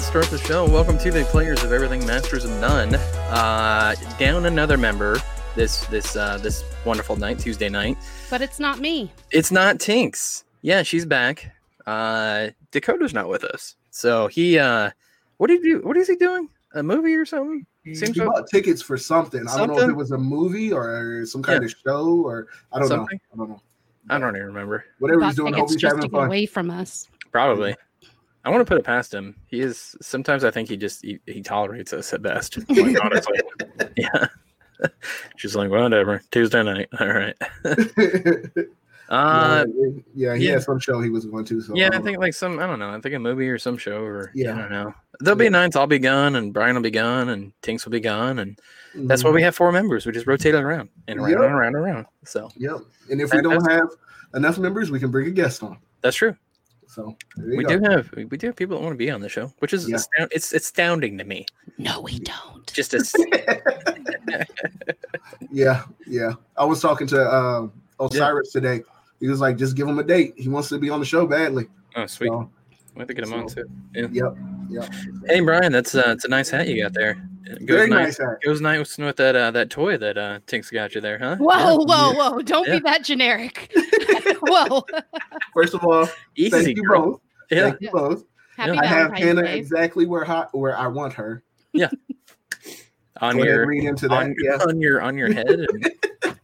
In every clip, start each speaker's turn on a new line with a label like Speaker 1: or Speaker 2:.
Speaker 1: start the show. Welcome to the Players of Everything, Masters of None. Uh, down another member this this uh, this wonderful night, Tuesday night.
Speaker 2: But it's not me.
Speaker 1: It's not Tinks. Yeah, she's back. Uh, Dakota's not with us, so he. Uh, what did you? What is he doing? A movie or something? Seems
Speaker 3: he
Speaker 1: so-
Speaker 3: bought tickets for something. I don't know if
Speaker 1: Something?
Speaker 3: it was a movie or some kind of show or I don't
Speaker 1: Something?
Speaker 3: know. I don't know.
Speaker 1: I don't even remember.
Speaker 3: Whatever
Speaker 2: Bought
Speaker 3: he's doing, I hope
Speaker 2: tickets
Speaker 3: he's
Speaker 2: just
Speaker 3: having
Speaker 2: to get
Speaker 3: fun.
Speaker 2: away from us.
Speaker 1: Probably. I want to put it past him. He is sometimes I think he just he, he tolerates us at best. Like, honestly. yeah. She's like, whatever. Tuesday night. All right. Uh
Speaker 3: yeah, he
Speaker 1: yeah.
Speaker 3: had some show he was going to. So
Speaker 1: yeah, I
Speaker 3: don't
Speaker 1: think like some I don't know, I think a movie or some show or yeah.
Speaker 3: Uh-huh. Yeah.
Speaker 1: I don't know. There'll be nights I'll be gone and Brian will be gone and Tinks will be gone and
Speaker 3: know.
Speaker 1: that's
Speaker 3: Mhm.
Speaker 1: why we have four members. We just rotate it around and around
Speaker 3: Yep.
Speaker 1: and around and around. So
Speaker 3: Yep. And if we don't have enough members, we can bring a guest on.
Speaker 1: that's true.
Speaker 3: So there you
Speaker 1: we
Speaker 3: go.
Speaker 1: do have we do have people that want to be on the show, which is
Speaker 3: Yeah.
Speaker 1: astound- it's astounding to me.
Speaker 2: No, we don't.
Speaker 1: Just as
Speaker 3: Yeah, yeah. I was talking to uh, Osiris today. He was like, just give him a date. He wants to be on the show badly.
Speaker 1: oh sweet.
Speaker 3: So,
Speaker 1: We have to get him on
Speaker 3: So-
Speaker 1: too.
Speaker 3: yep.
Speaker 1: Hey Brian, that's uh, it's a nice hat you got there. It Goes
Speaker 3: Very
Speaker 1: nice.
Speaker 3: nice. hat.
Speaker 1: Goes nice with, with that uh, that toy that uh, Tinks got you there, huh?
Speaker 2: Whoa,
Speaker 3: Yeah.
Speaker 2: whoa, whoa. Don't
Speaker 1: Yeah.
Speaker 2: be that generic. whoa.
Speaker 3: First of all,
Speaker 1: Easy.
Speaker 3: thank you
Speaker 1: girl.
Speaker 3: both.
Speaker 1: Yeah.
Speaker 3: Thank you both.
Speaker 2: Happy
Speaker 1: Yeah.
Speaker 3: I have
Speaker 2: Valentine's
Speaker 3: Hannah
Speaker 2: Day.
Speaker 3: exactly where hot where I want her.
Speaker 1: On
Speaker 3: Go ahead,
Speaker 1: your
Speaker 3: read into that.
Speaker 1: on,
Speaker 3: yeah.
Speaker 1: on your on your head and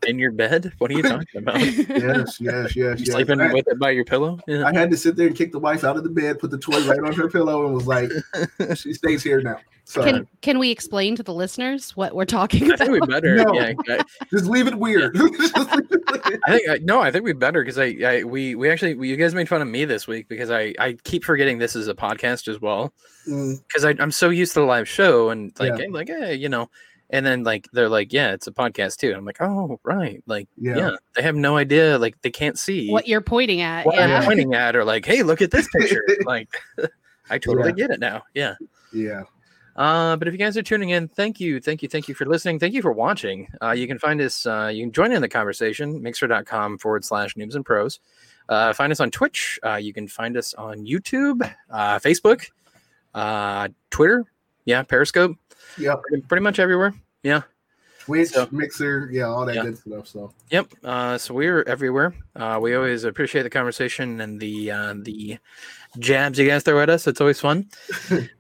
Speaker 1: in your bed. What are you talking about? You
Speaker 3: yes, yes, yes, yes.
Speaker 1: sleeping
Speaker 3: I,
Speaker 1: with it by your pillow? Yeah.
Speaker 3: I had to sit there and kick the wife out of the bed, put the toy right on her pillow, and was like, she stays here now. So
Speaker 2: Can, can we explain to the listeners what we're talking
Speaker 1: I
Speaker 2: about?
Speaker 1: think we better.
Speaker 3: No.
Speaker 1: Yeah, I,
Speaker 3: just leave it weird. Just leave it weird.
Speaker 1: I think I, no. I think we better because I, I we we actually we, you guys made fun of me this week because I I keep forgetting this is a podcast as well.
Speaker 3: Mm,
Speaker 1: because I'm so used to the live show and like
Speaker 3: Yeah.
Speaker 1: I'm like hey you know, and then like they're like yeah it's a podcast too. I'm like oh right like yeah,
Speaker 3: yeah.
Speaker 1: they have no idea like they can't see
Speaker 2: What you're pointing at.
Speaker 1: what I'm
Speaker 2: yeah.
Speaker 1: pointing at or like hey look at this picture like I totally get it now yeah.
Speaker 3: Yeah.
Speaker 1: Uh, but if you guys are tuning in, thank you, thank you, thank you for listening. Thank you for watching. Uh, you can find us, uh, you can join in the conversation, mixer.com forward slash noobs and pros. Uh, find us on Twitch. Uh, you can find us on YouTube, uh, Facebook, uh, Twitter, yeah, Periscope,
Speaker 3: Yep.
Speaker 1: pretty, pretty much everywhere.
Speaker 3: Twitch,
Speaker 1: So-
Speaker 3: mixer, yeah, all that
Speaker 1: Yeah.
Speaker 3: good stuff. So
Speaker 1: Yep. Uh, so we're everywhere. Uh, we always appreciate the conversation and the uh, the jabs you guys throw at us. It's always fun.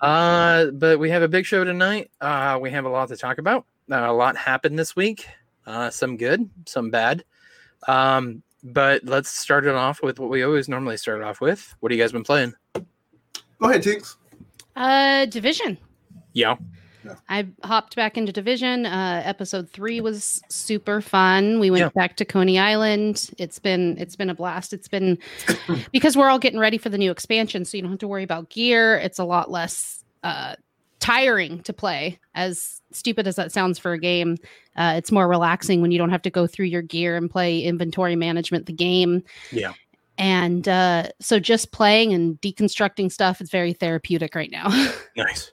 Speaker 1: uh, but we have a big show tonight. Uh, we have a lot to talk about. Uh, a lot happened this week. Uh, some good, some bad. Um, but let's start it off with what we always normally start off with. What have you guys been playing?
Speaker 3: go ahead, Tinks.
Speaker 2: Uh, Division.
Speaker 1: Yeah.
Speaker 2: I hopped back into Division. Uh, episode three was super fun. We went
Speaker 1: Yeah.
Speaker 2: back to Coney Island. It's been it's been a blast. It's been because we're all getting ready for the new expansion, so you don't have to worry about gear. It's a lot less uh, tiring to play. As stupid as that sounds for a game, uh, it's more relaxing when you don't have to go through your gear and play inventory management the game.
Speaker 1: Yeah.
Speaker 2: And uh, so just playing and deconstructing stuff is very therapeutic right now.
Speaker 1: Nice.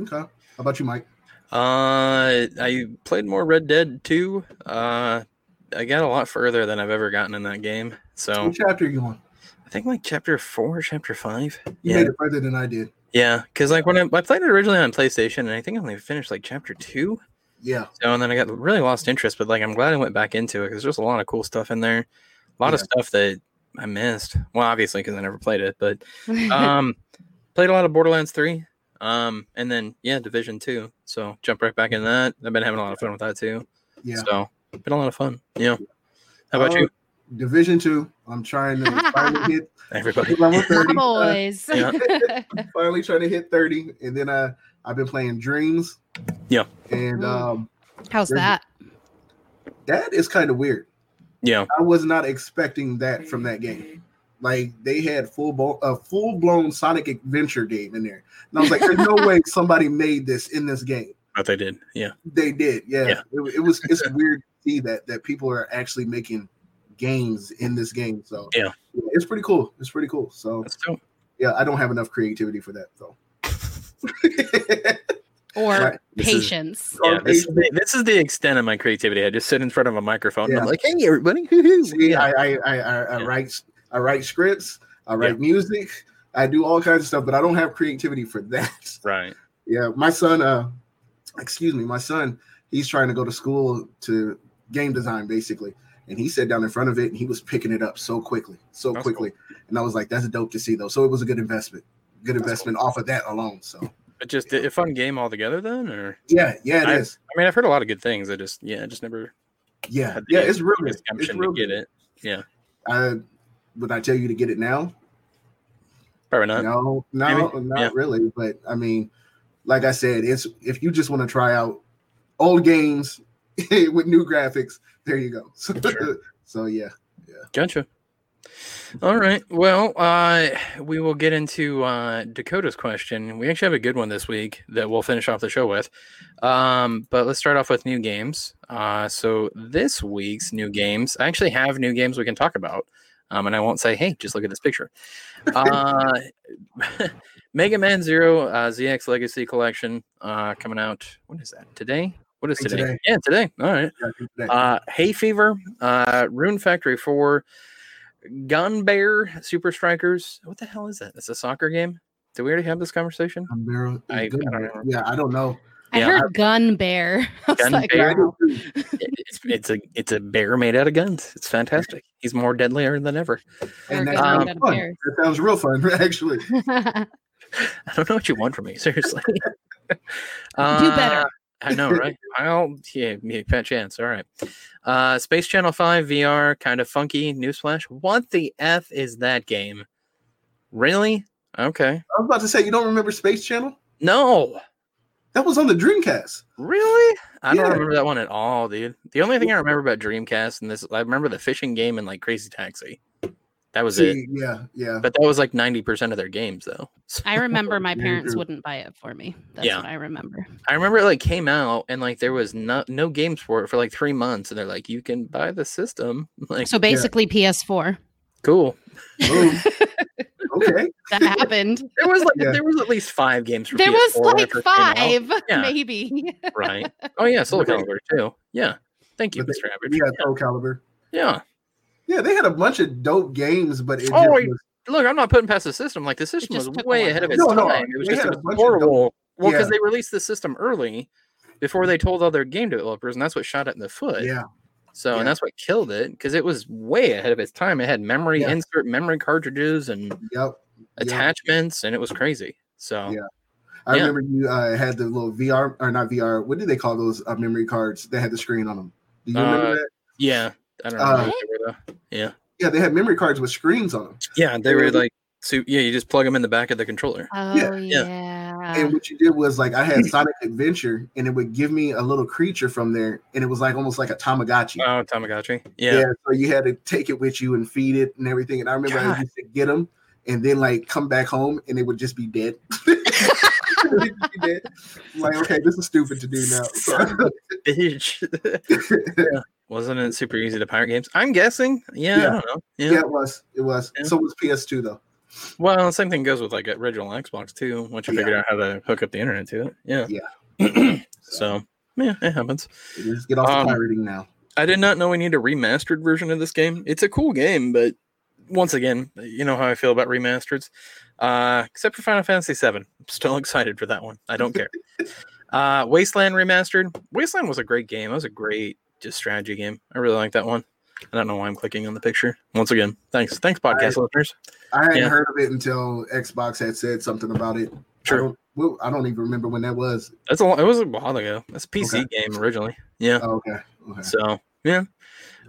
Speaker 3: Okay. How about you, Mike?
Speaker 1: Uh, I played more Red Dead 2. Uh, I got a lot further than I've ever gotten in that game. So.
Speaker 3: What chapter are you on?
Speaker 1: I think like chapter four, chapter five.
Speaker 3: You
Speaker 1: Yeah.
Speaker 3: made it further than I did.
Speaker 1: Yeah, because like when I, I played it originally on PlayStation, and I think I only finished like chapter two.
Speaker 3: Yeah.
Speaker 1: So and then I got really lost interest, but like I'm glad I went back into it because there's a lot of cool stuff in there, a lot of stuff that I missed. Well, obviously because I never played it, but um, played a lot of Borderlands three, um, and then yeah, Division two. So jump right back in that. I've been having a lot of fun with that too.
Speaker 3: Mm-hmm. Yeah.
Speaker 1: So been a lot of fun. Yeah. How about
Speaker 3: Uh,
Speaker 1: you,
Speaker 3: Division two. I'm trying to finally hit
Speaker 1: everybody?
Speaker 3: level
Speaker 2: My
Speaker 3: thirty. uh,
Speaker 2: boys.
Speaker 3: finally trying to hit thirty, and then I I've been playing Dreams.
Speaker 1: Yeah.
Speaker 3: And
Speaker 2: Mm.
Speaker 3: um,
Speaker 2: How's
Speaker 3: There's a-
Speaker 2: that?
Speaker 3: that is kind of weird.
Speaker 1: Yeah.
Speaker 3: I was not expecting that from that game. Like they had full bo- a full blown Sonic Adventure game in there, and I was like, "There's no way somebody made this in this game."
Speaker 1: But they did. Yeah.
Speaker 3: They did, yeah.
Speaker 1: Yeah.
Speaker 3: It, wa- it was it's weird to see that that people are actually making games in this game. So
Speaker 1: Yeah.
Speaker 3: it's pretty cool. It's pretty cool. So
Speaker 1: That's dope.
Speaker 3: yeah, I don't have enough creativity for that though.
Speaker 2: Or
Speaker 3: Right.
Speaker 1: This is-
Speaker 2: patience.
Speaker 1: yeah,
Speaker 3: Or
Speaker 1: this is,
Speaker 3: Asian.
Speaker 1: the, this is the extent of my creativity. I just sit in front of a microphone and I'm
Speaker 3: Yeah.
Speaker 1: like, "Hey, everybody!" hoo-hoo."
Speaker 3: See,
Speaker 1: yeah.
Speaker 3: I I I, I, I
Speaker 1: Yeah.
Speaker 3: write I write scripts. I write music. I do all kinds of stuff, but I don't have creativity for that.
Speaker 1: Right.
Speaker 3: Yeah, my son. Uh, excuse me, my son. He's trying to go to school to game design, basically, and he sat down in front of it and he was picking it up so quickly, so
Speaker 1: That's
Speaker 3: quickly, and I was like, "That's dope to see, though." So it was a good investment. Good
Speaker 1: That's
Speaker 3: investment off of that alone. So
Speaker 1: But just a fun game altogether, then, or
Speaker 3: yeah, yeah, it is.
Speaker 1: I- I mean, I've heard a lot of good things. I just, yeah, I just never
Speaker 3: Yeah,
Speaker 1: had the
Speaker 3: yeah, it's real. good. It's
Speaker 1: gumption
Speaker 3: real.
Speaker 1: to get
Speaker 3: good.
Speaker 1: it. Yeah,
Speaker 3: I would I tell you to get it now?
Speaker 1: probably not.
Speaker 3: no, no, not
Speaker 1: Yeah.
Speaker 3: really. But I mean, like I said, it's if you just want to try out old games with new graphics, there you go. So,
Speaker 1: Sure.
Speaker 3: so yeah,
Speaker 1: Gotcha. All right. Well, uh, we will get into uh, Dakota's question. We actually have a good one this week that we'll finish off the show with. Um, but let's start off with new games. Uh, so this week's new games, I actually have new games we can talk about. Um, and I won't say, hey, just look at this picture. Uh, Mega Man Zero uh, ZX Legacy Collection uh, coming out. What is that? Today? What is
Speaker 3: Think
Speaker 1: today?
Speaker 3: today.
Speaker 1: Yeah, today. All right
Speaker 3: yeah, I think that-
Speaker 1: uh, Hay Fever, uh, Rune Factory 4, Gun Bear, Super Strikers. What the hell is that? It's a soccer game. Did we already have this conversation?
Speaker 3: I'm barrel-
Speaker 1: I- I
Speaker 3: good.
Speaker 1: don't know.
Speaker 3: yeah, I don't know.
Speaker 2: I
Speaker 1: Yeah,
Speaker 2: heard gun bear. I was
Speaker 1: Gun
Speaker 2: like,
Speaker 1: bear.
Speaker 2: wow.
Speaker 1: It's, it's a it's a bear made out of guns. It's fantastic. He's more deadlier than ever.
Speaker 3: And
Speaker 2: Or
Speaker 3: that,
Speaker 1: Um,
Speaker 2: gun
Speaker 3: sounds
Speaker 2: bear.
Speaker 3: fun. that sounds real fun, actually.
Speaker 2: Do
Speaker 1: I don't know what you want from me, seriously. Uh,
Speaker 2: better.
Speaker 1: I know, right? I'll yeah, yeah, fat chance. All right. Uh Space Channel 5 VR, kind of funky, newsflash. What the F is that game? Really? Okay.
Speaker 3: I was about to say, you don't remember Space Channel?
Speaker 1: No.
Speaker 3: That was on the Dreamcast.
Speaker 1: Really? I don't
Speaker 3: Yeah.
Speaker 1: remember that one at all, dude. The only thing I remember about Dreamcast and this, I remember the fishing game and like Crazy Taxi. That was it.
Speaker 3: See, yeah, yeah.
Speaker 1: But that was like ninety percent of their games, though. So
Speaker 2: I remember my
Speaker 3: Yeah,
Speaker 2: parents
Speaker 3: true.
Speaker 2: wouldn't buy it for me. That's
Speaker 1: Yeah.
Speaker 2: what I remember.
Speaker 1: I remember it like came out and like there was no no games for it for like three months, and they're like, "You can buy the system." I'm like,
Speaker 2: So basically, PS4.
Speaker 1: cool.
Speaker 3: Boom. okay.
Speaker 2: That happened.
Speaker 1: There was like
Speaker 3: Yeah.
Speaker 1: there was at least five games. For
Speaker 2: There was
Speaker 1: PS4 when it
Speaker 2: like
Speaker 1: first came out.
Speaker 2: five,
Speaker 1: Yeah.
Speaker 2: maybe.
Speaker 1: right? Oh yeah, Soul
Speaker 3: But they-
Speaker 1: Calibur too. Yeah, thank you,
Speaker 3: But
Speaker 1: Mister Average.
Speaker 3: Yeah, Soul Caliber.
Speaker 1: yeah,
Speaker 3: Yeah, they had a bunch of dope games, but it
Speaker 1: Oh,
Speaker 3: just
Speaker 1: wait.
Speaker 3: was-
Speaker 1: look, I'm not putting past the system. Like the system
Speaker 2: just
Speaker 1: was
Speaker 2: took a
Speaker 1: way
Speaker 2: while.
Speaker 1: ahead of its
Speaker 3: No, no,
Speaker 1: time. It was
Speaker 3: they
Speaker 1: just
Speaker 3: had
Speaker 1: it
Speaker 3: a
Speaker 1: was
Speaker 3: bunch of
Speaker 1: horrible. Well, because
Speaker 3: Yeah.
Speaker 1: they released the system early before they told other game developers, and that's what shot it in the foot.
Speaker 3: yeah,
Speaker 1: So,
Speaker 3: yeah.
Speaker 1: and that's what killed it because it was way ahead of its time. It had memory
Speaker 3: Yeah.
Speaker 1: insert, memory cartridges, and
Speaker 3: yep. Yeah.
Speaker 1: attachments, and it was crazy. So,
Speaker 3: Yeah. I
Speaker 1: Yeah.
Speaker 3: remember you uh, had the little VR or not VR. What do they call those uh, memory cards that had the screen on them? Do you remember
Speaker 1: Uh,
Speaker 3: that?
Speaker 1: yeah, I don't know.
Speaker 3: Uh,
Speaker 1: what they were, though. yeah,
Speaker 3: Yeah, they had memory cards with screens on them.
Speaker 1: yeah, they were
Speaker 3: were-
Speaker 1: like, so yeah, you just plug them in the back of the controller.
Speaker 2: Oh,
Speaker 3: Yeah.
Speaker 2: yeah.
Speaker 1: Yeah. Uh.
Speaker 3: and what you did was like I had Sonic Adventure, and it would give me a little creature from there, and it was like almost like a Tamagotchi.
Speaker 1: Oh, Tamagotchi.
Speaker 3: yeah.
Speaker 1: Yeah,
Speaker 3: so you had to take it with you and feed it and everything. And I remember I
Speaker 1: God.
Speaker 3: used to get them and then like come back home and it would just be dead. It would just be dead. Like, okay, this is stupid to do now. So,
Speaker 1: bitch. Yeah. Wasn't it super easy to pirate games? I'm guessing. Yeah, I
Speaker 3: Yeah.
Speaker 1: don't know. Yeah.
Speaker 3: yeah. it was. It was.
Speaker 1: Yeah.
Speaker 3: So it was PS2 though.
Speaker 1: Well, same thing goes with like original Xbox too. Once you
Speaker 3: Yeah.
Speaker 1: figured out how to hook up the internet to it. Yeah. so yeah, it happens.
Speaker 3: You just get off
Speaker 1: Um,
Speaker 3: the pirating now.
Speaker 1: I did not know we need a remastered version of this game. It's a cool game, but once again, you know how I feel about remasters. Uh, except for Final Fantasy VII, I'm still excited for that one. I don't care. uh, Wasteland remastered. Wasteland was a great game. That was a great just strategy game. I really like that one. I don't know why I'm clicking on the picture. Once again, thanks, thanks, podcast listeners.
Speaker 3: I hadn't
Speaker 1: yeah.
Speaker 3: heard of it until Xbox had said something about it. I
Speaker 1: Sure,
Speaker 3: don't, well, I don't even remember when that was.
Speaker 1: that's a. lo- It was a while ago. That's a PC game originally. Yeah.
Speaker 3: Oh, okay. okay.
Speaker 1: So yeah,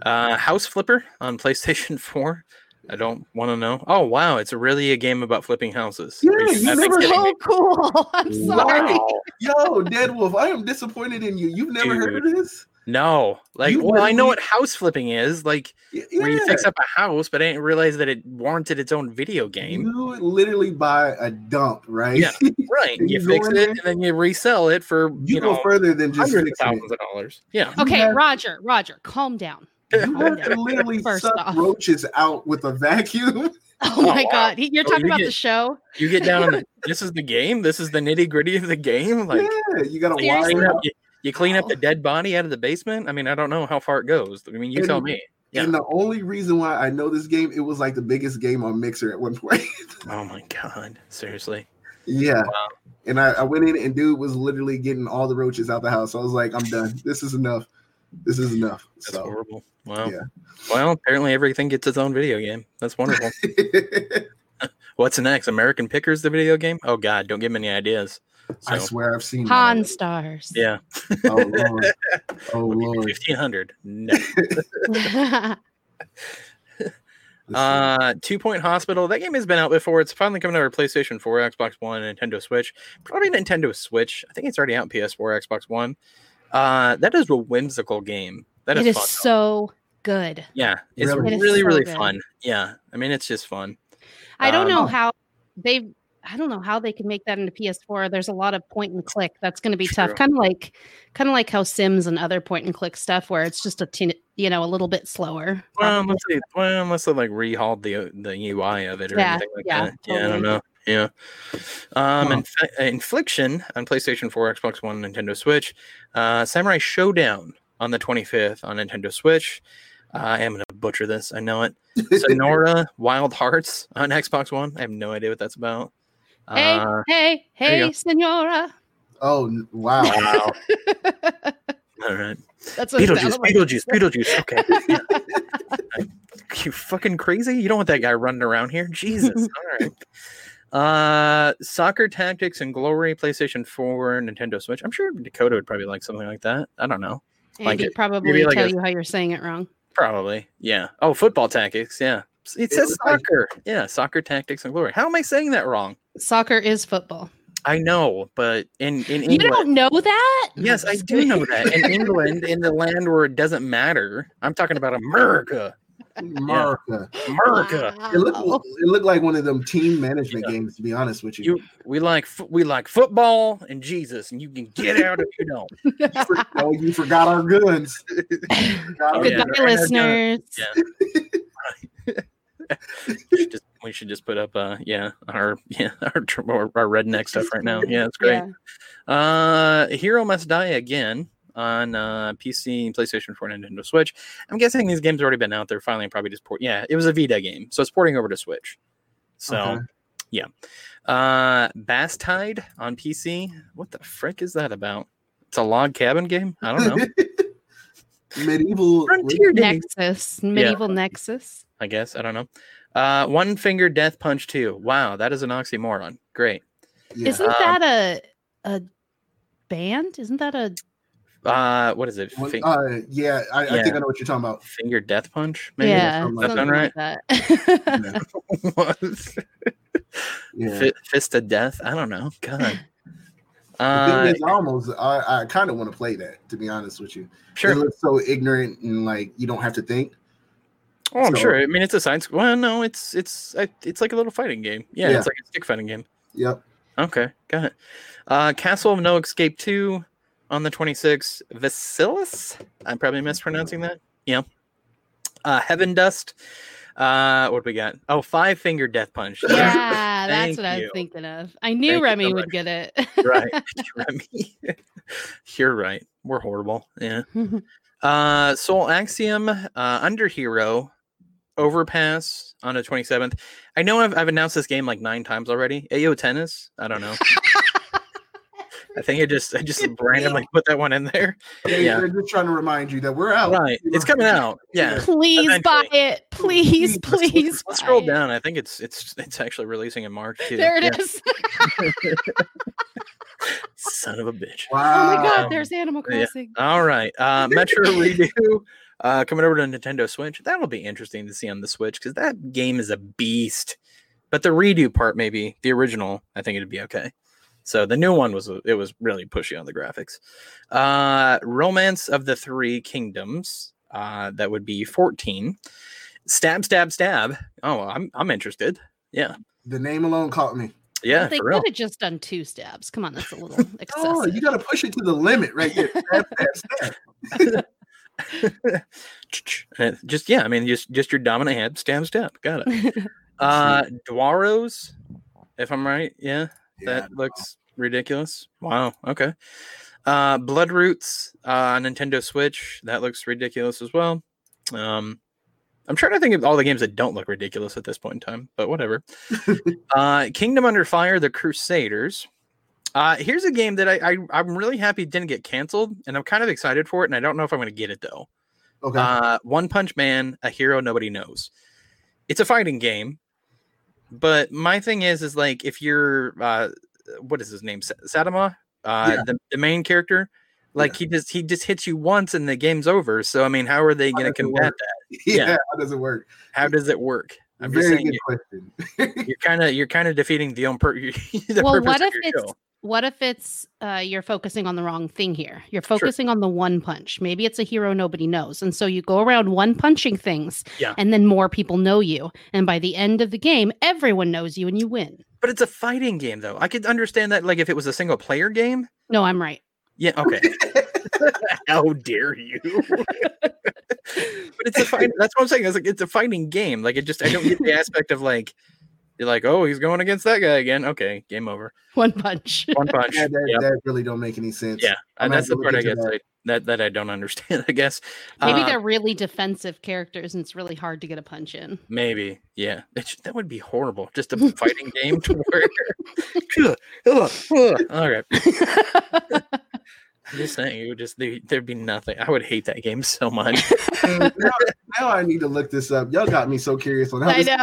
Speaker 1: uh, House Flipper on PlayStation Four. I don't want to know. Oh wow, it's really a game about flipping houses. Are
Speaker 3: Yeah, you
Speaker 1: gotta be
Speaker 3: never
Speaker 1: kidding me.
Speaker 2: So cool. I'm sorry.
Speaker 3: Wow. Yo, Dead Wolf, I am disappointed in you. You've never heard of this?
Speaker 1: No, like
Speaker 3: You
Speaker 1: well, I know
Speaker 3: literally-
Speaker 1: what house flipping is, like
Speaker 3: Y-
Speaker 1: where you
Speaker 3: yeah.
Speaker 1: fix up a house, but I didn't realize that it warranted its own video game.
Speaker 3: You literally buy a dump, right?
Speaker 1: Yeah. Right,
Speaker 3: And
Speaker 1: you
Speaker 3: you go
Speaker 1: fix it
Speaker 3: in there-
Speaker 1: and then you resell it for you,
Speaker 3: you go
Speaker 1: know
Speaker 3: further than just
Speaker 1: hundreds of
Speaker 3: fixing it.
Speaker 1: thousands of dollars. Yeah,
Speaker 2: Okay,
Speaker 3: Yeah.
Speaker 2: Roger, Roger, calm down.
Speaker 3: You
Speaker 2: Calm
Speaker 3: have
Speaker 2: down.
Speaker 3: to literally
Speaker 2: First
Speaker 3: suck
Speaker 2: off.
Speaker 3: roaches out with a vacuum.
Speaker 2: Oh,
Speaker 1: Oh,
Speaker 2: my
Speaker 1: wow.
Speaker 2: God. He, you're
Speaker 1: So
Speaker 2: talking
Speaker 1: you
Speaker 2: about
Speaker 1: get-
Speaker 2: the show?
Speaker 1: you get down on the. This is the game. This is the nitty gritty of the game. Like
Speaker 3: yeah, you got to
Speaker 1: clean
Speaker 2: Seriously?
Speaker 3: wire it
Speaker 1: up-
Speaker 3: up.
Speaker 1: you, you clean up the
Speaker 2: Wow.
Speaker 1: dead body out of the basement. I mean, I don't know how far it goes. I mean, you tell
Speaker 3: And-
Speaker 1: me. Yeah.
Speaker 3: And the only reason why I know this game, it was like the biggest game on Mixer at one point.
Speaker 1: Oh my god! Seriously.
Speaker 3: yeah. And I, I went in and dude was literally getting all the roaches out the house. I was like, I'm done. This is enough. This is enough.
Speaker 1: That's
Speaker 3: So
Speaker 1: horrible. Wow.
Speaker 3: yeah.
Speaker 1: Well, apparently everything gets its own video game. That's wonderful. What's next? American Pickers, the video game? Oh God, don't give me any ideas.
Speaker 3: I
Speaker 1: So,
Speaker 3: swear I've seen that.
Speaker 2: Han stars.
Speaker 1: yeah,
Speaker 3: Oh Lord. Oh Lord.
Speaker 1: fifteen hundred. No.
Speaker 2: Yeah.
Speaker 1: Uh, Two Point Hospital. That game has been out before. It's finally coming out for PlayStation Four, Xbox One, and Nintendo Switch. Probably Nintendo Switch. I think it's already out on PS4, Xbox One. Uh, that is a whimsical game. That is,
Speaker 2: it is
Speaker 1: fun. though.
Speaker 2: so good.
Speaker 1: yeah, it's
Speaker 3: Really?
Speaker 2: It
Speaker 1: really,
Speaker 2: is
Speaker 1: really,
Speaker 2: so good.
Speaker 1: fun. Yeah, I mean, it's just fun.
Speaker 2: I don't
Speaker 1: Um,
Speaker 2: know how they I don't know how they can make that into PS4. There's a lot of point and click. That's going to be
Speaker 1: True.
Speaker 2: tough. Kind of like kind of like how Sims and other point and click stuff where it's just a tin, you know, a little bit slower.
Speaker 1: Well,
Speaker 2: probably.
Speaker 1: unless they, well, unless they like rehauled the uh, the UI of it or
Speaker 2: Yeah,
Speaker 1: anything like
Speaker 2: yeah,
Speaker 1: that. Yeah, I don't
Speaker 2: totally.
Speaker 1: know. Yeah. Um,
Speaker 3: Huh.
Speaker 1: Inf- Infliction on PlayStation 4, Xbox One, Nintendo Switch. Uh, Samurai Showdown on the 25th on Nintendo Switch. Uh, I am going to butcher this. I know it. Sonora Wild Hearts on Xbox One. I have no idea what that's about.
Speaker 2: Hey,
Speaker 1: Uh,
Speaker 2: hey,
Speaker 1: there you
Speaker 2: hey, Senora.
Speaker 3: oh n- wow.
Speaker 1: wow. All right.
Speaker 2: That's what it
Speaker 1: Beetlejuice,
Speaker 2: sounded like.
Speaker 1: Beetlejuice, Beetlejuice. Okay. you fucking crazy? You don't want that guy running around here? Jesus. All right. Uh, Soccer Tactics and Glory, PlayStation 4, Nintendo Switch. I'm sure Dakota would probably like something like that. I don't know. like
Speaker 2: Andy
Speaker 1: it.
Speaker 2: probably
Speaker 1: like
Speaker 2: tell
Speaker 1: a-
Speaker 2: you how you're saying it wrong.
Speaker 1: Probably. Yeah. Oh, Football Tactics. Yeah. It says
Speaker 3: was like-
Speaker 1: soccer. Yeah. Soccer Tactics and Glory. How am I saying that wrong?
Speaker 2: Soccer is football.
Speaker 1: I know, but in, in
Speaker 2: You
Speaker 1: England.
Speaker 2: don't know that?
Speaker 1: Yes, I do know that. In England, in the land where it doesn't matter, I'm talking about America.
Speaker 3: America.
Speaker 1: America.
Speaker 3: It looked
Speaker 2: Wow.
Speaker 3: it looked like one of them team management
Speaker 1: Yeah.
Speaker 3: games, to be honest with you.
Speaker 1: you we like fo- we like football and Jesus, and you can get out if you don't.
Speaker 3: You for- oh, you forgot our guns. Forgot our
Speaker 1: Yeah.
Speaker 2: Goodbye,
Speaker 1: right, I've done it.
Speaker 2: listeners.
Speaker 1: Yeah. We should just, we should just put up uh yeah our yeah our tr- our, our redneck stuff right now. Yeah, it's great. Uh, Hero Must Die again on uh PC, PlayStation 4, and Nintendo Switch. I'm guessing these games have already been out there. Finally, probably just port. Yeah, it was a Vita game, so it's porting over to Switch. So.
Speaker 3: Okay.
Speaker 1: Yeah. Uh Bastide on PC. What the frick is that about? It's a log cabin game? I don't know.
Speaker 3: medieval
Speaker 1: Frontier Days,
Speaker 2: Nexus, medieval Nexus.
Speaker 1: I guess. I don't know. Uh, One Finger Death Punch 2. Wow, that is an oxymoron. Great.
Speaker 3: Yeah.
Speaker 2: Isn't
Speaker 1: Um,
Speaker 2: that a a band? Isn't that a
Speaker 1: Uh, what is it?
Speaker 3: One-
Speaker 1: Fi-
Speaker 3: uh, yeah, I, I think I know what you're talking about.
Speaker 1: finger Death Punch? Maybe?
Speaker 2: yeah?
Speaker 3: something like
Speaker 2: Something
Speaker 1: that.
Speaker 2: like that.
Speaker 3: Yeah.
Speaker 1: What?
Speaker 3: Yeah.
Speaker 1: Fi- Fist of Death? I don't know. God.
Speaker 3: The thing
Speaker 1: Uh,
Speaker 3: is, I almost I, I kind of want to play that to be honest with you. It
Speaker 1: sure.
Speaker 3: looks so ignorant and like you don't have to think.
Speaker 1: Oh, I'm
Speaker 3: so-
Speaker 1: sure. I mean, it's a science. Well, no, it's it's I- it's like a little fighting game. Yeah,
Speaker 3: Yeah.
Speaker 1: it's like a stick fighting game.
Speaker 3: Yep.
Speaker 1: Okay, got it. Uh, Castle of No Escape 2 on the 26th. Vasilis? I'm probably mispronouncing that. Yeah. Uh, Heaven Dust. Uh, what do we got? Oh, Five Finger Death Punch.
Speaker 2: yeah, that's
Speaker 1: Thank
Speaker 2: what I
Speaker 1: you.
Speaker 2: was thinking of. I knew
Speaker 1: Thank you so
Speaker 2: Remy
Speaker 1: much.
Speaker 2: would get it.
Speaker 1: right. Remy. You're right. We're horrible. Yeah. Uh, Soul Axiom, uh, Under Hero, Overpass on the 27th. I know I've, I've announced this game like nine times already. Ayo Tennis. I don't know. I think I just I just randomly put that one in there.
Speaker 3: Yeah,
Speaker 1: Yeah.
Speaker 3: They're just trying to remind you that we're
Speaker 2: Oh,
Speaker 3: out.
Speaker 1: Right. It's coming out. Yeah.
Speaker 2: please buy it. Please,
Speaker 1: Let's-
Speaker 2: please.
Speaker 1: Let's, let's scroll
Speaker 2: buy it.
Speaker 1: down. I think it's it's it's actually releasing in March too.
Speaker 2: There
Speaker 1: Yeah.
Speaker 2: it is.
Speaker 1: Son of a bitch.
Speaker 3: Wow.
Speaker 2: Oh my
Speaker 1: Wow.
Speaker 2: god, there's Animal
Speaker 1: Um, Yeah.
Speaker 2: Crossing.
Speaker 1: All right. Uh, Metro Redo uh, coming over to Nintendo Switch. That'll be interesting to see on the Switch because that game is a beast. But the redo part, maybe the original, I think it'd be okay. So the new one was it was really pushy on the graphics. Uh, Romance of the Three Kingdoms. Uh, that would be 14. Stab, stab, stab. Oh, I'm I'm interested. Yeah,
Speaker 3: The name alone caught me.
Speaker 1: yeah,
Speaker 2: they
Speaker 1: for real.
Speaker 2: could have just done two stabs. Come on, that's a little excessive.
Speaker 3: Oh, you got to push it to the limit right there. Step, step, step.
Speaker 1: Uh, just yeah, I mean, just just your dominant hand, stab, stab. Got it. uh, Dwaros, if I'm right, yeah,
Speaker 3: Yeah.
Speaker 1: that looks ridiculous. Wow, okay. Uh, Bloodroots, uh, Nintendo Switch, that looks ridiculous as well. Um, I'm trying to think of all the games that don't look ridiculous at this point in time, but whatever. uh, Kingdom Under Fire, The Crusaders. Uh, here's a game that I, I am really happy didn't get canceled, and I'm kind of excited for it, and I don't know if I'm going to get it though.
Speaker 3: Okay.
Speaker 1: Uh, One Punch Man, a hero nobody knows. It's a fighting game, but my thing is, is like if you're uh, what is his name, Sa- Satama, uh,
Speaker 3: Yeah.
Speaker 1: the, the main character, like he just he just hits you once and the game's over. So I mean, how are they
Speaker 3: How
Speaker 1: going to
Speaker 3: does it
Speaker 1: combat
Speaker 3: work?
Speaker 1: that?
Speaker 3: yeah,
Speaker 1: yeah.
Speaker 3: How does it work?
Speaker 1: How does it work? I'm just
Speaker 3: Very
Speaker 1: saying,
Speaker 3: good question.
Speaker 1: you're kind of you're kind of defeating the own pur- the
Speaker 2: well,
Speaker 1: purpose
Speaker 2: what
Speaker 1: of
Speaker 2: if
Speaker 1: your
Speaker 2: it's
Speaker 1: show.
Speaker 2: what if it's uh, you're focusing on the wrong thing here? You're focusing on the one punch. Maybe it's a hero nobody knows, and so you go around one punching things,
Speaker 1: Yeah.
Speaker 2: and then more people know you, and by the end of the game, everyone knows you, and you win.
Speaker 1: But it's a fighting game, though. I could understand that, like if it was a single player game.
Speaker 2: No, I'm right.
Speaker 1: Yeah. Okay. How dare you? but it's a fight. That's what I'm saying. It's like it's a fighting game. Like it just I don't get the aspect of like you're like oh he's going against that guy again. Okay, game over.
Speaker 2: One punch.
Speaker 1: One punch.
Speaker 3: Yeah, that,
Speaker 1: Yep.
Speaker 3: that really don't make any sense.
Speaker 1: Yeah, and
Speaker 3: I'm gonna
Speaker 1: that's the
Speaker 3: have to
Speaker 1: part I
Speaker 3: look
Speaker 1: guess
Speaker 3: into
Speaker 1: I, that that I don't understand. I guess
Speaker 2: Maybe
Speaker 1: Uh,
Speaker 2: they're really defensive characters, and it's really hard to get a punch in.
Speaker 1: Maybe, yeah. That, sh- that would be horrible. Just a fighting game to where. Ugh, ugh, ugh. All right. I'm just saying, it would just there- there'd be nothing. I would hate that game so much.
Speaker 3: now, now I need to look this up. Y'all got me so curious on how
Speaker 2: I
Speaker 3: this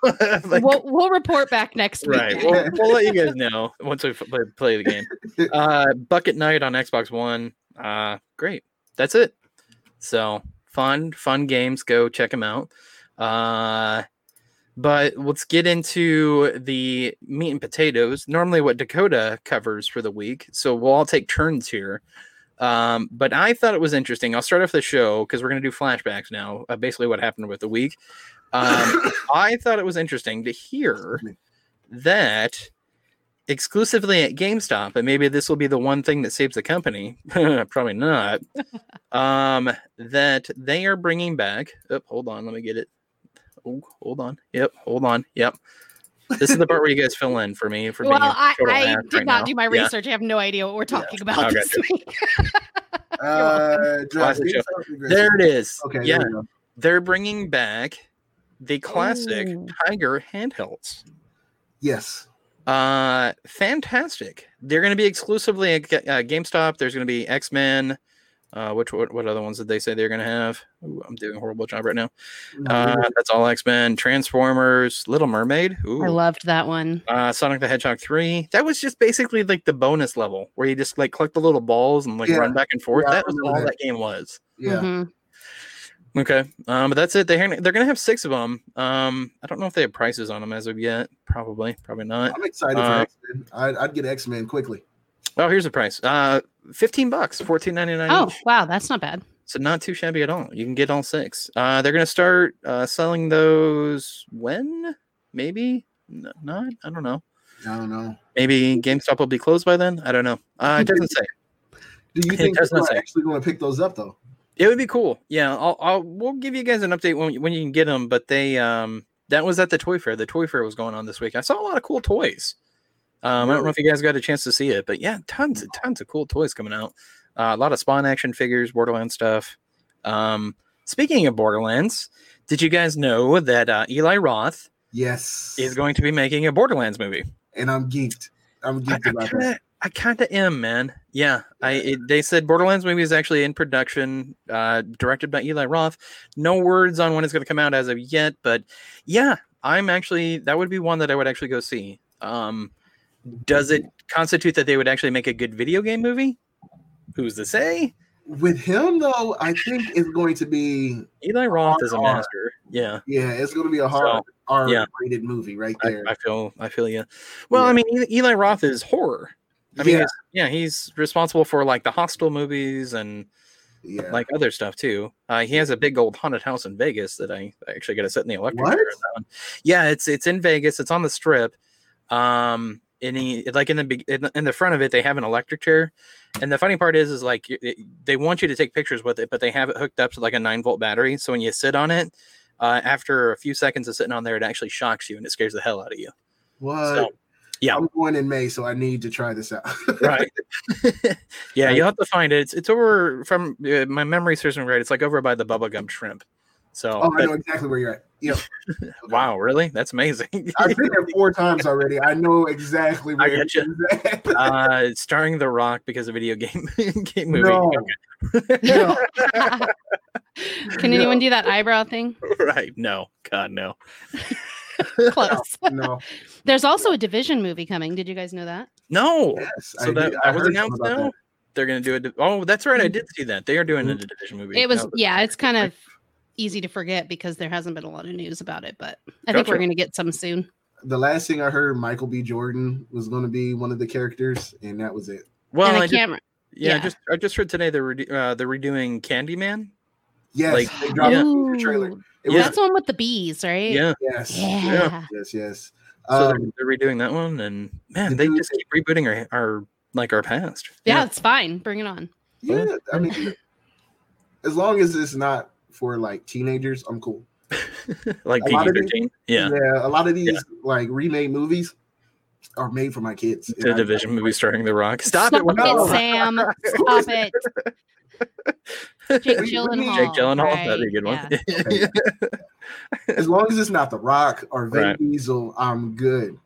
Speaker 2: know.
Speaker 1: Like,
Speaker 2: we'll we'll report back next week.
Speaker 1: right.
Speaker 2: guys.
Speaker 1: We'll, we'll let you guys know once we f- play, play the game. Uh, Bucket Night on Xbox One. Uh, great. That's it. So fun, fun games. Go check them out. Uh, but let's get into the meat and potatoes. Normally, what Dakota covers for the week. So we'll all take turns here. Um, but I thought it was interesting. I'll start off the show because we're going to do flashbacks now. Uh, basically, what happened with the week. Um, I thought it was interesting to hear that exclusively at GameStop, and maybe this will be the one thing that saves the company. Probably not. um, that they are bringing back. Oh, hold on, let me get it. Oh, hold on. Yep, hold on. Yep. This is the part where you guys fill in for me for
Speaker 2: Well,
Speaker 1: being. a
Speaker 2: I,
Speaker 1: total
Speaker 2: I
Speaker 1: ass
Speaker 2: did
Speaker 1: right
Speaker 2: not
Speaker 1: now.
Speaker 2: do my
Speaker 1: Yeah.
Speaker 2: research. I have no idea what we're talking about
Speaker 1: Okay.
Speaker 2: this week.
Speaker 3: Uh,
Speaker 1: Classic
Speaker 3: Jurassic
Speaker 1: show.
Speaker 3: Park.
Speaker 1: There it is.
Speaker 3: Okay.
Speaker 1: yeah,
Speaker 3: There we go.
Speaker 1: they're bringing back the classic
Speaker 2: Ooh.
Speaker 1: Tiger handhelds.
Speaker 3: Yes.
Speaker 1: Uh, fantastic. They're going to be exclusively at Ga- uh, GameStop. There's going to be X Men. Uh, which what, what other ones did they say they're going to have? Ooh, I'm doing a horrible job right now. Uh, that's all X Men, Transformers, Little Mermaid.
Speaker 2: I
Speaker 1: Ooh.
Speaker 2: loved that one.
Speaker 1: Uh, Sonic the Hedgehog three. That was just basically like the bonus level where you just like collect the little balls and like
Speaker 3: Yeah.
Speaker 1: run back and forth.
Speaker 3: Yeah, I
Speaker 1: that was all
Speaker 3: remember
Speaker 1: that game was.
Speaker 3: yeah.
Speaker 2: Mhm.
Speaker 1: Okay. Um, but that's it. They're they're gonna have six of them. Um, I don't know if they have prices on them as of yet. Probably, probably not.
Speaker 3: I'm excited
Speaker 1: Uh,
Speaker 3: for X Men. I'd, I'd get X Men quickly.
Speaker 1: Oh, here's the price. Uh, fifteen bucks, fourteen ninety nine.
Speaker 2: Oh wow, that's not bad.
Speaker 1: so not too shabby at all. You can get all six. Uh, they're gonna start uh, selling those when? Maybe no, not. I don't know.
Speaker 3: I don't know.
Speaker 1: Maybe GameStop will be closed by then. I don't know. Uh, it doesn't say.
Speaker 3: Do you
Speaker 1: It
Speaker 3: think
Speaker 1: does
Speaker 3: people
Speaker 1: not
Speaker 3: are
Speaker 1: say.
Speaker 3: actually going to pick those up though?
Speaker 1: It would be cool. Yeah, I'll, I'll we'll give you guys an update when when you can get them. But they um that was at the toy fair. The toy fair was going on this week. I saw a lot of cool toys. Um, I don't know if you guys got a chance to see it, but yeah, tons and tons of cool toys coming out. Uh, a lot of Spawn action figures, Borderlands stuff. Um, speaking of Borderlands, did you guys know that uh, Eli Roth
Speaker 3: Yes.
Speaker 1: is going to be making a Borderlands movie?
Speaker 3: and I'm geeked. I'm
Speaker 1: I,
Speaker 3: geeked about that.
Speaker 1: kinda, I kinda am, man. Yeah, I it, they said Borderlands movie is actually in production, uh, directed by Eli Roth. No words on when it's going to come out as of yet, but yeah, I'm actually that would be one that I would actually go see. Um, does it constitute that they would actually make a good video game movie? Who's to say?
Speaker 3: With him though, I think it's going to be
Speaker 1: Eli Roth is a
Speaker 3: R.
Speaker 1: master. Yeah.
Speaker 3: yeah, it's going to be a hard
Speaker 1: So, yeah.
Speaker 3: R-rated movie right
Speaker 1: I,
Speaker 3: there.
Speaker 1: I feel I feel you. Well, I
Speaker 3: Yeah.
Speaker 1: mean, E- Eli Roth is horror. I mean,
Speaker 3: yeah,
Speaker 1: he's- yeah, he's responsible for like the Hostel movies and
Speaker 3: yeah.
Speaker 1: like other stuff too. Uh, he has a big old haunted house in Vegas that I, I actually got to sit in the electric
Speaker 3: What?
Speaker 1: chair. on that one. Yeah, it's it's in Vegas. It's on the Strip. Um, and he like in the be- in the- in the front of it they have an electric chair, and the funny part is is like it- it- they want you to take pictures with it, but they have it hooked up to like a nine volt battery. So when you sit on it, uh, after a few seconds of sitting on there, it actually shocks you and it scares the hell out of you.
Speaker 3: what?
Speaker 1: so, yeah.
Speaker 3: I'm going in May, so I need to try this out.
Speaker 1: right yeah you'll have to find it it's, it's over from uh, my memory serves me right it's like over by the bubblegum shrimp So,
Speaker 3: Oh, I
Speaker 1: but-
Speaker 3: know exactly where you're at. Yep.
Speaker 1: wow, really? That's amazing.
Speaker 3: I've been there four times already. I know exactly
Speaker 1: I
Speaker 3: where you're
Speaker 1: getcha.
Speaker 3: at.
Speaker 1: uh, starring The Rock because of video game game movie.
Speaker 3: No.
Speaker 1: Okay.
Speaker 3: No.
Speaker 2: Can anyone do that eyebrow thing?
Speaker 1: right? No, God, no.
Speaker 2: Close.
Speaker 3: No.
Speaker 2: There's also a division movie coming. Did you guys know that?
Speaker 1: No.
Speaker 3: Yes,
Speaker 1: so
Speaker 3: I
Speaker 1: that,
Speaker 3: did- I
Speaker 1: that was
Speaker 3: heard
Speaker 1: announced
Speaker 3: something about
Speaker 1: now.
Speaker 3: that. Mm-hmm.
Speaker 1: They're gonna do it. Oh, that's right. I did see that. They are doing a division movie.
Speaker 2: It was
Speaker 1: Now,
Speaker 2: yeah, it's kind of easy to forget because there hasn't been a lot of news about it, but I think we're
Speaker 1: Gotcha.
Speaker 2: gonna get some soon.
Speaker 3: The last thing I heard, Michael B. Jordan was going to be one of the characters, and that was it.
Speaker 1: well, I
Speaker 2: and a
Speaker 1: just,
Speaker 2: camera.
Speaker 1: yeah, I
Speaker 2: yeah.
Speaker 1: just I just heard today they're redo- uh, they're redoing Candyman.
Speaker 3: Yes,
Speaker 1: Like-
Speaker 3: they dropped
Speaker 1: Yeah.
Speaker 3: a teaser trailer.
Speaker 2: Ooh,
Speaker 3: It
Speaker 1: Yeah.
Speaker 2: That's the one with the bees, right?
Speaker 1: Yeah,
Speaker 3: was yes,
Speaker 2: Yeah.
Speaker 1: Yeah.
Speaker 3: yes, yes.
Speaker 1: so
Speaker 3: Um,
Speaker 1: they're, they're redoing that one, and
Speaker 3: the
Speaker 1: man, they
Speaker 3: dude
Speaker 1: just keep rebooting our our like our past.
Speaker 2: Yeah, it's fine. Bring it on.
Speaker 3: yeah, I mean, as long as it's not for like teenagers, I'm cool.
Speaker 1: like
Speaker 3: A lot
Speaker 1: PG
Speaker 3: of
Speaker 1: thirteen. Yeah,
Speaker 3: a lot of these like remade movies are made for my kids.
Speaker 1: the
Speaker 3: And I-
Speaker 1: division movie starring The Rock. Stop
Speaker 2: Stop
Speaker 1: it. with
Speaker 3: No.
Speaker 2: Sam. Stop it. Jake
Speaker 3: We- we need-
Speaker 2: Gyllenhaal.
Speaker 1: Jake Gyllenhaal. That'd be a
Speaker 2: right,
Speaker 1: good one.
Speaker 2: yeah.
Speaker 3: Okay. as long as it's not The Rock or Vin
Speaker 1: Right.
Speaker 3: Diesel, I'm good.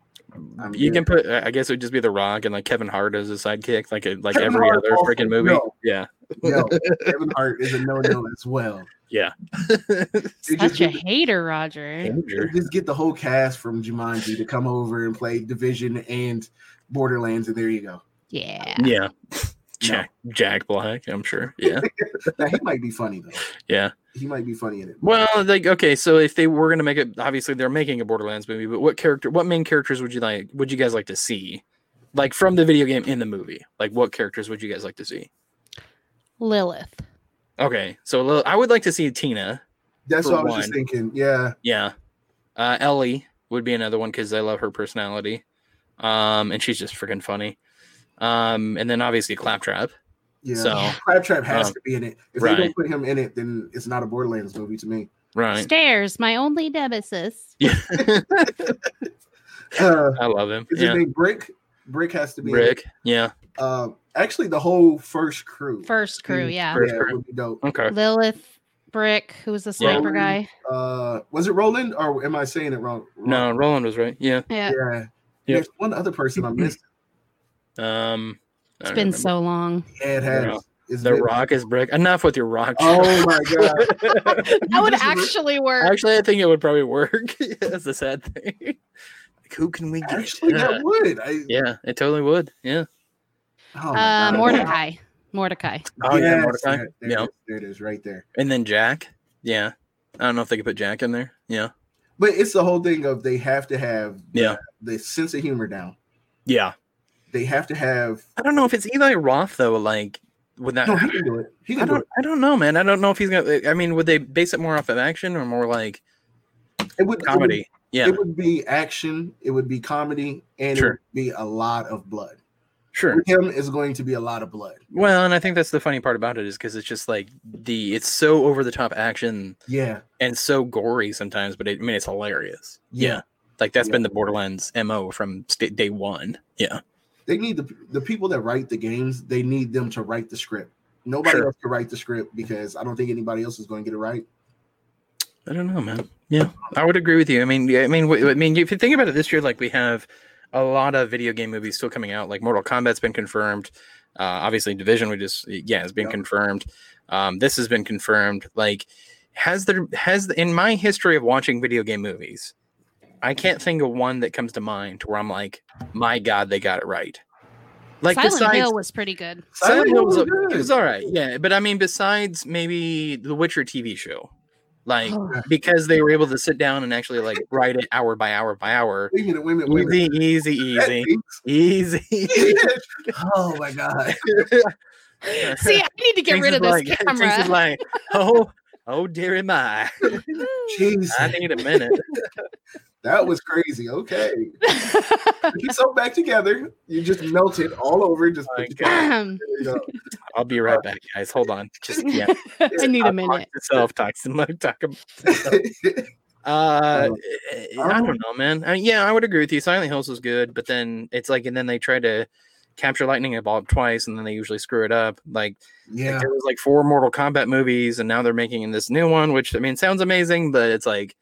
Speaker 3: I'm
Speaker 1: you
Speaker 3: good.
Speaker 1: can put. I guess it would just be The Rock and like Kevin Hart as a sidekick, like a, like
Speaker 3: Kevin
Speaker 1: every
Speaker 3: Hart
Speaker 1: other
Speaker 3: also,
Speaker 1: freaking movie.
Speaker 3: no.
Speaker 1: Yeah,
Speaker 3: No, Kevin Hart is a no-no as well.
Speaker 1: yeah.
Speaker 3: They just
Speaker 2: Such a
Speaker 3: need to-
Speaker 2: hater, Roger.
Speaker 3: They just get the whole cast from Jumanji to come over and play Division and Borderlands, and there you go.
Speaker 2: Yeah.
Speaker 1: Yeah. Jack Jack Black, I'm sure. Yeah.
Speaker 3: Now he might be funny though.
Speaker 1: Yeah.
Speaker 3: He might be funny in it.
Speaker 1: Well, like okay, so if they were gonna make it obviously they're making a Borderlands movie, but what character what main characters would you like would you guys like to see? Like from the video game in the movie. Like what characters would you guys like to see?
Speaker 2: Lilith.
Speaker 1: Okay. So Lil- I would like to see Tina.
Speaker 3: That's
Speaker 1: For
Speaker 3: what I was just
Speaker 1: one.
Speaker 3: thinking. Yeah,
Speaker 1: Yeah. Uh Ellie would be another one because I love her personality. Um and she's just freaking funny. Um and then obviously Claptrap.
Speaker 3: yeah.
Speaker 1: So
Speaker 3: Claptrap has
Speaker 1: Um,
Speaker 3: to be in it. If
Speaker 1: right.
Speaker 3: they don't put him in it, then it's not a Borderlands movie to me.
Speaker 1: right.
Speaker 2: Stairs, my only nemesis.
Speaker 1: Yeah.
Speaker 3: Uh,
Speaker 1: I love him.
Speaker 3: is his
Speaker 1: Yeah.
Speaker 3: name Brick? Brick has to be. in it.
Speaker 1: Rick. Yeah.
Speaker 3: Uh, actually, the whole first crew.
Speaker 2: First crew, yeah.
Speaker 1: First
Speaker 3: yeah,
Speaker 1: crew.
Speaker 3: would be dope.
Speaker 1: Okay.
Speaker 2: Lilith, Brick, who was the
Speaker 1: Yeah.
Speaker 2: sniper guy.
Speaker 3: Uh, was it Roland or am I saying it wrong?
Speaker 1: No, Roland was right. Yeah.
Speaker 2: Yeah.
Speaker 3: Yeah.
Speaker 1: Yeah.
Speaker 3: There's one other person I missed.
Speaker 1: Um, I
Speaker 2: It's
Speaker 1: don't
Speaker 2: been
Speaker 1: remember.
Speaker 2: so long.
Speaker 3: Yeah, it has.
Speaker 1: Yeah.
Speaker 3: It's
Speaker 1: the
Speaker 3: been-
Speaker 1: Rock is brick. Enough with your Rock.
Speaker 3: Oh my god.
Speaker 2: That would actually work.
Speaker 1: Actually, I think it would probably work. That's the sad thing. like, who can we get?
Speaker 3: Actually,
Speaker 1: yeah.
Speaker 3: that would. I,
Speaker 1: Yeah, it totally would. Yeah.
Speaker 3: oh my
Speaker 2: Uh,
Speaker 3: God.
Speaker 2: Mordecai. Mordecai.
Speaker 1: Oh yeah,
Speaker 3: Yes,
Speaker 1: Mordecai.
Speaker 3: There, there
Speaker 1: Yeah.
Speaker 3: it is, there it is, right there.
Speaker 1: And then Jack. Yeah. I don't know if they could put Jack in there. Yeah.
Speaker 3: But it's the whole thing of they have to have
Speaker 1: Yeah.
Speaker 3: the sense of humor down.
Speaker 1: Yeah.
Speaker 3: They have to have.
Speaker 1: I don't know if it's Eli Roth though. Like, would that?
Speaker 3: No, he can do it. He
Speaker 1: Uh, I
Speaker 3: can do
Speaker 1: don't.
Speaker 3: it.
Speaker 1: I don't know, man. I don't know if he's gonna. I mean, would they base it more off of action or more like
Speaker 3: It would it would-
Speaker 1: comedy?
Speaker 3: It
Speaker 1: Yeah.
Speaker 3: would, be action. It would be comedy, and
Speaker 1: Sure.
Speaker 3: it would be a lot of blood.
Speaker 1: Sure.
Speaker 3: With him is going to be a lot of blood.
Speaker 1: Well, and I think that's the funny part about it is because it's just like the it's so over the top action
Speaker 3: Yeah,
Speaker 1: and so gory sometimes, but it, I mean it's hilarious.
Speaker 3: Yeah.
Speaker 1: like that's
Speaker 3: Yeah.
Speaker 1: been the Borderlands mo from st- day one. Yeah,
Speaker 3: they need the the people that write the games. They need them to write the script. Nobody
Speaker 1: Sure.
Speaker 3: else can write the script because I don't think anybody else is going to get it right.
Speaker 1: I don't know, man. Yeah, I would agree with you. I mean, yeah, I mean, w- I mean, if you think about it, this year, like we have a lot of video game movies still coming out. Like Mortal Kombat's been confirmed. Uh, obviously, Division we just yeah has been
Speaker 3: Yep.
Speaker 1: confirmed. Um, this has been confirmed. Like, has there has in my history of watching video game movies, I can't think of one that comes to mind where I'm like, my God, they got it right. Like
Speaker 2: Silent
Speaker 1: besides,
Speaker 2: Hill was pretty good.
Speaker 1: Silent Hill was,
Speaker 3: good.
Speaker 1: it was all right, yeah. But I mean, besides maybe the Witcher TV show, like
Speaker 2: Oh,
Speaker 1: because they were able to sit down and actually like write it hour by hour by hour.
Speaker 3: Wait a minute, wait a minute, wait a minute.
Speaker 1: Easy, easy, easy, easy.
Speaker 3: oh my god.
Speaker 2: See, I need to get
Speaker 1: Jinx
Speaker 2: rid
Speaker 1: is
Speaker 2: of this
Speaker 1: like- Jinx is
Speaker 2: camera.
Speaker 1: like, oh, oh, dearie my,
Speaker 3: Jesus.
Speaker 1: I need a minute.
Speaker 3: That was crazy. Okay. Put yourself back together. You just melted all over. Just
Speaker 1: Oh My
Speaker 3: put your-
Speaker 1: God.
Speaker 2: Ahem.
Speaker 3: there you go.
Speaker 1: I'll be right back, guys. Hold on, just yeah.
Speaker 2: I need a
Speaker 1: I'll talk
Speaker 2: minute.
Speaker 1: to Self toxin, like talk. ab- Uh, I
Speaker 2: Oh.
Speaker 3: I
Speaker 1: don't know, man. I, yeah, I would agree with you. Silent Hills was good, but then it's like, and then they try to capture lightning evolved twice, and then they usually screw it up. Like, like,
Speaker 3: Yeah.
Speaker 1: there was like four Mortal Kombat movies, and now they're making this new one, which I mean sounds amazing, but it's like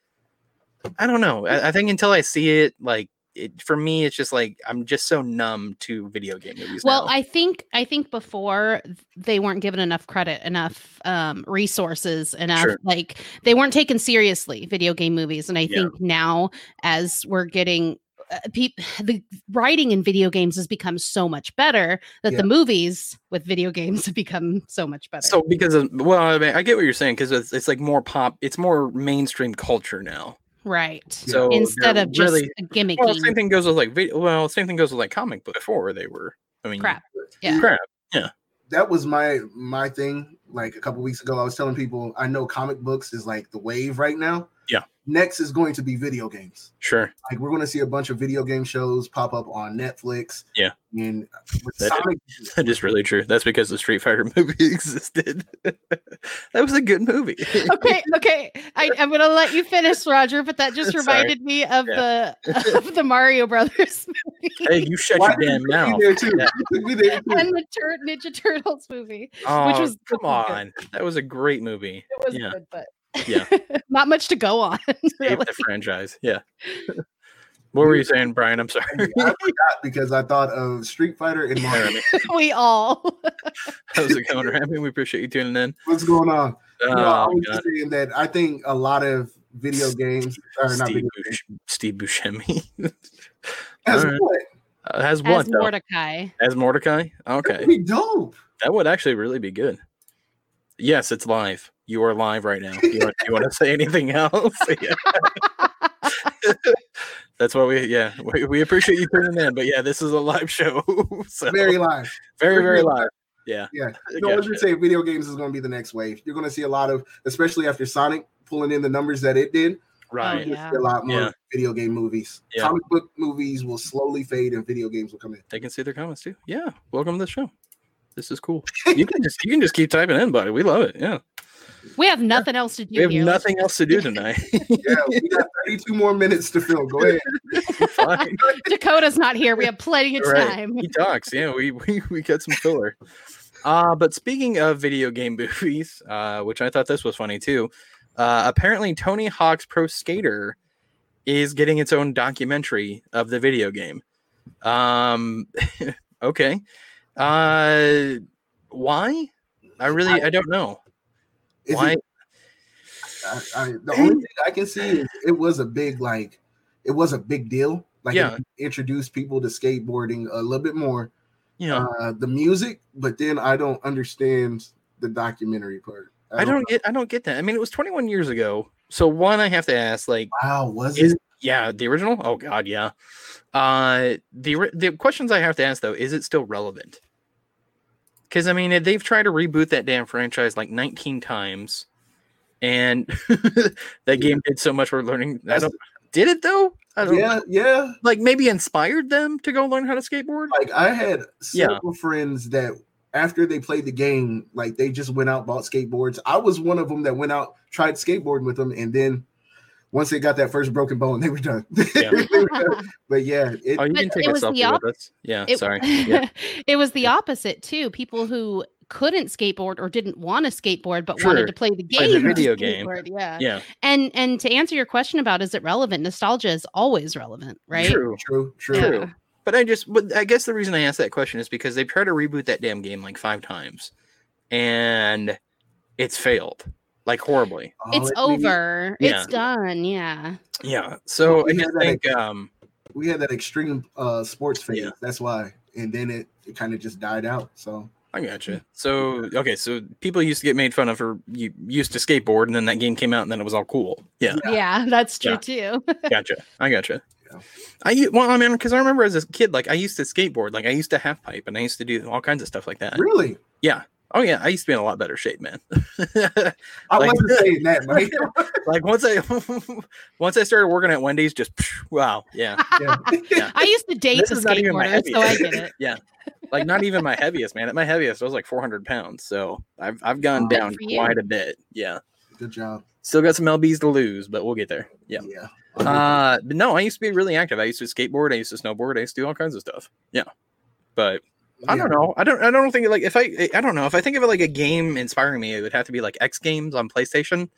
Speaker 1: I don't know. I, I think until I see it, like it for me, it's just like I'm just so numb to video game movies.
Speaker 2: Well,
Speaker 1: now.
Speaker 2: I think I think before th- they weren't given enough credit, enough um, resources, enough
Speaker 1: Sure.
Speaker 2: like they weren't taken seriously. Video game movies, and I
Speaker 1: Yeah.
Speaker 2: think now as we're getting uh, peop the writing in video games has become so much better that
Speaker 3: Yeah.
Speaker 2: the movies with video games have become so much better.
Speaker 1: so because of well, I mean, I get what you're saying because it's, it's like more pop, it's more mainstream culture now.
Speaker 2: right.
Speaker 3: Yeah.
Speaker 1: So
Speaker 2: Instead
Speaker 1: they're
Speaker 2: of just
Speaker 1: really-
Speaker 2: a gimmicky
Speaker 1: well, same thing goes with like video. Well, same thing goes with like comic book before they were. I mean,
Speaker 2: crap.
Speaker 1: crap.
Speaker 3: that was my my thing like a couple weeks ago i was telling people i know comic books is like the wave right now
Speaker 1: Yeah.
Speaker 3: next is going to be video games
Speaker 1: Sure.
Speaker 3: like we're going to see a bunch of video game shows pop up on netflix
Speaker 1: Yeah.
Speaker 3: and with
Speaker 1: That is-
Speaker 3: Sonic,
Speaker 1: That is really true. That's because the Street Fighter movie existed. that was a good movie.
Speaker 2: okay, okay. I, I'm gonna let you finish, Roger, but that just
Speaker 1: Sorry.
Speaker 2: reminded me of the of the Mario Brothers
Speaker 1: hey, you shut
Speaker 3: Why
Speaker 1: your damn
Speaker 3: you
Speaker 1: mouth.
Speaker 3: there too.
Speaker 1: Yeah.
Speaker 3: You took me there too.
Speaker 2: and the Tur- Ninja Turtles movie.
Speaker 1: Oh,
Speaker 2: was
Speaker 1: come
Speaker 2: looking
Speaker 1: on. That was a great movie.
Speaker 2: It was
Speaker 1: Yeah.
Speaker 2: good, but
Speaker 1: Yeah.
Speaker 2: not much to go on.
Speaker 1: Save
Speaker 2: really.
Speaker 1: the franchise. Yeah. what were you saying, Brian? I'm sorry.
Speaker 3: I forgot because i thought of street fighter and mario
Speaker 2: we all.
Speaker 1: How's it going, Rami? We appreciate you tuning in.
Speaker 3: what's going on
Speaker 1: Oh,
Speaker 3: no, i was
Speaker 1: God.
Speaker 3: just saying that i think a lot of video games are not
Speaker 1: Steve,
Speaker 3: video games
Speaker 1: Bush- Steve Buscemi
Speaker 3: That's
Speaker 1: All right.
Speaker 3: what?
Speaker 1: uh, has
Speaker 2: As
Speaker 1: what though?
Speaker 2: Mordecai.
Speaker 1: as Mordecai.
Speaker 3: That would
Speaker 1: Okay,
Speaker 3: be dope
Speaker 1: that would actually really be good. Yes, it's live. You are live right now. You want, you want to say anything else? Yeah. That's what we. Yeah, we, we appreciate you tuning in. But yeah, this is a live show. so-
Speaker 3: very live
Speaker 1: very very
Speaker 3: Pretty
Speaker 1: live. Yeah.
Speaker 3: Yeah.
Speaker 1: I
Speaker 3: No, I was
Speaker 1: gotcha.
Speaker 3: just saying video games is going to be the next wave. You're going to see a lot of, especially after Sonic pulling in the numbers that it did,
Speaker 1: Right.
Speaker 3: you'll
Speaker 2: Yeah.
Speaker 3: see a lot more
Speaker 1: Yeah.
Speaker 3: video game movies.
Speaker 1: Yeah.
Speaker 3: Comic book movies will slowly fade and video games will come in.
Speaker 1: They can see their comments too. Yeah. Welcome to the show. This is cool. You can just you can just keep typing in, buddy. We love it. Yeah.
Speaker 2: We have nothing else to do
Speaker 1: We have
Speaker 2: here. Let's-
Speaker 1: nothing else to do tonight.
Speaker 3: Yeah, we got 32 more minutes to fill. Go ahead.
Speaker 1: Fine.
Speaker 2: Dakota's not here. We have plenty of
Speaker 1: Right.
Speaker 2: time.
Speaker 1: He talks. Yeah, we we, we got some filler. Uh, but speaking of video game movies, uh, which I thought this was funny too. Uh, apparently, Tony Hawk's Pro Skater is getting its own documentary of the video game. Um, okay. Uh, why? I really I don't know.
Speaker 3: Is
Speaker 1: why?
Speaker 3: it- I, I, the only thing I can see is it was a big, like, it was a big deal. Like,
Speaker 1: Yeah.
Speaker 3: it introduced people to skateboarding a little bit more.
Speaker 1: you know,
Speaker 3: Uh, the music, but then I don't understand the documentary part.
Speaker 1: I don't get I don't get that. I mean, it was 21 years ago. So one, I have to ask, like,
Speaker 3: Wow, was
Speaker 1: Is-
Speaker 3: it?
Speaker 1: yeah, the original. Oh God, yeah. Uh, the ri- the questions I have to ask though is it still relevant? Because I mean, they've tried to reboot that damn franchise like 19 times, and that game did so much for learning. I
Speaker 3: That's-
Speaker 1: don't, did it though? I don't
Speaker 3: Yeah, yeah.
Speaker 1: like maybe inspired them to go learn how to skateboard.
Speaker 3: Like I had
Speaker 1: Yeah.
Speaker 3: several friends that after they played the game, like they just went out bought skateboards. I was one of them that went out tried skateboarding with them, and then once they got that first broken bone, they were done.
Speaker 1: Yeah.
Speaker 3: They were done. but yeah, it,
Speaker 1: Oh, you
Speaker 2: But
Speaker 1: can take
Speaker 2: it
Speaker 1: a
Speaker 2: was the
Speaker 1: selfie
Speaker 2: op-
Speaker 1: with us. Yeah,
Speaker 2: It-
Speaker 1: sorry. Yeah.
Speaker 2: it was the opposite too. People who couldn't skateboard or didn't want to skateboard but
Speaker 1: Sure.
Speaker 2: wanted to play the game.
Speaker 1: Play the
Speaker 2: to
Speaker 1: video game.
Speaker 2: skateboard, Yeah.
Speaker 1: yeah,
Speaker 2: And and to answer your question about is it relevant? Nostalgia is always relevant, right?
Speaker 1: true.
Speaker 3: true, true.
Speaker 1: True. But I just, but I guess the reason I asked that question is because they've tried to reboot that damn game like five times, and it's failed like horribly.
Speaker 3: Oh,
Speaker 2: It's
Speaker 3: it-
Speaker 2: over.
Speaker 1: Yeah.
Speaker 2: It's done. Yeah.
Speaker 1: Yeah. So I
Speaker 3: Yeah,
Speaker 1: just
Speaker 3: that
Speaker 1: think, um,
Speaker 3: We, we had that extreme uh sports phase.
Speaker 1: Yeah.
Speaker 3: That's why, and then it, it kind of just died out. So
Speaker 1: I gotcha. So okay, so people used to get made fun of for you used to skateboard, and then that game came out, and then it was all cool. Yeah,
Speaker 2: Yeah, that's true
Speaker 1: Yeah.
Speaker 2: too.
Speaker 1: gotcha. I gotcha.
Speaker 3: Yeah.
Speaker 1: I u- well, I mean, because I remember as a kid, like I used to skateboard, like I used to half pipe, and I used to do all kinds of stuff like that.
Speaker 3: really,
Speaker 1: Yeah. Oh yeah, I used to be in a lot better shape, man.
Speaker 3: I
Speaker 1: Like-
Speaker 3: wasn't saying that, Mike.
Speaker 1: like once I once I started working at Wendy's, just wow, yeah,
Speaker 3: Yeah.
Speaker 2: I used to date
Speaker 1: This
Speaker 2: a
Speaker 1: is not even my
Speaker 2: skateboarder, so I get it.
Speaker 1: like not even my heaviest man. At my heaviest, I was like 400 pounds, so I've I've gone
Speaker 3: Good
Speaker 1: down
Speaker 2: for you.
Speaker 1: quite a bit. Yeah,
Speaker 3: Good job.
Speaker 1: still got some lbs to lose, but we'll get there. Yeah.
Speaker 3: Yeah.
Speaker 1: Uh, but no, I used to be really active. I used to skateboard. I used to snowboard. I used to do all kinds of stuff. Yeah, but I don't know. I don't. I don't think like if I. I don't know if I think of it like a game inspiring me, it would have to be like X Games on PlayStation.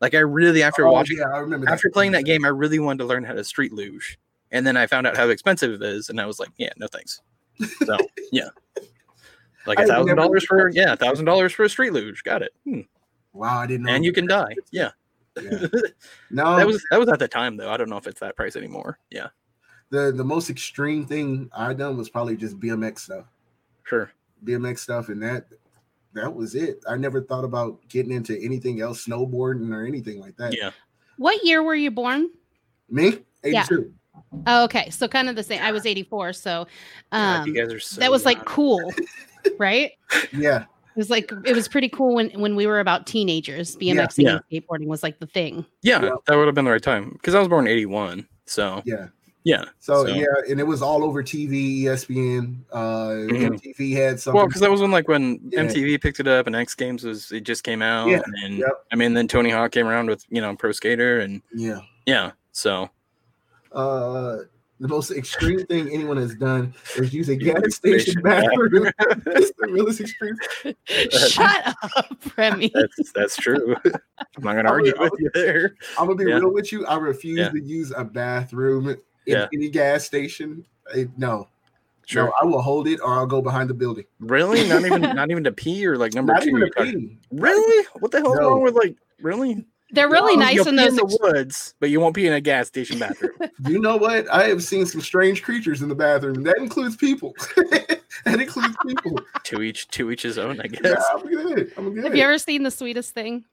Speaker 1: Like I really after
Speaker 3: Oh,
Speaker 1: watching
Speaker 3: yeah, I remember that.
Speaker 1: after playing that game, I really wanted to learn how to street luge, and then I found out how expensive it is, and I was like, yeah, no thanks. So yeah, like
Speaker 3: I
Speaker 1: a
Speaker 3: have
Speaker 1: thousand
Speaker 3: never-
Speaker 1: dollars for yeah, a thousand dollars for a street luge. Got it. Hmm.
Speaker 3: Wow, I didn't know.
Speaker 1: And you can die. Yeah,
Speaker 3: Yeah. No,
Speaker 1: that was that was at the time though. I don't know if it's that price anymore. Yeah,
Speaker 3: the the most extreme thing I done was probably just BMX stuff.
Speaker 1: sure.
Speaker 3: BMX stuff, and that that was it. I never thought about getting into anything else, snowboarding or anything like that.
Speaker 1: Yeah,
Speaker 2: What year were you born?
Speaker 3: Me,
Speaker 2: Yeah.
Speaker 3: eighty-two.
Speaker 2: Oh, okay. So kind of the same. I was 84, so
Speaker 1: God,
Speaker 2: um
Speaker 1: you guys are so
Speaker 2: that was like
Speaker 1: young.
Speaker 2: cool, right?
Speaker 3: Yeah,
Speaker 2: It was like it was pretty cool when when we were about teenagers.
Speaker 3: Yeah.
Speaker 2: BMX and skateboarding was like the thing.
Speaker 1: yeah,
Speaker 3: Yeah.
Speaker 1: that would have been the right time because I was born in '81. So
Speaker 3: yeah.
Speaker 1: yeah,
Speaker 3: So,
Speaker 1: So-
Speaker 3: yeah, and it was all over TV, ESPN, uh,
Speaker 1: Mhm.
Speaker 3: MTV had something.
Speaker 1: Well, because that was when like when
Speaker 3: Yeah.
Speaker 1: MTV picked it up and X Games was it just came out,
Speaker 3: Yeah,
Speaker 1: and
Speaker 3: yep.
Speaker 1: I mean then Tony Hawk came around with you know Pro Skater and
Speaker 3: yeah.
Speaker 1: yeah, so
Speaker 3: Uh, the most extreme thing anyone has done is use a gas
Speaker 1: station
Speaker 3: station bathroom. It's the realest extreme.
Speaker 2: Shut up, Remy.
Speaker 1: that's that's true. I'm not gonna
Speaker 3: I would-
Speaker 1: argue with you there.
Speaker 3: I'm gonna be
Speaker 1: Yeah.
Speaker 3: real with you. I refuse
Speaker 1: Yeah.
Speaker 3: to use a bathroom in
Speaker 1: Yeah.
Speaker 3: any gas station. It- no,
Speaker 1: Sure,
Speaker 3: no, I will hold it or I'll go behind the building.
Speaker 1: really? Not even not even to pee or like number
Speaker 3: Not
Speaker 1: two?
Speaker 3: even
Speaker 1: you're
Speaker 3: a
Speaker 1: talking-
Speaker 3: pee.
Speaker 1: Really? What the hell is
Speaker 3: No.
Speaker 1: wrong with like really?
Speaker 2: They're really
Speaker 1: You'll-
Speaker 2: nice
Speaker 1: you'll
Speaker 2: in
Speaker 1: pee
Speaker 2: those.
Speaker 1: the
Speaker 2: ex-
Speaker 1: woods, but you won't pee in a gas station bathroom.
Speaker 3: You know what? I have seen some strange creatures in the bathroom. and That includes people. that includes people.
Speaker 1: to each to each his own, I
Speaker 3: Yeah,
Speaker 1: guess.
Speaker 3: I'm good. I'm good.
Speaker 2: Have you ever seen the sweetest thing?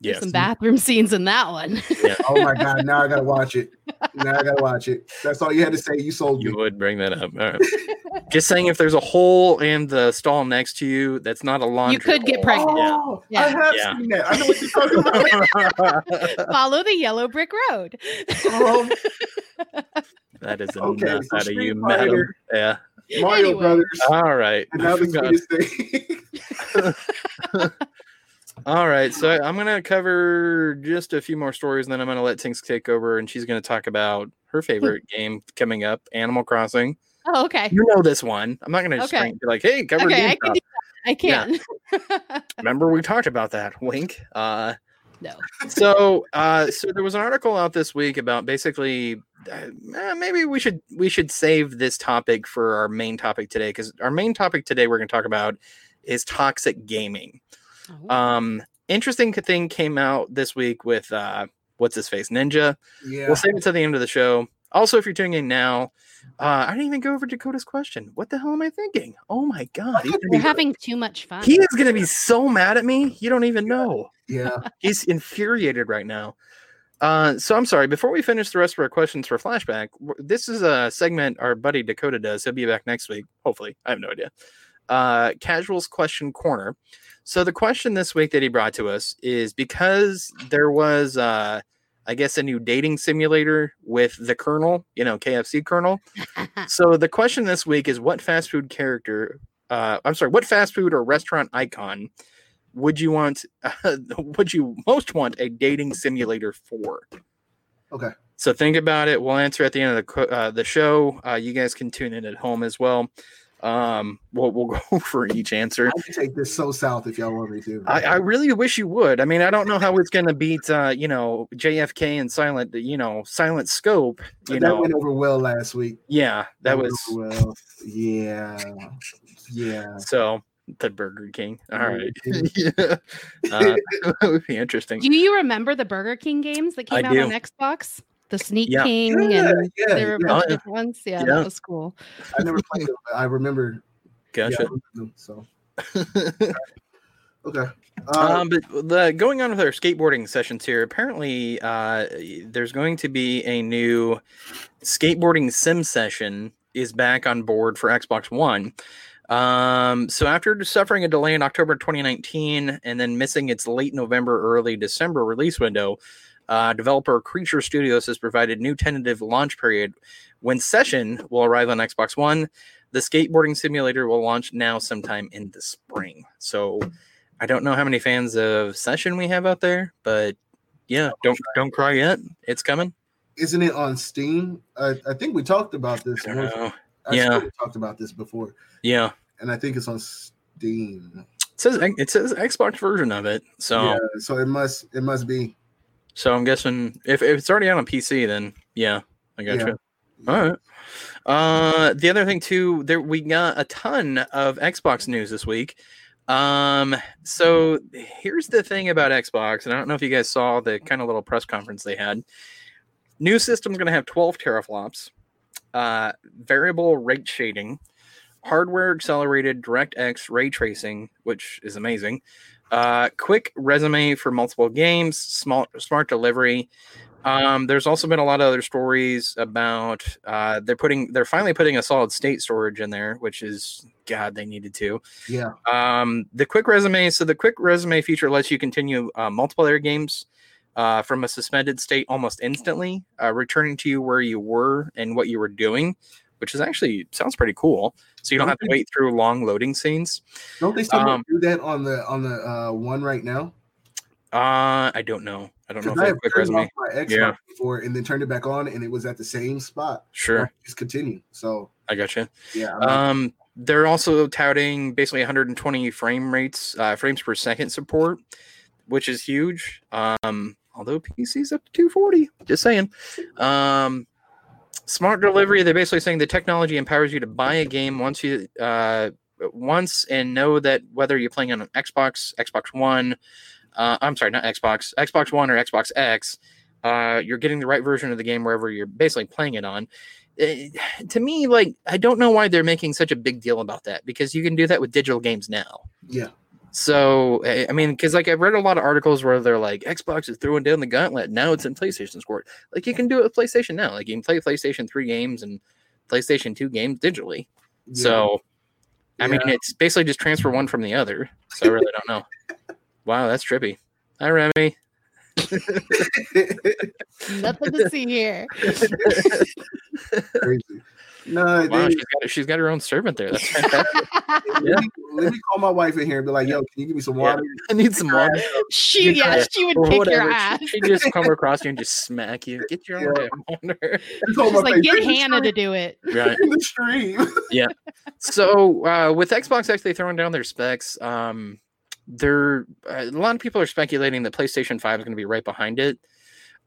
Speaker 2: There's
Speaker 1: Yes.
Speaker 2: Some bathroom scenes in that one.
Speaker 3: oh my god! Now I gotta watch it. Now I gotta watch it. That's all you had to say. You sold
Speaker 1: You
Speaker 3: me.
Speaker 1: would bring that up. All right. Just saying, if there's a hole in the stall next to you, that's not a laundry.
Speaker 2: could get
Speaker 1: hole.
Speaker 2: pregnant.
Speaker 3: Oh,
Speaker 2: Yeah.
Speaker 3: I have
Speaker 1: Yeah.
Speaker 3: seen that. I know what you're talking about.
Speaker 2: Follow the yellow brick road.
Speaker 3: Oh,
Speaker 1: that is
Speaker 3: Okay,
Speaker 1: enough
Speaker 3: so
Speaker 1: out of you,
Speaker 3: Street
Speaker 1: madam. Uh,
Speaker 3: Fighter.
Speaker 1: Yeah.
Speaker 3: Mario
Speaker 2: Anyway.
Speaker 3: Brothers.
Speaker 1: All right.
Speaker 3: And now the
Speaker 1: God.
Speaker 3: sweetest thing.
Speaker 1: All right. So I'm gonna cover just a few more stories, and then I'm gonna let Tinks take over, and she's gonna talk about
Speaker 2: Hmm.
Speaker 1: her favorite game coming up, Animal Crossing.
Speaker 2: Oh, okay.
Speaker 1: You know this one. I'm not gonna just
Speaker 2: Okay.
Speaker 1: okay. be like, "Hey, cover
Speaker 2: Okay, I
Speaker 1: okay,
Speaker 2: can do that. I can.
Speaker 1: Remember we talked about that. Wink. Uh,
Speaker 2: no.
Speaker 1: so uh so there was an article out this week about basically uh, eh, maybe we should we should save this topic for our main topic today because our main topic today we're going to talk about is toxic gaming
Speaker 2: Oh.
Speaker 1: um interesting thing came out this week with uh what's his face ninja
Speaker 3: yeah.
Speaker 1: we'll save it to the end of the show also if you're tuning in now uh i didn't even go over dakota's question what the hell am i thinking oh my god he's
Speaker 2: We're
Speaker 1: gonna be,
Speaker 2: having too much fun.
Speaker 1: he is gonna be so mad at me you don't even know
Speaker 3: Yeah.
Speaker 1: he's infuriated right now. Uh, so I'm sorry. Before we finish the rest of our questions for flashback, w- this is a segment our buddy Dakota does. He'll be back next week, hopefully. I have no idea. Uh, Casuals question corner. So the question this week that he brought to us is because there was, uh, I guess, a new dating simulator with the Colonel, you know, KFC Colonel. So the question this week is what fast food character uh, I'm sorry, what fast food or restaurant icon would you want would you most want a dating simulator for?
Speaker 3: Okay.
Speaker 1: So think about it. We'll answer at the end of the co- uh, the show. Uh, you guys can tune in at home as well. Um, we'll we'll go for each answer.
Speaker 3: I can take this so south if y'all want me to.
Speaker 1: I, I really wish you would. I mean, I don't know how it's going to beat, uh, you know, JFK and Silent, you know, Silent Scope.
Speaker 3: But
Speaker 1: You
Speaker 3: that
Speaker 1: know,
Speaker 3: went over well last week.
Speaker 1: yeah, that
Speaker 3: went
Speaker 1: was
Speaker 3: over well. Yeah. Yeah.
Speaker 1: so the Burger King. All right,
Speaker 3: Yeah.
Speaker 1: yeah, uh, that would be interesting.
Speaker 2: Do you remember the Burger King games that came
Speaker 1: I
Speaker 2: out on Xbox? The Sneak
Speaker 1: Yeah.
Speaker 2: King
Speaker 3: Yeah,
Speaker 2: and
Speaker 3: yeah,
Speaker 2: there were a
Speaker 3: yeah.
Speaker 2: bunch
Speaker 1: yeah.
Speaker 2: of different ones. Yeah,
Speaker 1: Yeah.
Speaker 2: that was cool.
Speaker 3: I never played it, but I remember. yeah, I
Speaker 1: Gotcha.
Speaker 3: remember them, so okay. Um,
Speaker 1: Um, but the, going on with our skateboarding sessions here, apparently uh, there's going to be a new skateboarding sim session is back on board for Xbox One. Um, so after suffering a delay in October 2019 and then missing its late November, early December release window, uh, developer Creature Studios has provided new tentative launch period when Session will arrive on Xbox One. The skateboarding simulator will launch now sometime in the spring. So I don't know how many fans of Session we have out there, but yeah, don't don't cry yet. It's coming.
Speaker 3: isn't it on Steam? I, I think we talked about this.
Speaker 1: I don't
Speaker 3: once-
Speaker 1: know.
Speaker 3: I swear
Speaker 1: yeah.
Speaker 3: we talked about this before.
Speaker 1: Yeah.
Speaker 3: and I think it's on Steam.
Speaker 1: It says it says Xbox version of it, so
Speaker 3: Yeah, so it must it must be.
Speaker 1: so I'm guessing if, if it's already out on PC, then yeah, I got you. All right. Uh, the other thing too, there we got a ton of Xbox news this week. Um, so here's the thing about Xbox, and I don't know if you guys saw the kind of little press conference they had. New system's going to have 12 teraflops, uh, variable rate shading, hardware accelerated DirectX ray tracing, which is amazing. Uh, quick resume for multiple games, small smart delivery, um, there's also been a lot of other stories about uh, they're putting they're finally putting a solid state storage in there, which is God they needed to.
Speaker 3: Yeah.
Speaker 1: Um, the quick resume so the quick resume feature lets you continue uh, multiplayer games uh, from a suspended state almost instantly, uh, returning to you where you were and what you were doing, which is actually sounds pretty cool. So you don't have to wait through long loading scenes.
Speaker 3: Don't they still
Speaker 1: Um,
Speaker 3: do that on the on the uh, one right now?
Speaker 1: Uh, I don't know. I don't know if
Speaker 3: Because I
Speaker 1: they
Speaker 3: have
Speaker 1: have quick
Speaker 3: turned
Speaker 1: resume.
Speaker 3: off my Xbox
Speaker 1: Yeah.
Speaker 3: before and then turned it back on and it was at the same spot.
Speaker 1: Sure,
Speaker 3: Just continue. So
Speaker 1: I gotcha.
Speaker 3: yeah, I'm not-
Speaker 1: Um, they're also touting basically 120 frame rates, uh, frames per second support, which is huge. Um, although PC's up to 240, just saying. Um, smart delivery. They're basically saying the technology empowers you to buy a game once you uh, once and know that whether you're playing on an Xbox, Xbox One, uh, I'm sorry, not Xbox, Xbox One or Xbox X, uh, you're getting the right version of the game wherever you're basically playing it on. Eh, to me, like I don't know why they're making such a big deal about that because you can do that with digital games now.
Speaker 3: yeah.
Speaker 1: So eh, I mean, because like I've read a lot of articles where they're like Xbox is throwing down the gauntlet. Now it's in PlayStation's court. Like you can do it with PlayStation now. Like you can play PlayStation three games and PlayStation two games digitally.
Speaker 3: yeah.
Speaker 1: So I mean,
Speaker 3: Yeah.
Speaker 1: it's basically just transfer one from the other. So I really don't know. Wow, that's trippy. Hi, Remy.
Speaker 2: Nothing to see here.
Speaker 3: crazy. No,
Speaker 1: Wow,
Speaker 3: they-
Speaker 1: she's got, she's got her own servant there. That's fantastic.
Speaker 3: let, me, let me call my wife in here and be like, "Yo, can you give me some
Speaker 1: Yeah.
Speaker 3: water?"
Speaker 1: I need some water.
Speaker 2: She
Speaker 1: Yeah,
Speaker 2: yeah, she would
Speaker 1: or
Speaker 2: kick
Speaker 1: whatever.
Speaker 2: your ass.
Speaker 1: She, she just come across you and just smack you. Get your own damn water.
Speaker 3: You told
Speaker 2: She's
Speaker 3: my
Speaker 2: like,
Speaker 3: face,
Speaker 2: get
Speaker 3: "In the
Speaker 2: Hannah to do it.
Speaker 1: Right.
Speaker 3: stream, in the stream.
Speaker 1: So uh, with Xbox actually throwing down their specs, um, they're uh, a lot of people are speculating that PlayStation Five is going to be right behind it.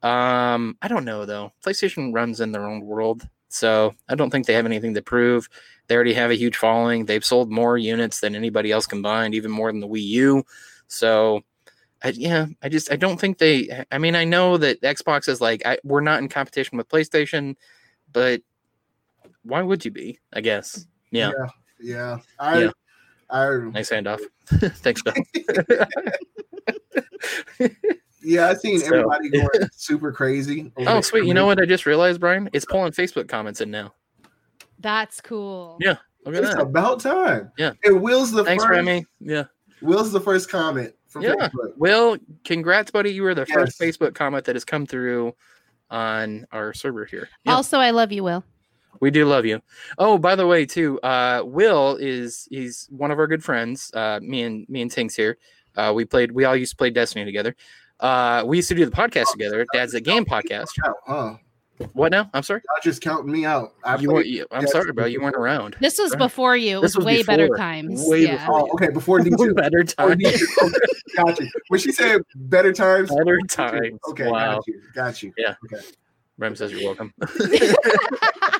Speaker 1: Um, I don't know though. PlayStation runs in their own world, so I don't think they have anything to prove. They already have a huge following. They've sold more units than anybody else combined, even more than the Wii U. So, I, yeah, I just I don't think they. I mean, I know that Xbox is like I, we're not in competition with PlayStation, but why would you be? I guess. Yeah.
Speaker 3: yeah, yeah. I,
Speaker 1: Yeah.
Speaker 3: I,
Speaker 1: Nice handoff. Thanks, Bill.
Speaker 3: yeah. I seen
Speaker 1: So-
Speaker 3: everybody going super crazy. over
Speaker 1: Oh,
Speaker 3: the
Speaker 1: sweet. You know what I just realized, Brian? It's pulling Facebook comments in now.
Speaker 2: That's cool.
Speaker 1: Yeah. Look at
Speaker 3: It's
Speaker 1: that.
Speaker 3: about time.
Speaker 1: Yeah.
Speaker 3: And Will's the
Speaker 1: Thanks,
Speaker 3: first.
Speaker 1: Remy. Yeah.
Speaker 3: Will's the first comment from
Speaker 1: Yeah.
Speaker 3: Facebook.
Speaker 1: Will, congrats, buddy. You were the first
Speaker 3: Yes.
Speaker 1: Facebook comment that has come through on our server here. Yeah,
Speaker 2: Also, I love you, Will.
Speaker 1: we do love you. Oh, by the way, too, uh, Will is he's one of our good friends. Uh, me and me and Tinks here. Uh, we played. We all used to play Destiny together. Uh, we used to do the podcast together. Dad's a game podcast.
Speaker 3: Out, huh?
Speaker 1: What now? I'm sorry.
Speaker 3: Y'all just counting me out. I
Speaker 1: You
Speaker 3: played-
Speaker 1: weren't. you- I'm sorry, bro. You weren't around.
Speaker 2: This was
Speaker 1: Right.
Speaker 2: before you. It
Speaker 1: This
Speaker 2: was,
Speaker 1: was
Speaker 2: way better
Speaker 1: before.
Speaker 2: times.
Speaker 1: Way
Speaker 2: yeah.
Speaker 1: before.
Speaker 3: Oh, okay. Before D2.
Speaker 1: Better
Speaker 3: Before
Speaker 1: time.
Speaker 3: D2. Okay, got you. When she said better times.
Speaker 1: Better
Speaker 3: Okay,
Speaker 1: times.
Speaker 3: okay
Speaker 1: wow.
Speaker 3: got you. Got you.
Speaker 1: Rem says you're welcome.
Speaker 2: I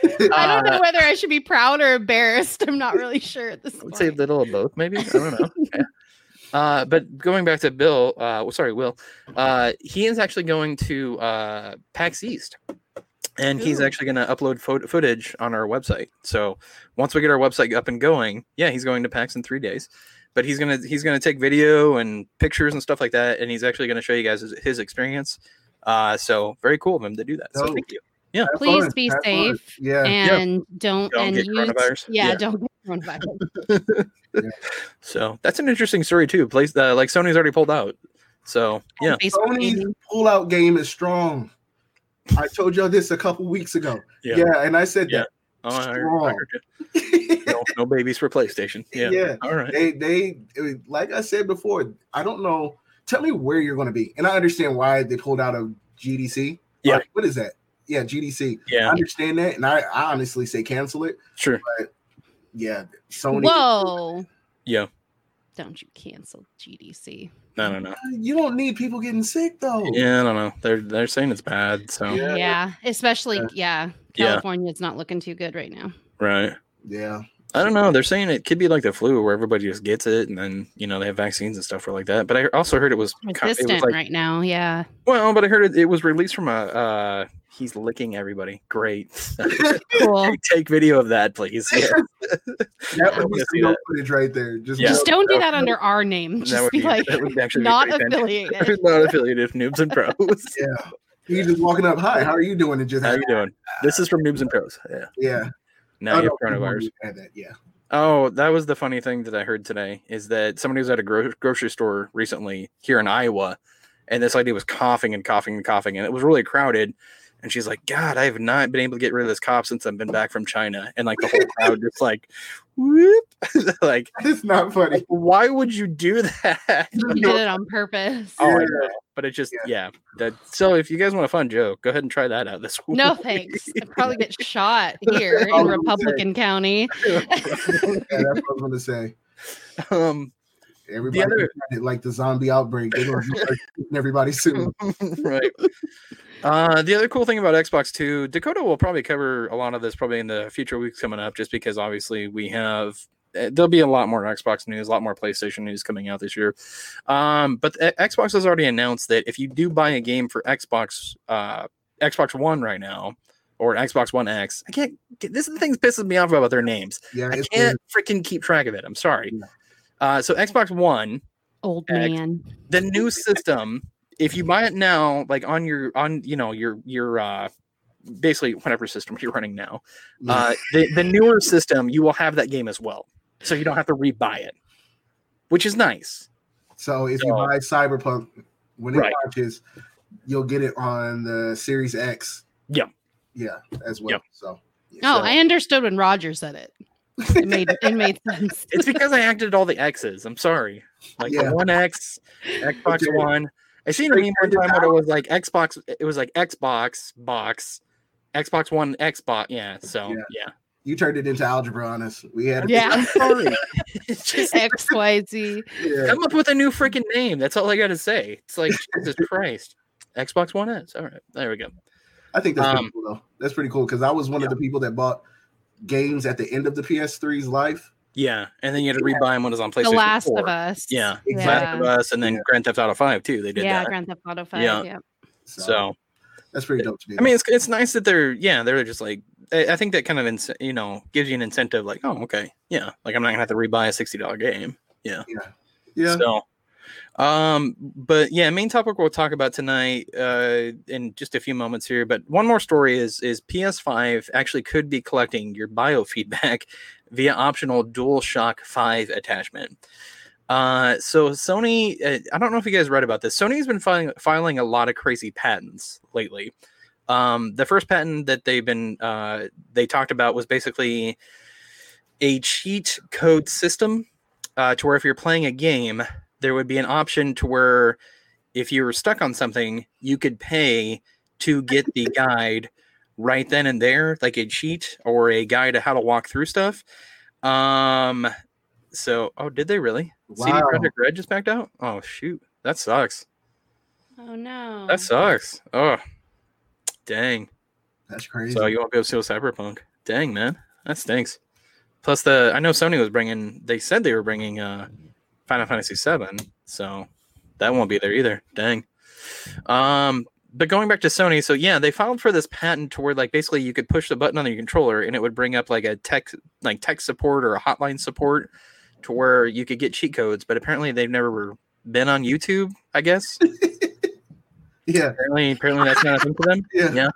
Speaker 2: don't
Speaker 1: Uh,
Speaker 2: know whether I should be proud or embarrassed. I'm not really sure at this
Speaker 1: I would
Speaker 2: point.
Speaker 1: say little of both, maybe. I don't know. Okay. Uh, but going back to Bill, uh, well, sorry, Will, uh, he is actually going to uh, PAX East, and he's
Speaker 2: Ooh.
Speaker 1: actually going to upload fo- footage on our website. So once we get our website up and going, yeah, he's going to PAX in three days, but he's gonna he's gonna take video and pictures and stuff like that, and he's actually going to show you guys his, his experience. Uh, so very cool of him to do that. So
Speaker 3: Dope.
Speaker 1: thank you.
Speaker 3: Have
Speaker 2: Please
Speaker 3: fun,
Speaker 2: be
Speaker 3: have fun.
Speaker 2: safe
Speaker 3: Yeah.
Speaker 2: and don't,
Speaker 1: Don't
Speaker 2: and
Speaker 1: get
Speaker 2: you
Speaker 1: coronavirus.
Speaker 2: Yeah,
Speaker 1: Yeah.
Speaker 2: don't get coronavirus.
Speaker 1: So that's an interesting story too. Place uh, like Sony's already pulled out. So yeah,
Speaker 2: Facebook
Speaker 3: Sony's
Speaker 2: gaming.
Speaker 3: pull out game is strong. I told y'all this a couple weeks ago. Yeah.
Speaker 1: Yeah.
Speaker 3: and I said
Speaker 1: Yeah. oh, I heard- I heard you.
Speaker 3: that.
Speaker 1: no, no babies for PlayStation. Yeah.
Speaker 3: yeah.
Speaker 1: All right.
Speaker 3: They they eh, like I said before, I don't know. Tell me where you're gonna be. And I understand why they pulled out of GDC.
Speaker 1: Yeah.
Speaker 3: Like, what is that? Yeah, GDC. I
Speaker 1: Yeah.
Speaker 3: understand that, and I, I honestly say cancel it.
Speaker 1: Sure.
Speaker 3: yeah, Sony.
Speaker 2: Whoa!
Speaker 1: Yeah.
Speaker 2: Don't you cancel GDC?
Speaker 1: I don't know.
Speaker 3: You don't need people getting sick though.
Speaker 1: Yeah, I don't know. They're they're saying it's bad. So
Speaker 3: Yeah.
Speaker 2: Yeah, especially yeah.
Speaker 1: Yeah.
Speaker 2: California is not looking too good right now.
Speaker 1: right.
Speaker 3: Yeah.
Speaker 1: I don't know. They're saying it could be like the flu, where everybody just gets it, and then you know they have vaccines and stuff for like that. But I also heard it was co- it was
Speaker 2: Resistant
Speaker 1: like
Speaker 2: right now. Yeah.
Speaker 1: well, but I heard it, it was released from a uh, he's licking everybody. Great,
Speaker 2: Cool.
Speaker 1: take video of that, please. Yeah.
Speaker 3: That
Speaker 1: I
Speaker 3: would
Speaker 1: wanna see
Speaker 3: be some no
Speaker 1: that.
Speaker 3: footage right there. Just,
Speaker 1: Yeah.
Speaker 2: Just don't do that
Speaker 3: no-
Speaker 2: under our name. Just
Speaker 1: that would
Speaker 2: be
Speaker 1: be
Speaker 2: like
Speaker 1: that would actually
Speaker 2: not
Speaker 1: be pretty
Speaker 2: affiliated.
Speaker 1: fantastic. not affiliated noobs and pros.
Speaker 3: Yeah. You just walking up. Hi, how are you doing? And just
Speaker 1: How you doing? This is from noobs and pros. Yeah.
Speaker 3: yeah.
Speaker 1: Now
Speaker 3: Oh,
Speaker 1: you
Speaker 3: no,
Speaker 1: have coronavirus.
Speaker 3: people had that, Yeah.
Speaker 1: Oh, that was the funny thing that I heard today is that somebody was at a gro- grocery store recently here in Iowa, and this lady was coughing and coughing and coughing, and it was really crowded. And she's like, "God, I have not been able to get rid of this cough since I've been back from China." And like the whole crowd just like, whoop, like,
Speaker 3: It's not funny.
Speaker 1: why would you do that?
Speaker 2: You did it on purpose.
Speaker 1: Oh, I
Speaker 3: Yeah.
Speaker 1: know. But it just, yeah. That so, if you guys want a fun joke, go ahead and try that out this week.
Speaker 2: No thanks. I'd probably get shot here
Speaker 3: Oh,
Speaker 2: in
Speaker 3: okay.
Speaker 2: Republican County.
Speaker 3: yeah, that's what I was gonna say.
Speaker 1: um,
Speaker 3: Everybody
Speaker 1: other-
Speaker 3: did like the zombie outbreak. They're gonna start shooting everybody soon.
Speaker 1: right. Uh, the other cool thing about Xbox 2, Dakota will probably cover a lot of this probably in the future weeks coming up, just because obviously we have eh, there'll be a lot more Xbox news, a lot more PlayStation news coming out this year. Um, but the X- Xbox has already announced that if you do buy a game for Xbox uh, Xbox One right now or Xbox One X, I can't. This is the thing that pisses me off about their names.
Speaker 3: Yeah,
Speaker 1: I
Speaker 3: it's
Speaker 1: can't freaking keep track of it. I'm sorry.
Speaker 3: Yeah.
Speaker 1: Uh, so Xbox One
Speaker 2: Old
Speaker 1: Ex-
Speaker 2: man.
Speaker 1: the new system if you buy it now like on your on you know your your uh basically whatever system you're running now
Speaker 3: weird.
Speaker 1: uh the, the newer system you will have that game as well so you don't have to rebuy it which is nice
Speaker 3: so if you
Speaker 1: so-
Speaker 3: buy Cyberpunk when it
Speaker 1: Right.
Speaker 3: launches, you'll get it on the Series X.
Speaker 1: Yeah.
Speaker 3: Yeah, as well.
Speaker 1: Yeah.
Speaker 3: So
Speaker 2: No,
Speaker 1: So-
Speaker 2: Oh, I understood when Roger said it. It made it made sense.
Speaker 1: it's because i acted all the x's i'm sorry like
Speaker 3: Yeah.
Speaker 1: the one x xbox
Speaker 3: Okay.
Speaker 1: one i seen a
Speaker 3: They
Speaker 1: meme one
Speaker 3: turned it
Speaker 1: time where it was like xbox it was like xbox box xbox one xbox yeah so
Speaker 3: Yeah.
Speaker 1: yeah,
Speaker 3: you turned it into algebra on us. We had
Speaker 2: Yeah.
Speaker 1: sorry it's just
Speaker 2: X Y Z.
Speaker 3: yeah.
Speaker 1: Come up with a new freaking name. That's all I got to say. It's like Jesus Christ. Xbox One S. All right, there we go.
Speaker 3: I think that's pretty
Speaker 1: Um,
Speaker 3: cool though. That's pretty cool because I was one of the people that bought games at the end of the PS3's life.
Speaker 1: Yeah, and then you had to rebuy them when it was on PlayStation.
Speaker 2: The Last
Speaker 1: 4.
Speaker 2: of Us.
Speaker 1: Yeah,
Speaker 3: Exactly.
Speaker 1: Last of
Speaker 2: Yeah.
Speaker 1: Us, and then
Speaker 3: Yeah.
Speaker 1: Grand Theft Auto Five too. They did
Speaker 2: Yeah,
Speaker 1: that.
Speaker 2: Grand Theft Auto Five.
Speaker 1: Yeah.
Speaker 2: Yeah.
Speaker 3: So,
Speaker 1: so
Speaker 3: that's pretty dope to me.
Speaker 1: I mean, it's it's nice that they're yeah they're just like I, I think that kind of ince- you know gives you an incentive like oh okay yeah like I'm not gonna have to rebuy a sixty dollar game.
Speaker 3: yeah, yeah.
Speaker 1: So, um, but yeah, main topic we'll talk about tonight uh, in just a few moments here. But one more story is is PS5 actually could be collecting your biofeedback via optional DualShock 5 attachment. Uh, so Sony, uh, I don't know if you guys read about this. Sony has been filing filing a lot of crazy patents lately. Um, the first patent that they've been uh, they talked about was basically a cheat code system uh, to where if you're playing a game, there would be an option to where if you were stuck on something, you could pay to get the guide right then and there, like a cheat or a guide to how to walk through stuff. Um, so, oh, did they really? CD
Speaker 3: Wow.
Speaker 1: Project Red just backed out. Oh shoot, that sucks.
Speaker 2: Oh no.
Speaker 1: That sucks. Oh, dang.
Speaker 3: That's crazy.
Speaker 1: So you won't be able to see Cyberpunk. Dang, man, that stinks. Plus, the I know Sony was bringing. They said they were bringing uh Final Fantasy VII, so that won't be there either. Dang. Um, but going back to Sony, so yeah, they filed for this patent to where like basically you could push the button on your controller and it would bring up like a tech like tech support or a hotline support to where you could get cheat codes. But apparently they've never been on YouTube. I guess
Speaker 3: yeah,
Speaker 1: apparently apparently that's not a thing for them.
Speaker 3: yeah,
Speaker 1: Yeah.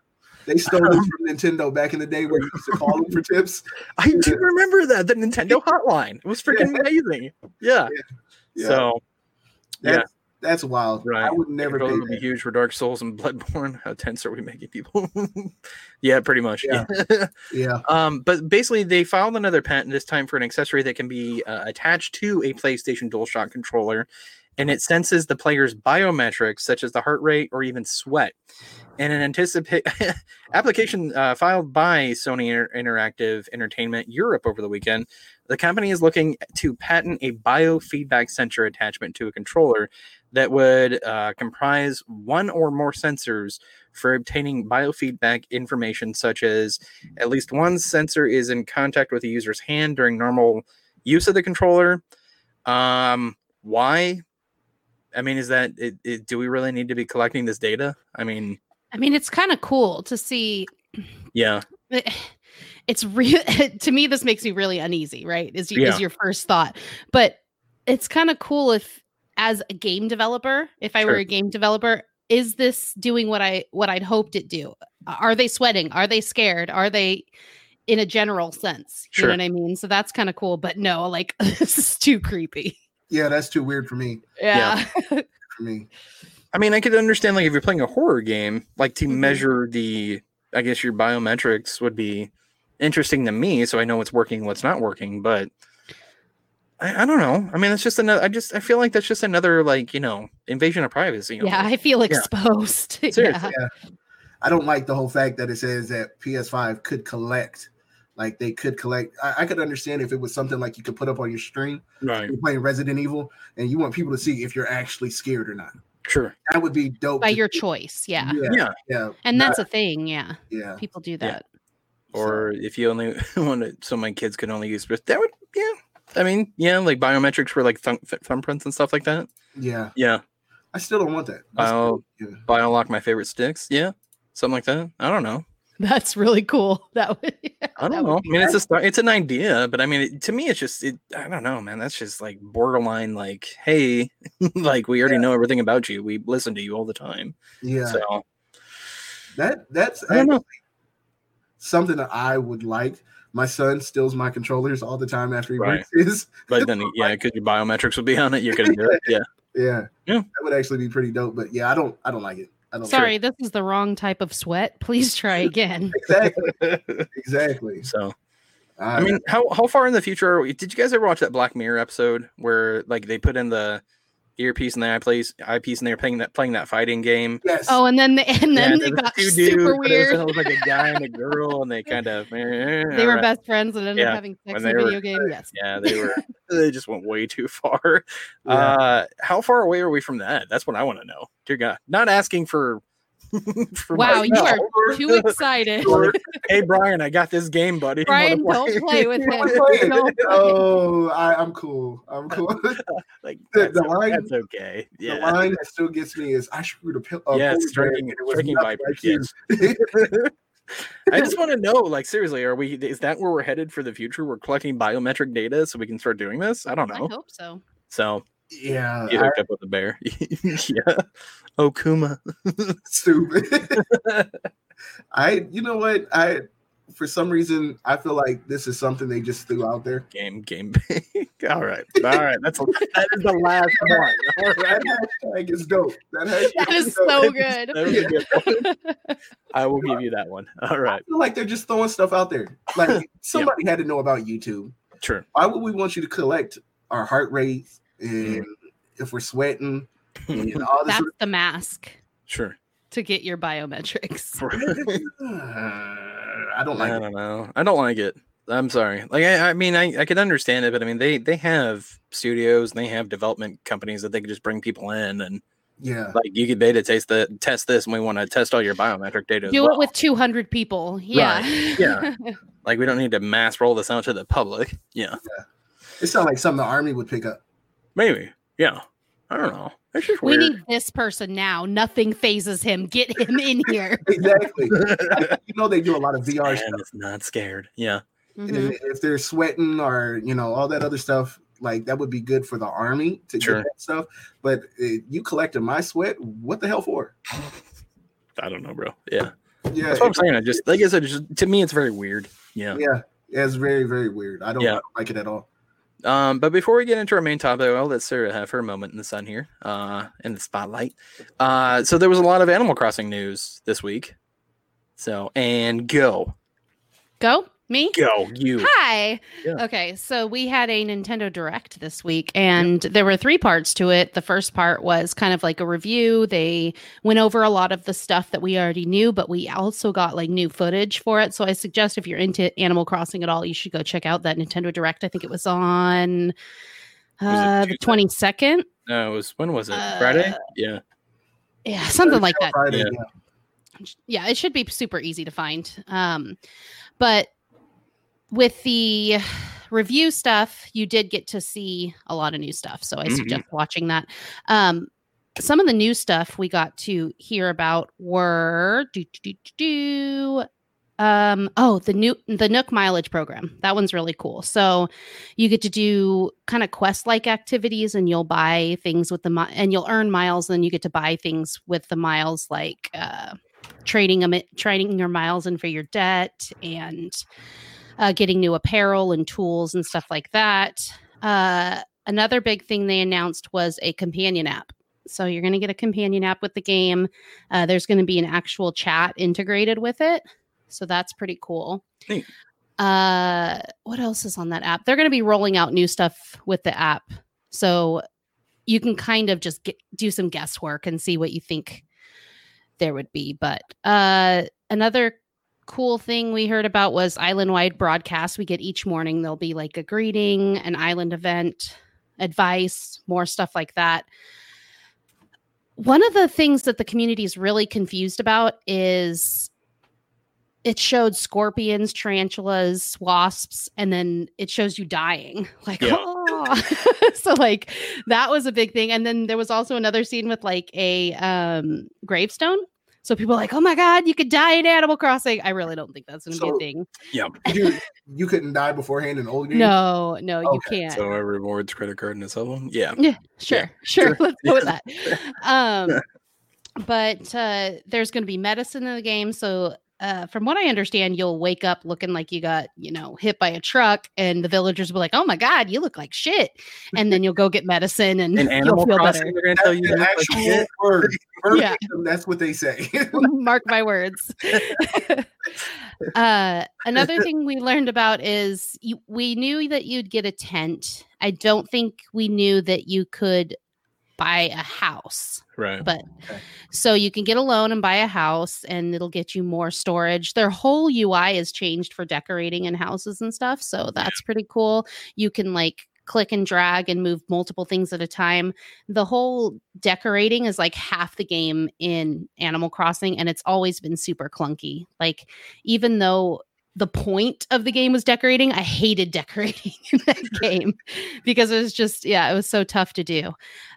Speaker 3: They stole it from Nintendo back in the day where you used to call them for tips.
Speaker 1: I do remember that the Nintendo hotline. It was freaking amazing. Yeah.
Speaker 3: Yeah.
Speaker 1: So
Speaker 3: That's, that's wild. I
Speaker 1: Right.
Speaker 3: would never
Speaker 1: those
Speaker 3: pay
Speaker 1: would be
Speaker 3: that.
Speaker 1: huge for Dark Souls and Bloodborne. How tense are we making people? yeah, pretty much.
Speaker 3: Yeah. Yeah,
Speaker 1: um, but basically, they filed another patent this time for an accessory that can be uh, attached to a PlayStation DualShock controller and it senses the player's biometrics, such as the heart rate or even sweat. And an anticipate application uh, filed by Sony Inter- Interactive Entertainment Europe over the weekend, the company is looking to patent a biofeedback sensor attachment to a controller that would uh, comprise one or more sensors for obtaining biofeedback information, such as at least one sensor is in contact with the user's hand during normal use of the controller. Um, why? I mean, is that it, it- do we really need to be collecting this data? I mean,
Speaker 2: I mean, it's kind of cool to see.
Speaker 1: yeah,
Speaker 2: It's real to me. This makes me really uneasy, right? Is, y-
Speaker 1: Yeah.
Speaker 2: is your first thought, but it's kind of cool if, as a game developer, if I were
Speaker 1: Sure.
Speaker 2: a game developer, is this doing what I what I'd hoped it do? Are they sweating? Are they scared? Are they in a general sense? You
Speaker 1: Sure.
Speaker 2: know what I mean? So that's kind of cool. But no, like this is too creepy.
Speaker 3: Yeah, that's too weird for me.
Speaker 1: Yeah.
Speaker 2: yeah.
Speaker 3: For me,
Speaker 1: I mean, I could understand like if you're playing a horror game, like to
Speaker 2: Mhm.
Speaker 1: measure the, I guess your biometrics would be interesting to me, so I know what's working, what's not working. But I, I don't know. I mean, that's just another. I just I feel like that's just another like you know invasion of privacy.
Speaker 2: Yeah, I feel
Speaker 1: Yeah.
Speaker 2: exposed. Yeah.
Speaker 1: Seriously.
Speaker 3: I don't like the whole fact that it says that PS5 could collect. Like they could collect. I, I could understand if it was something like you could put up on your stream.
Speaker 1: right.
Speaker 3: You're playing Resident Evil, and you want people to see if you're actually scared or not.
Speaker 1: Sure.
Speaker 3: That would be dope.
Speaker 2: By
Speaker 3: to
Speaker 2: your
Speaker 3: see.
Speaker 2: choice. Yeah.
Speaker 3: yeah,
Speaker 1: Yeah.
Speaker 3: yeah,
Speaker 2: And
Speaker 3: Nah.
Speaker 2: that's a thing. Yeah.
Speaker 3: yeah.
Speaker 2: People do
Speaker 1: Yeah.
Speaker 2: that.
Speaker 1: Or if you only want to, so my kids could only use, but that would yeah. I mean, yeah, like biometrics for like thumb, thumbprints and stuff like that.
Speaker 3: Yeah,
Speaker 1: Yeah.
Speaker 3: I still don't want that. That's-
Speaker 1: Bio
Speaker 3: yeah.
Speaker 1: bio lock my favorite sticks. Yeah. Something like that. I don't know.
Speaker 2: That's really cool. That would,
Speaker 1: I
Speaker 2: that
Speaker 1: don't
Speaker 2: would
Speaker 1: know. I
Speaker 2: be
Speaker 1: mean, it's a start, it's an idea, but I mean, it, to me, it's just it. I don't know, man. That's just like borderline. Like, hey, like we already know everything about you. We listen to you all the time.
Speaker 3: yeah.
Speaker 1: So
Speaker 3: That that's
Speaker 1: I don't know.
Speaker 3: something that I would like. My son steals my controllers all the time after he
Speaker 1: Right.
Speaker 3: breaks his.
Speaker 1: But then, yeah, because your biometrics would be on it. You could do it. Yeah.
Speaker 3: Yeah.
Speaker 1: Yeah.
Speaker 3: That would actually be pretty dope. But yeah, I don't I don't like it. I don't
Speaker 2: Sorry, this is the wrong type of sweat. Please try again.
Speaker 3: Exactly. exactly.
Speaker 1: So
Speaker 3: I
Speaker 1: I mean, how how far in the future are we? Did you guys ever watch that Black Mirror episode where like they put in the earpiece and the eyepiece, eyepiece, and they're playing that playing that fighting game?
Speaker 3: yes.
Speaker 2: Oh, and then the, and
Speaker 1: Yeah,
Speaker 2: then they
Speaker 1: there was
Speaker 2: got
Speaker 1: two
Speaker 2: super
Speaker 1: dudes, but it was-
Speaker 2: weird.
Speaker 1: It was like a guy and a girl, and they kind of
Speaker 2: They were best friends and ended
Speaker 1: Yeah,
Speaker 2: up having
Speaker 1: when
Speaker 2: sex in a
Speaker 1: they were-
Speaker 2: video game. Yes.
Speaker 1: Yeah, they were. they just went way too far.
Speaker 3: Yeah.
Speaker 1: Uh, how far away are we from that? That's what I want to know. Dear God, not asking for. for
Speaker 2: Wow, you
Speaker 1: myself.
Speaker 2: are too excited.
Speaker 1: Or, hey Brian, I got this game, buddy. You wanna
Speaker 2: Brian, don't play with him.
Speaker 3: I'm playing.
Speaker 2: Don't play.
Speaker 3: oh, I, I'm cool. I'm cool.
Speaker 1: like
Speaker 3: The-
Speaker 1: that's,
Speaker 3: the line-
Speaker 1: that's okay.
Speaker 3: The
Speaker 1: Yeah,
Speaker 3: line that still gets me is I screwed a pill.
Speaker 1: yeah, it's drinking, drinking vipers. yes. I just want to know, like, seriously, are we? Is that where we're headed for the future? We're collecting biometric data so we can start doing this. I don't
Speaker 2: I
Speaker 1: know.
Speaker 2: hope so.
Speaker 1: So
Speaker 3: Yeah,
Speaker 1: you
Speaker 3: Uh, I,
Speaker 1: hooked up with a bear. yeah, Okuma.
Speaker 3: stupid. I, you know what? I, for some reason, I feel like this is something they just threw out there.
Speaker 1: Game, game. All right, all right. That's that is the last one. All right.
Speaker 3: That hashtag is dope. That, hashtag
Speaker 2: That is
Speaker 3: dope.
Speaker 2: so good.
Speaker 1: That was a good one. I will give you that one. All
Speaker 3: I
Speaker 1: right,
Speaker 3: feel like they're just throwing stuff out there. Like somebody had to know about YouTube.
Speaker 1: true.
Speaker 3: Why would we want you to collect our heart rate
Speaker 1: Mm.
Speaker 3: and if we're sweating and all this?
Speaker 2: That's the mask
Speaker 1: Sure.
Speaker 2: to get your biometrics.
Speaker 3: I don't like
Speaker 1: I
Speaker 3: it.
Speaker 1: don't know. I don't like it. I'm sorry. Like I, I mean, I, I could understand it, but I mean, they they have studios and they have development companies that they could just bring people in and
Speaker 3: Yeah.
Speaker 1: like you could beta test the test this, and we want to test all your biometric data. as
Speaker 2: Do it
Speaker 1: well.
Speaker 2: with 200 people. Yeah.
Speaker 1: Yeah. like we don't need to mass roll this out to the public. Yeah,
Speaker 3: It sounds like something the army would pick up.
Speaker 1: maybe. Yeah, I don't know. It's just
Speaker 2: we
Speaker 1: weird.
Speaker 2: need this person now. Nothing phases him. Get him in here.
Speaker 3: Exactly. Like, you know they do a lot of VR
Speaker 1: Man
Speaker 3: stuff.
Speaker 1: is not scared. Yeah, Mm-hmm.
Speaker 2: Mhm.
Speaker 3: And if they're sweating or you know all that other stuff, like that would be good for the army to
Speaker 1: Sure.
Speaker 3: get that stuff. But uh, you collecting my sweat, what the hell for?
Speaker 1: I don't know, bro. Yeah,
Speaker 3: Yeah,
Speaker 1: that's what I'm saying. I just like I said, it's just, to me, it's very weird. Yeah.
Speaker 3: yeah, yeah, it's very very weird. I don't,
Speaker 1: Yeah.
Speaker 3: I don't like it at all.
Speaker 1: Um, but before we get into our main topic, I'll let Sarah have her moment in the sun here, uh, in the spotlight. Uh, so there was a lot of Animal Crossing news this week. So and go.
Speaker 2: Go. Me?
Speaker 1: Go you.
Speaker 2: Hi.
Speaker 1: Yeah.
Speaker 2: Okay, so we had a Nintendo Direct this week, and there were three parts to it. The first part was kind of like a review. They went over a lot of the stuff that we already knew, but we also got like new footage for it. So I suggest if you're into Animal Crossing at all, you should go check out that Nintendo Direct. I think it was on uh, the
Speaker 1: Tuesday?
Speaker 2: 22nd.
Speaker 1: No, it was when was it?
Speaker 2: Uh,
Speaker 1: Friday? Yeah.
Speaker 2: Yeah, something like that.
Speaker 3: Friday,
Speaker 1: Yeah.
Speaker 3: yeah.
Speaker 2: yeah, it should be super easy to find. Um, but with the review stuff, you did get to see a lot of new stuff. So I
Speaker 1: Mhm.
Speaker 2: suggest watching that. Um, some of the new stuff we got to hear about were do, do, do, do, do, um, oh the new the Nook mileage program. That one's really cool. So you get to do kind of quest like activities, and you'll buy things with the mi- and you'll earn miles, and you get to buy things with the miles like. Uh, trading them trading your miles in for your debt and uh, getting new apparel and tools and stuff like that uh, another big thing they announced was a companion app so you're going to get a companion app with the game uh, there's going to be an actual chat integrated with it so that's pretty cool
Speaker 1: Neat.
Speaker 2: uh, what else is on that app they're going to be rolling out new stuff with the app so you can kind of just get, do some guesswork and see what you think there would be. But uh, another cool thing we heard about was island wide broadcasts we get each morning. There'll be like a greeting, an island event, advice, more stuff like that. One of the things that the community is really confused about is it showed scorpions, tarantulas, wasps, and then it shows you dying. Like,
Speaker 1: Yeah.
Speaker 2: oh. so like that was a big thing. And then there was also another scene with like a um gravestone. So people are like, oh my God, you could die in Animal Crossing. I really don't think that's gonna be
Speaker 3: So-
Speaker 2: a thing.
Speaker 3: Dude, you couldn't die beforehand in old games.
Speaker 2: No, no, you
Speaker 3: Okay,
Speaker 2: can't.
Speaker 1: So it rewards credit card and a cell phone. Yeah.
Speaker 2: sure, sure. Let's go with that. Um, but uh, there's going to be medicine in the game. So, uh, from what I understand, you'll wake up looking like you got, you know, hit by a truck, and the villagers will be like, "Oh my god, you look like shit," and then you'll go get medicine and
Speaker 1: In Animal
Speaker 2: you'll feel
Speaker 1: Crossing, they're gonna tell
Speaker 3: That's
Speaker 1: you
Speaker 3: the
Speaker 1: that. Like,
Speaker 3: actual
Speaker 1: shit.
Speaker 3: word.
Speaker 2: Yeah.
Speaker 3: Verbatim, That's what they say.
Speaker 2: better. Mark my words. uh, another thing we learned about is you, we knew that you'd get a tent. I don't think we knew that you could buy a house.
Speaker 1: right.
Speaker 2: but so you can get a loan and buy a house and it'll get you more storage their whole ui is changed for decorating in houses and stuff so that's pretty cool you can like click and drag and move multiple things at a time the whole decorating is like half the game in animal crossing and it's always been super clunky like even though the point of the game was decorating i hated decorating in that game because it was just yeah it was so tough to do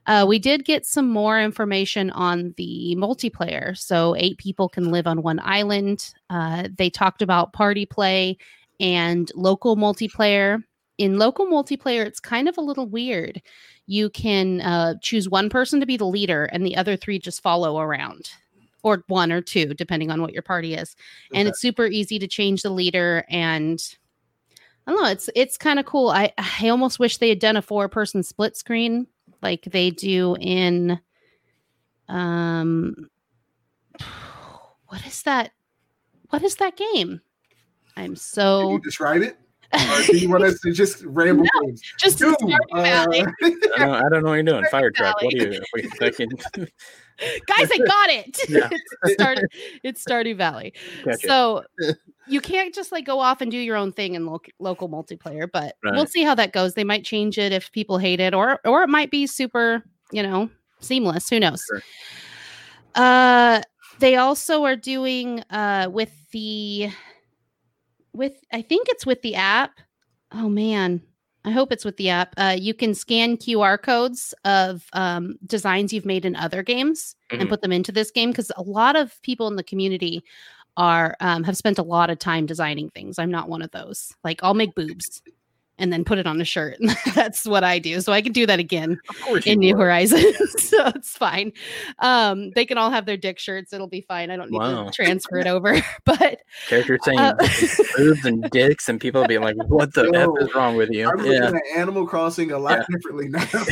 Speaker 2: uh, we did get some more information on the multiplayer. So, eight people can live on one island. Uh, they talked about party play and local multiplayer. In local multiplayer, it's kind of a little weird. You can uh, choose one person to be the leader, and the other three just follow around, or one or two, depending on what your party is. And
Speaker 3: Okay.
Speaker 2: it's super easy to change the leader and I don't know. It's it's kind of cool. I I almost wish they had done a four person split screen like they do in um what is that? What is that game? I'm
Speaker 3: Can you
Speaker 2: so
Speaker 3: describe it? Or do you want us to just ramble? things?
Speaker 2: just
Speaker 3: Doom,
Speaker 2: Stardew Valley.
Speaker 3: uh,
Speaker 1: I don't, I don't know what you're doing. Fire truck. What are
Speaker 2: Valley.
Speaker 1: you? Wait a second.
Speaker 2: guys, I got it.
Speaker 1: Yeah.
Speaker 2: it's, Stardew, it's Stardew Valley.
Speaker 1: Gotcha.
Speaker 2: So you can't just like go off and do your own thing in loc local multiplayer, but we'll
Speaker 1: Right.
Speaker 2: see how that goes. They might change it if people hate it, or or it might be super, you know, seamless. Who knows?
Speaker 1: Sure.
Speaker 2: Uh, they also are doing uh with the with I think it's with the app. Oh man. I hope it's with the app. Uh, you can scan QR codes of um, designs you've made in other games
Speaker 1: Mhm.
Speaker 2: and put them into this game because a lot of people in the community are um, have spent a lot of time designing things. I'm not one of those. Like I'll make boobs and then put it on a shirt. That's what I do. So I can do that again
Speaker 1: of course
Speaker 2: in New
Speaker 1: were.
Speaker 2: Horizons. so it's fine. Um, they can all have their dick shirts. It'll be fine. I don't need
Speaker 1: Wow.
Speaker 2: to transfer it over. But
Speaker 1: Character saying
Speaker 2: uh,
Speaker 1: boobs and dicks, and people being like, "What the
Speaker 3: Yo,
Speaker 1: f is wrong with you?"
Speaker 3: I'm
Speaker 1: Yeah.
Speaker 3: looking at Animal Crossing a lot differently now.
Speaker 2: I,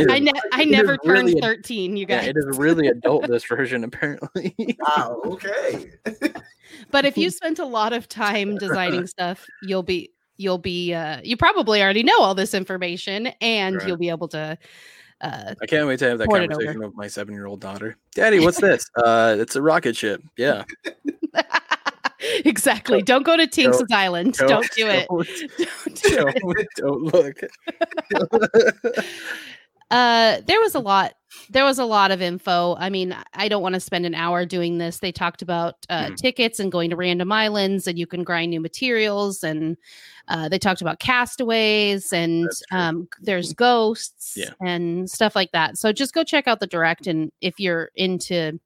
Speaker 1: It
Speaker 2: ne-
Speaker 1: is-
Speaker 2: I
Speaker 1: it is
Speaker 2: never turned
Speaker 1: really a-
Speaker 2: 13, you
Speaker 1: yeah,
Speaker 2: guys.
Speaker 1: it is really adult this version apparently.
Speaker 3: wow, okay.
Speaker 2: But if you spent a lot of time designing stuff, you'll be you'll be uh, you probably already know all this information, and
Speaker 1: Right.
Speaker 2: you'll be able to. Uh,
Speaker 1: I can't wait to have that
Speaker 2: Port it
Speaker 1: conversation with my seven year old daughter. Daddy, what's this? uh, it's a rocket ship. Yeah.
Speaker 2: exactly. Don't go to Tinks' Island. Don't, do it.
Speaker 1: Don't,
Speaker 2: Don't do it.
Speaker 1: don't- don't look.
Speaker 2: Uh, there was a lot. There was a lot of info. I mean, I- I don't want to spend an hour doing this. They talked about uh,
Speaker 1: Mhm.
Speaker 2: tickets and going to random islands, and you can grind new materials. And uh, they talked about castaways, and
Speaker 1: That's true.
Speaker 2: um, there's ghosts
Speaker 1: Yeah.
Speaker 2: and stuff like that. So just go check out the direct, and if you're into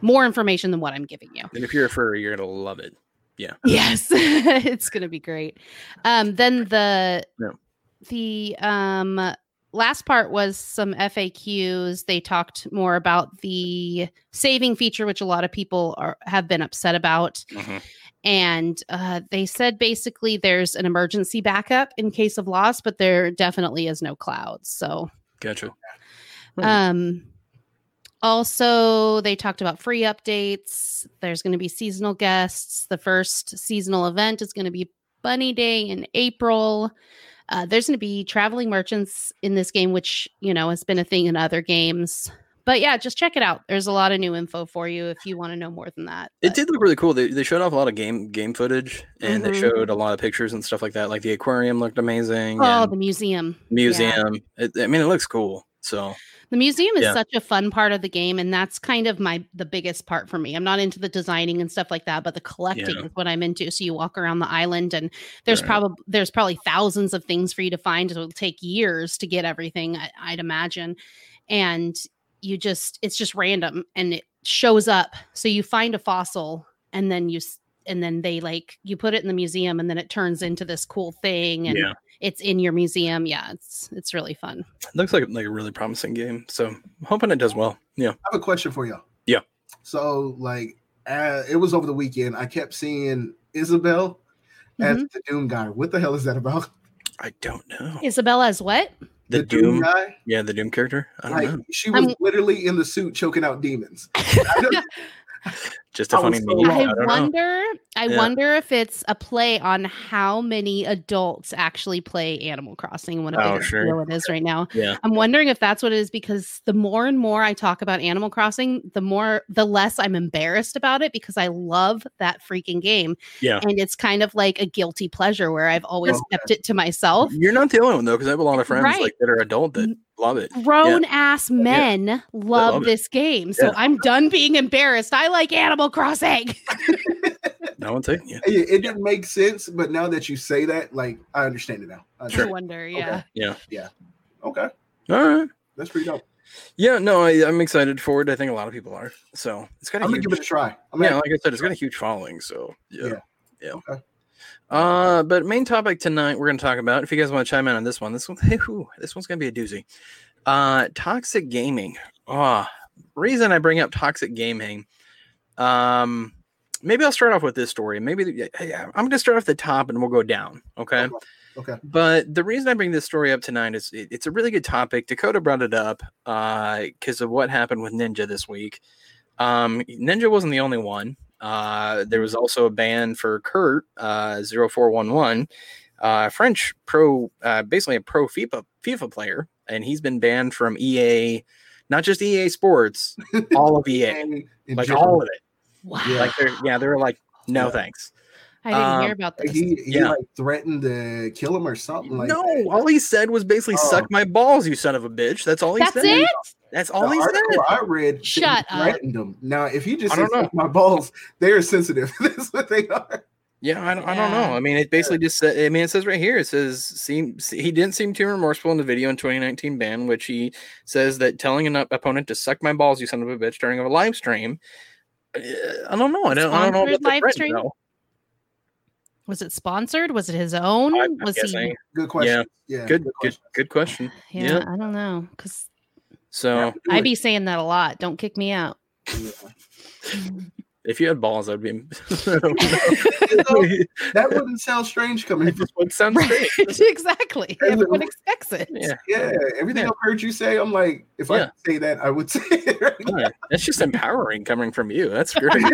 Speaker 2: more information than what I'm giving you.
Speaker 1: And if you're a furry, you're gonna love it.
Speaker 2: Yes, it's gonna be great. Um, then the
Speaker 1: Yeah.
Speaker 2: the um last part was some FAQs. They talked more about the saving feature, which a lot of people are have been upset about,
Speaker 1: Mm-hmm.
Speaker 2: and uh, they said basically there's an emergency backup in case of loss, but there definitely is no clouds. So
Speaker 1: Gotcha. Hmm.
Speaker 2: um, also, they talked about free updates. There's going to be seasonal guests. The first seasonal event is going to be Bunny Day in April. Uh, there's going to be traveling merchants in this game, which you know has been a thing in other games. But yeah, just check it out. There's a lot of new info for you if you want to know more than that.
Speaker 1: It
Speaker 2: But
Speaker 1: did look really cool. They, they showed off a lot of game game footage and
Speaker 2: Mhm.
Speaker 1: they showed a lot of pictures and stuff like that. Like the aquarium looked amazing.
Speaker 2: Oh,
Speaker 1: and
Speaker 2: the museum. Yeah.
Speaker 1: museum. It, I mean, it looks cool. So
Speaker 2: The museum is
Speaker 1: Yeah.
Speaker 2: such a fun part of the game, and that's kind of my the biggest part for me. I'm not into the designing and stuff like that, but the collecting
Speaker 1: Yeah.
Speaker 2: is what I'm into. So you walk around the island, and there's
Speaker 1: Right.
Speaker 2: probably there's probably thousands of things for you to find. It'll take years to get everything, I, I'd imagine, and you just it's just random, and it shows up. So you find a fossil, and then you s- and then they like you put it in the museum, and then it turns into this cool thing, and
Speaker 1: yeah,
Speaker 2: it's in your museum. Yeah, it's it's really fun.
Speaker 1: it looks like like a really promising game. So I'm hoping it does well. Yeah.
Speaker 3: I have a question for y'all.
Speaker 1: Yeah.
Speaker 3: So like, uh, it was over the weekend. I kept seeing Isabel as
Speaker 2: Mhm.
Speaker 3: the Doom guy. What the hell is that about?
Speaker 1: I don't know.
Speaker 2: Isabella is what?
Speaker 1: The, Doom.
Speaker 3: guy.
Speaker 1: Yeah, the Doom character. I don't
Speaker 3: Like
Speaker 1: know.
Speaker 3: she was
Speaker 2: I'm-
Speaker 3: literally in the suit choking out demons. I don't-
Speaker 1: Just a
Speaker 3: I was
Speaker 1: funny
Speaker 3: so
Speaker 1: meme. Oh, I
Speaker 2: I,
Speaker 1: don't know.
Speaker 2: wonder. I
Speaker 1: Yeah.
Speaker 2: wonder if it's a play on how many adults actually play Animal Crossing and what a
Speaker 1: Oh,
Speaker 2: big
Speaker 1: sure.
Speaker 2: deal it is right now.
Speaker 1: Yeah.
Speaker 2: I'm wondering if that's what it is because the more and more I talk about Animal Crossing, the more the less I'm embarrassed about it because I love that freaking game.
Speaker 1: Yeah. Oh.
Speaker 2: and it's kind of like a guilty pleasure where I've always
Speaker 3: Okay.
Speaker 2: kept it to myself.
Speaker 1: You're not the only one though, because I have a lot of friends
Speaker 2: Right.
Speaker 1: like that are adult that love it.
Speaker 2: Grown ass men love,
Speaker 1: love it.
Speaker 2: this game, so
Speaker 1: Yeah.
Speaker 2: I'm done being embarrassed. I like Animal Crossing.
Speaker 1: No one's taking you.
Speaker 3: it, it didn't make sense, but now that you say that, like, I understand it now. I
Speaker 2: I
Speaker 3: understand.
Speaker 2: wonder, yeah.
Speaker 3: Okay,
Speaker 1: All right.
Speaker 3: that's pretty dope.
Speaker 1: Yeah, no, I, I'm excited for it. I think a lot of people are. So it's got a
Speaker 3: I'm gonna
Speaker 1: huge,
Speaker 3: give it a try. I'm
Speaker 1: yeah,
Speaker 3: gonna,
Speaker 1: like I said, it's got a huge following. So yeah, yeah.
Speaker 3: Okay.
Speaker 1: Uh, but main topic tonight we're gonna talk about. If you guys want to chime in on this one, this one, whew, this one's gonna be a doozy. Uh, toxic gaming. Ah, reason I bring up toxic gaming. Um, maybe I'll start off with this story. Maybe yeah, I'm gonna start off the top and we'll go down. Okay.
Speaker 3: Okay. okay.
Speaker 1: But the reason I bring this story up tonight is it, it's a really good topic. Dakota brought it up because of what happened with Ninja this week. Um, Ninja wasn't the only one. Uh, there was also a ban for Kurt uh, 0411, uh, French pro, uh, basically a pro FIFA FIFA player, and he's been banned from EA, not just EA Sports, all of EA,
Speaker 3: In
Speaker 1: like
Speaker 3: general,
Speaker 1: all of it.
Speaker 2: Wow.
Speaker 1: Like they're yeah, they're like no
Speaker 3: Yeah.
Speaker 1: thanks.
Speaker 2: I didn't
Speaker 1: Um,
Speaker 2: hear about this.
Speaker 3: he he
Speaker 1: Yeah.
Speaker 3: like threatened to kill him or something like
Speaker 1: no,
Speaker 3: that.
Speaker 1: all he said was basically
Speaker 3: Oh.
Speaker 1: "suck my balls, you son of a bitch." That's all he
Speaker 2: That's
Speaker 1: said.
Speaker 2: it?
Speaker 1: That's
Speaker 3: The
Speaker 1: all he said.
Speaker 3: article I read said he
Speaker 2: Shut up.
Speaker 3: threatened him. Now, if he just
Speaker 1: I don't
Speaker 3: said, "Suck my balls, they are sensitive. That's what they are.
Speaker 1: Yeah, I don't, I don't know.
Speaker 2: Yeah.
Speaker 1: I mean, it basically just said. I mean, it says right here. It says seem se- he didn't seem too remorseful in the video in 2019 ban, which he says that telling an op- opponent to suck my balls, you son of a bitch, during a live stream. Uh, I don't know. I don't, I don't know
Speaker 2: Sponsored
Speaker 1: about the
Speaker 2: live
Speaker 1: threat,
Speaker 2: stream?
Speaker 1: though.
Speaker 2: Was it sponsored? Was it his own?
Speaker 1: I- I'm
Speaker 2: was
Speaker 1: guessing.
Speaker 3: Good question. Yeah,
Speaker 1: Good, good,
Speaker 3: question.
Speaker 1: good question.
Speaker 2: he?
Speaker 1: Yeah.
Speaker 2: Yeah, I don't know. Because
Speaker 1: So
Speaker 2: I be saying that a lot. Don't kick me out.
Speaker 3: Yeah.
Speaker 1: if you had balls, I'd be.
Speaker 3: You
Speaker 1: that
Speaker 3: know, that wouldn't sound strange coming. from
Speaker 1: just would sound
Speaker 2: Right.
Speaker 1: strange.
Speaker 2: exactly.
Speaker 3: Hello.
Speaker 2: Everyone expects it.
Speaker 1: Yeah.
Speaker 3: Yeah, everything
Speaker 1: Yeah.
Speaker 3: I've heard you say, I'm like, if I
Speaker 1: Yeah.
Speaker 3: could say that, I would say it. right now.
Speaker 1: Yeah, that's just empowering coming from you. That's great.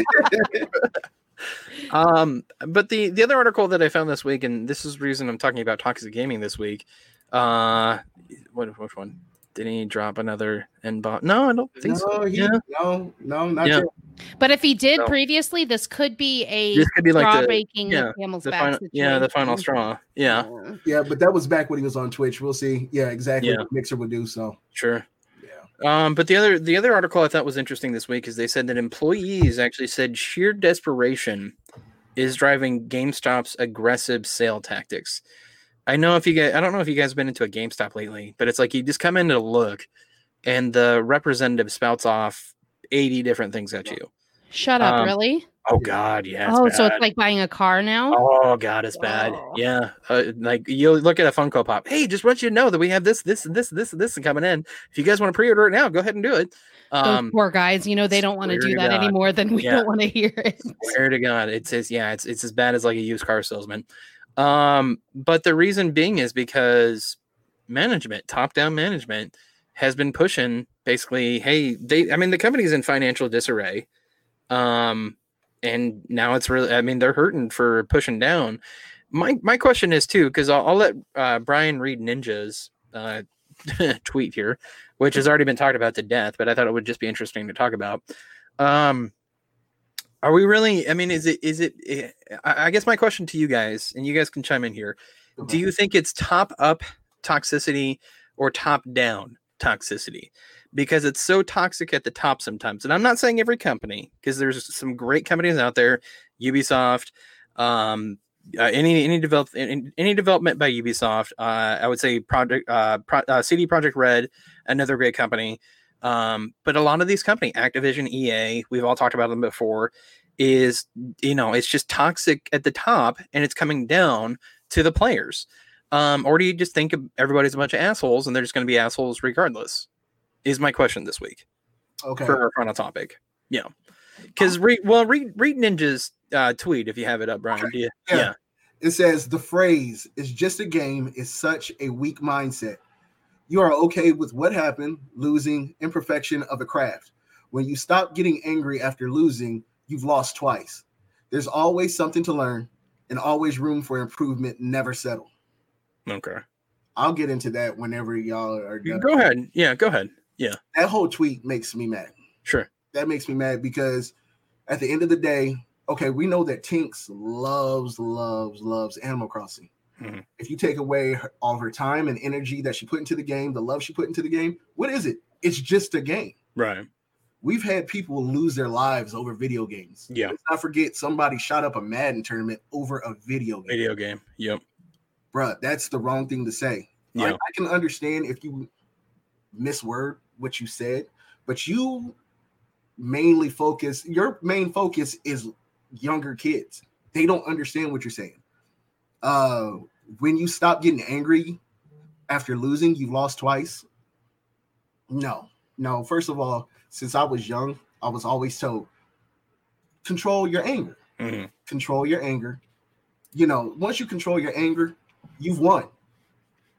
Speaker 1: Um, but the the other article that I found this week, and this is the reason I'm talking about toxic gaming this week. Uh, what which one? Did he drop another inbox? No, I don't think so.
Speaker 3: No, he,
Speaker 1: Yeah.
Speaker 3: no, no, not
Speaker 1: Yeah.
Speaker 3: yet.
Speaker 2: But if he did
Speaker 1: So-
Speaker 2: previously, this could be a
Speaker 1: This could be like
Speaker 2: straw
Speaker 1: the-
Speaker 2: breaking
Speaker 1: yeah,
Speaker 2: the camel's
Speaker 1: the
Speaker 2: back.
Speaker 1: final, yeah, the final
Speaker 2: situation.
Speaker 1: straw. Yeah,
Speaker 3: Yeah, but that was back when he was on Twitch. We'll see. Yeah, exactly
Speaker 1: Yeah.
Speaker 3: what Mixer would do. So
Speaker 1: sure.
Speaker 3: yeah.
Speaker 1: Um, but the other the other article I thought was interesting this week is they said that employees actually said sheer desperation is driving GameStop's aggressive sale tactics. I know if you guys, I don't know if you guys have been into a GameStop lately, but it's like you just come in to look, and the representative spouts off eighty different things at you.
Speaker 2: Shut up,
Speaker 1: Um,
Speaker 2: really?
Speaker 1: Oh God, yeah.
Speaker 2: Oh, so it's
Speaker 1: bad.
Speaker 2: like buying a car now.
Speaker 1: Oh God, it's bad.
Speaker 2: Oh.
Speaker 1: Yeah, uh, like you'll look at a Funko Pop. Hey, just want you to know that we have this, this, this, this, this coming in. If you guys want to pre-order it now, go ahead and do it.
Speaker 2: Those
Speaker 1: Um,
Speaker 2: poor guys, you know they don't want to
Speaker 1: swear
Speaker 2: do
Speaker 1: to
Speaker 2: that
Speaker 1: God.
Speaker 2: anymore. Then we
Speaker 1: Yeah.
Speaker 2: don't want to hear it.
Speaker 1: swear to God, it's as yeah, it's it's as bad as like a used car salesman. Um, but the reason being is because management, top-down management, has been pushing basically, hey, they. I mean, the company's in financial disarray. Um, and now it's really, I mean, they're hurting for pushing down. My my question is too, because I'll, I'll let uh, Brian read Ninja's uh, tweet here, which has already been talked about to death, but I thought it would just be interesting to talk about. Um, are we really? I mean, is it is it? eh, I I guess my question to you guys, and you guys can chime in here. Do you think it's top up toxicity or top down toxicity? Because it's so toxic at the top sometimes. And I'm not saying every company, because there's some great companies out there, Ubisoft, um, uh, any any develop any, any development by Ubisoft. Uh, I would say Project uh, Pro, uh, CD Project Red, another great company. Um, but a lot of these company, Activision, EA, we've all talked about them before, is you know it's just toxic at the top and it's coming down to the players. Um, or do you just think everybody's a bunch of assholes and they're just going to be assholes regardless? Is my question this week
Speaker 3: Okay.
Speaker 1: for our final topic. Yeah, because read well read read Ninja's uh, tweet if you have it up, Brian. Do you-
Speaker 3: Yeah.
Speaker 1: yeah.
Speaker 3: It says the phrase "It's just a game" is such a weak mindset. You are okay with what happened, losing, imperfection of a craft. When you stop getting angry after losing, you've lost twice. There's always something to learn, and always room for improvement. Never settle.
Speaker 1: Okay.
Speaker 3: I'll get into that whenever y'all are done.
Speaker 1: Go ahead. Yeah, go ahead.
Speaker 3: That whole tweet makes me mad.
Speaker 1: Sure.
Speaker 3: that makes me mad because at the end of the day, okay, we know that Tinks loves, loves, loves Animal Crossing.
Speaker 1: Mhm.
Speaker 3: If you take away her, all her time and energy that she put into the game, the love she put into the game, what is it? It's just a game.
Speaker 1: Right.
Speaker 3: We've had people lose their lives over video games.
Speaker 1: Yeah.
Speaker 3: Let's not forget somebody shot up a Madden tournament over a video game.
Speaker 1: Video game. Yep.
Speaker 3: Bruh, that's the wrong thing to say.
Speaker 1: Yeah.
Speaker 3: Like, I can understand if you misword what you said, but you mainly focus, your main focus is younger kids. They don't understand what you're saying. Uh, when you stop getting angry after losing, you lost twice. No, no. First of all, since I was young, I was always told control your anger
Speaker 1: Mhm.
Speaker 3: control your anger. You know, once you control your anger, you've won.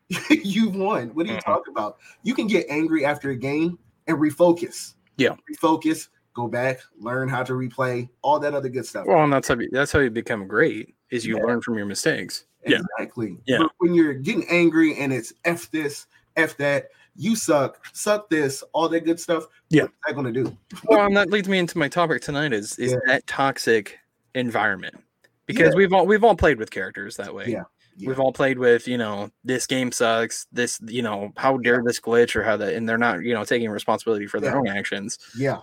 Speaker 3: you've won. What are you
Speaker 1: Mhm.
Speaker 3: talking about? You can get angry after a game and refocus.
Speaker 1: Yeah.
Speaker 3: Refocus, go back, learn how to replay, all that other good stuff.
Speaker 1: Well, and that's how you, that's how you become great is you
Speaker 3: Yeah.
Speaker 1: learn from your mistakes. yeah.
Speaker 3: Exactly.
Speaker 1: Yeah.
Speaker 3: But when you're getting angry and it's F this, F that, you suck, suck this, all that good stuff.
Speaker 1: Yeah.
Speaker 3: What's that gonna do?
Speaker 1: Well, and that leads me into my topic tonight is is
Speaker 3: Yeah.
Speaker 1: that toxic environment because
Speaker 3: Yeah.
Speaker 1: we've all we've all played with characters that way.
Speaker 3: Yeah. Yeah.
Speaker 1: We've all played with, you know, this game sucks, this, you know, how dare this glitch or how that, and they're not, you know, taking responsibility for their
Speaker 3: Yeah.
Speaker 1: own actions.
Speaker 3: Yeah.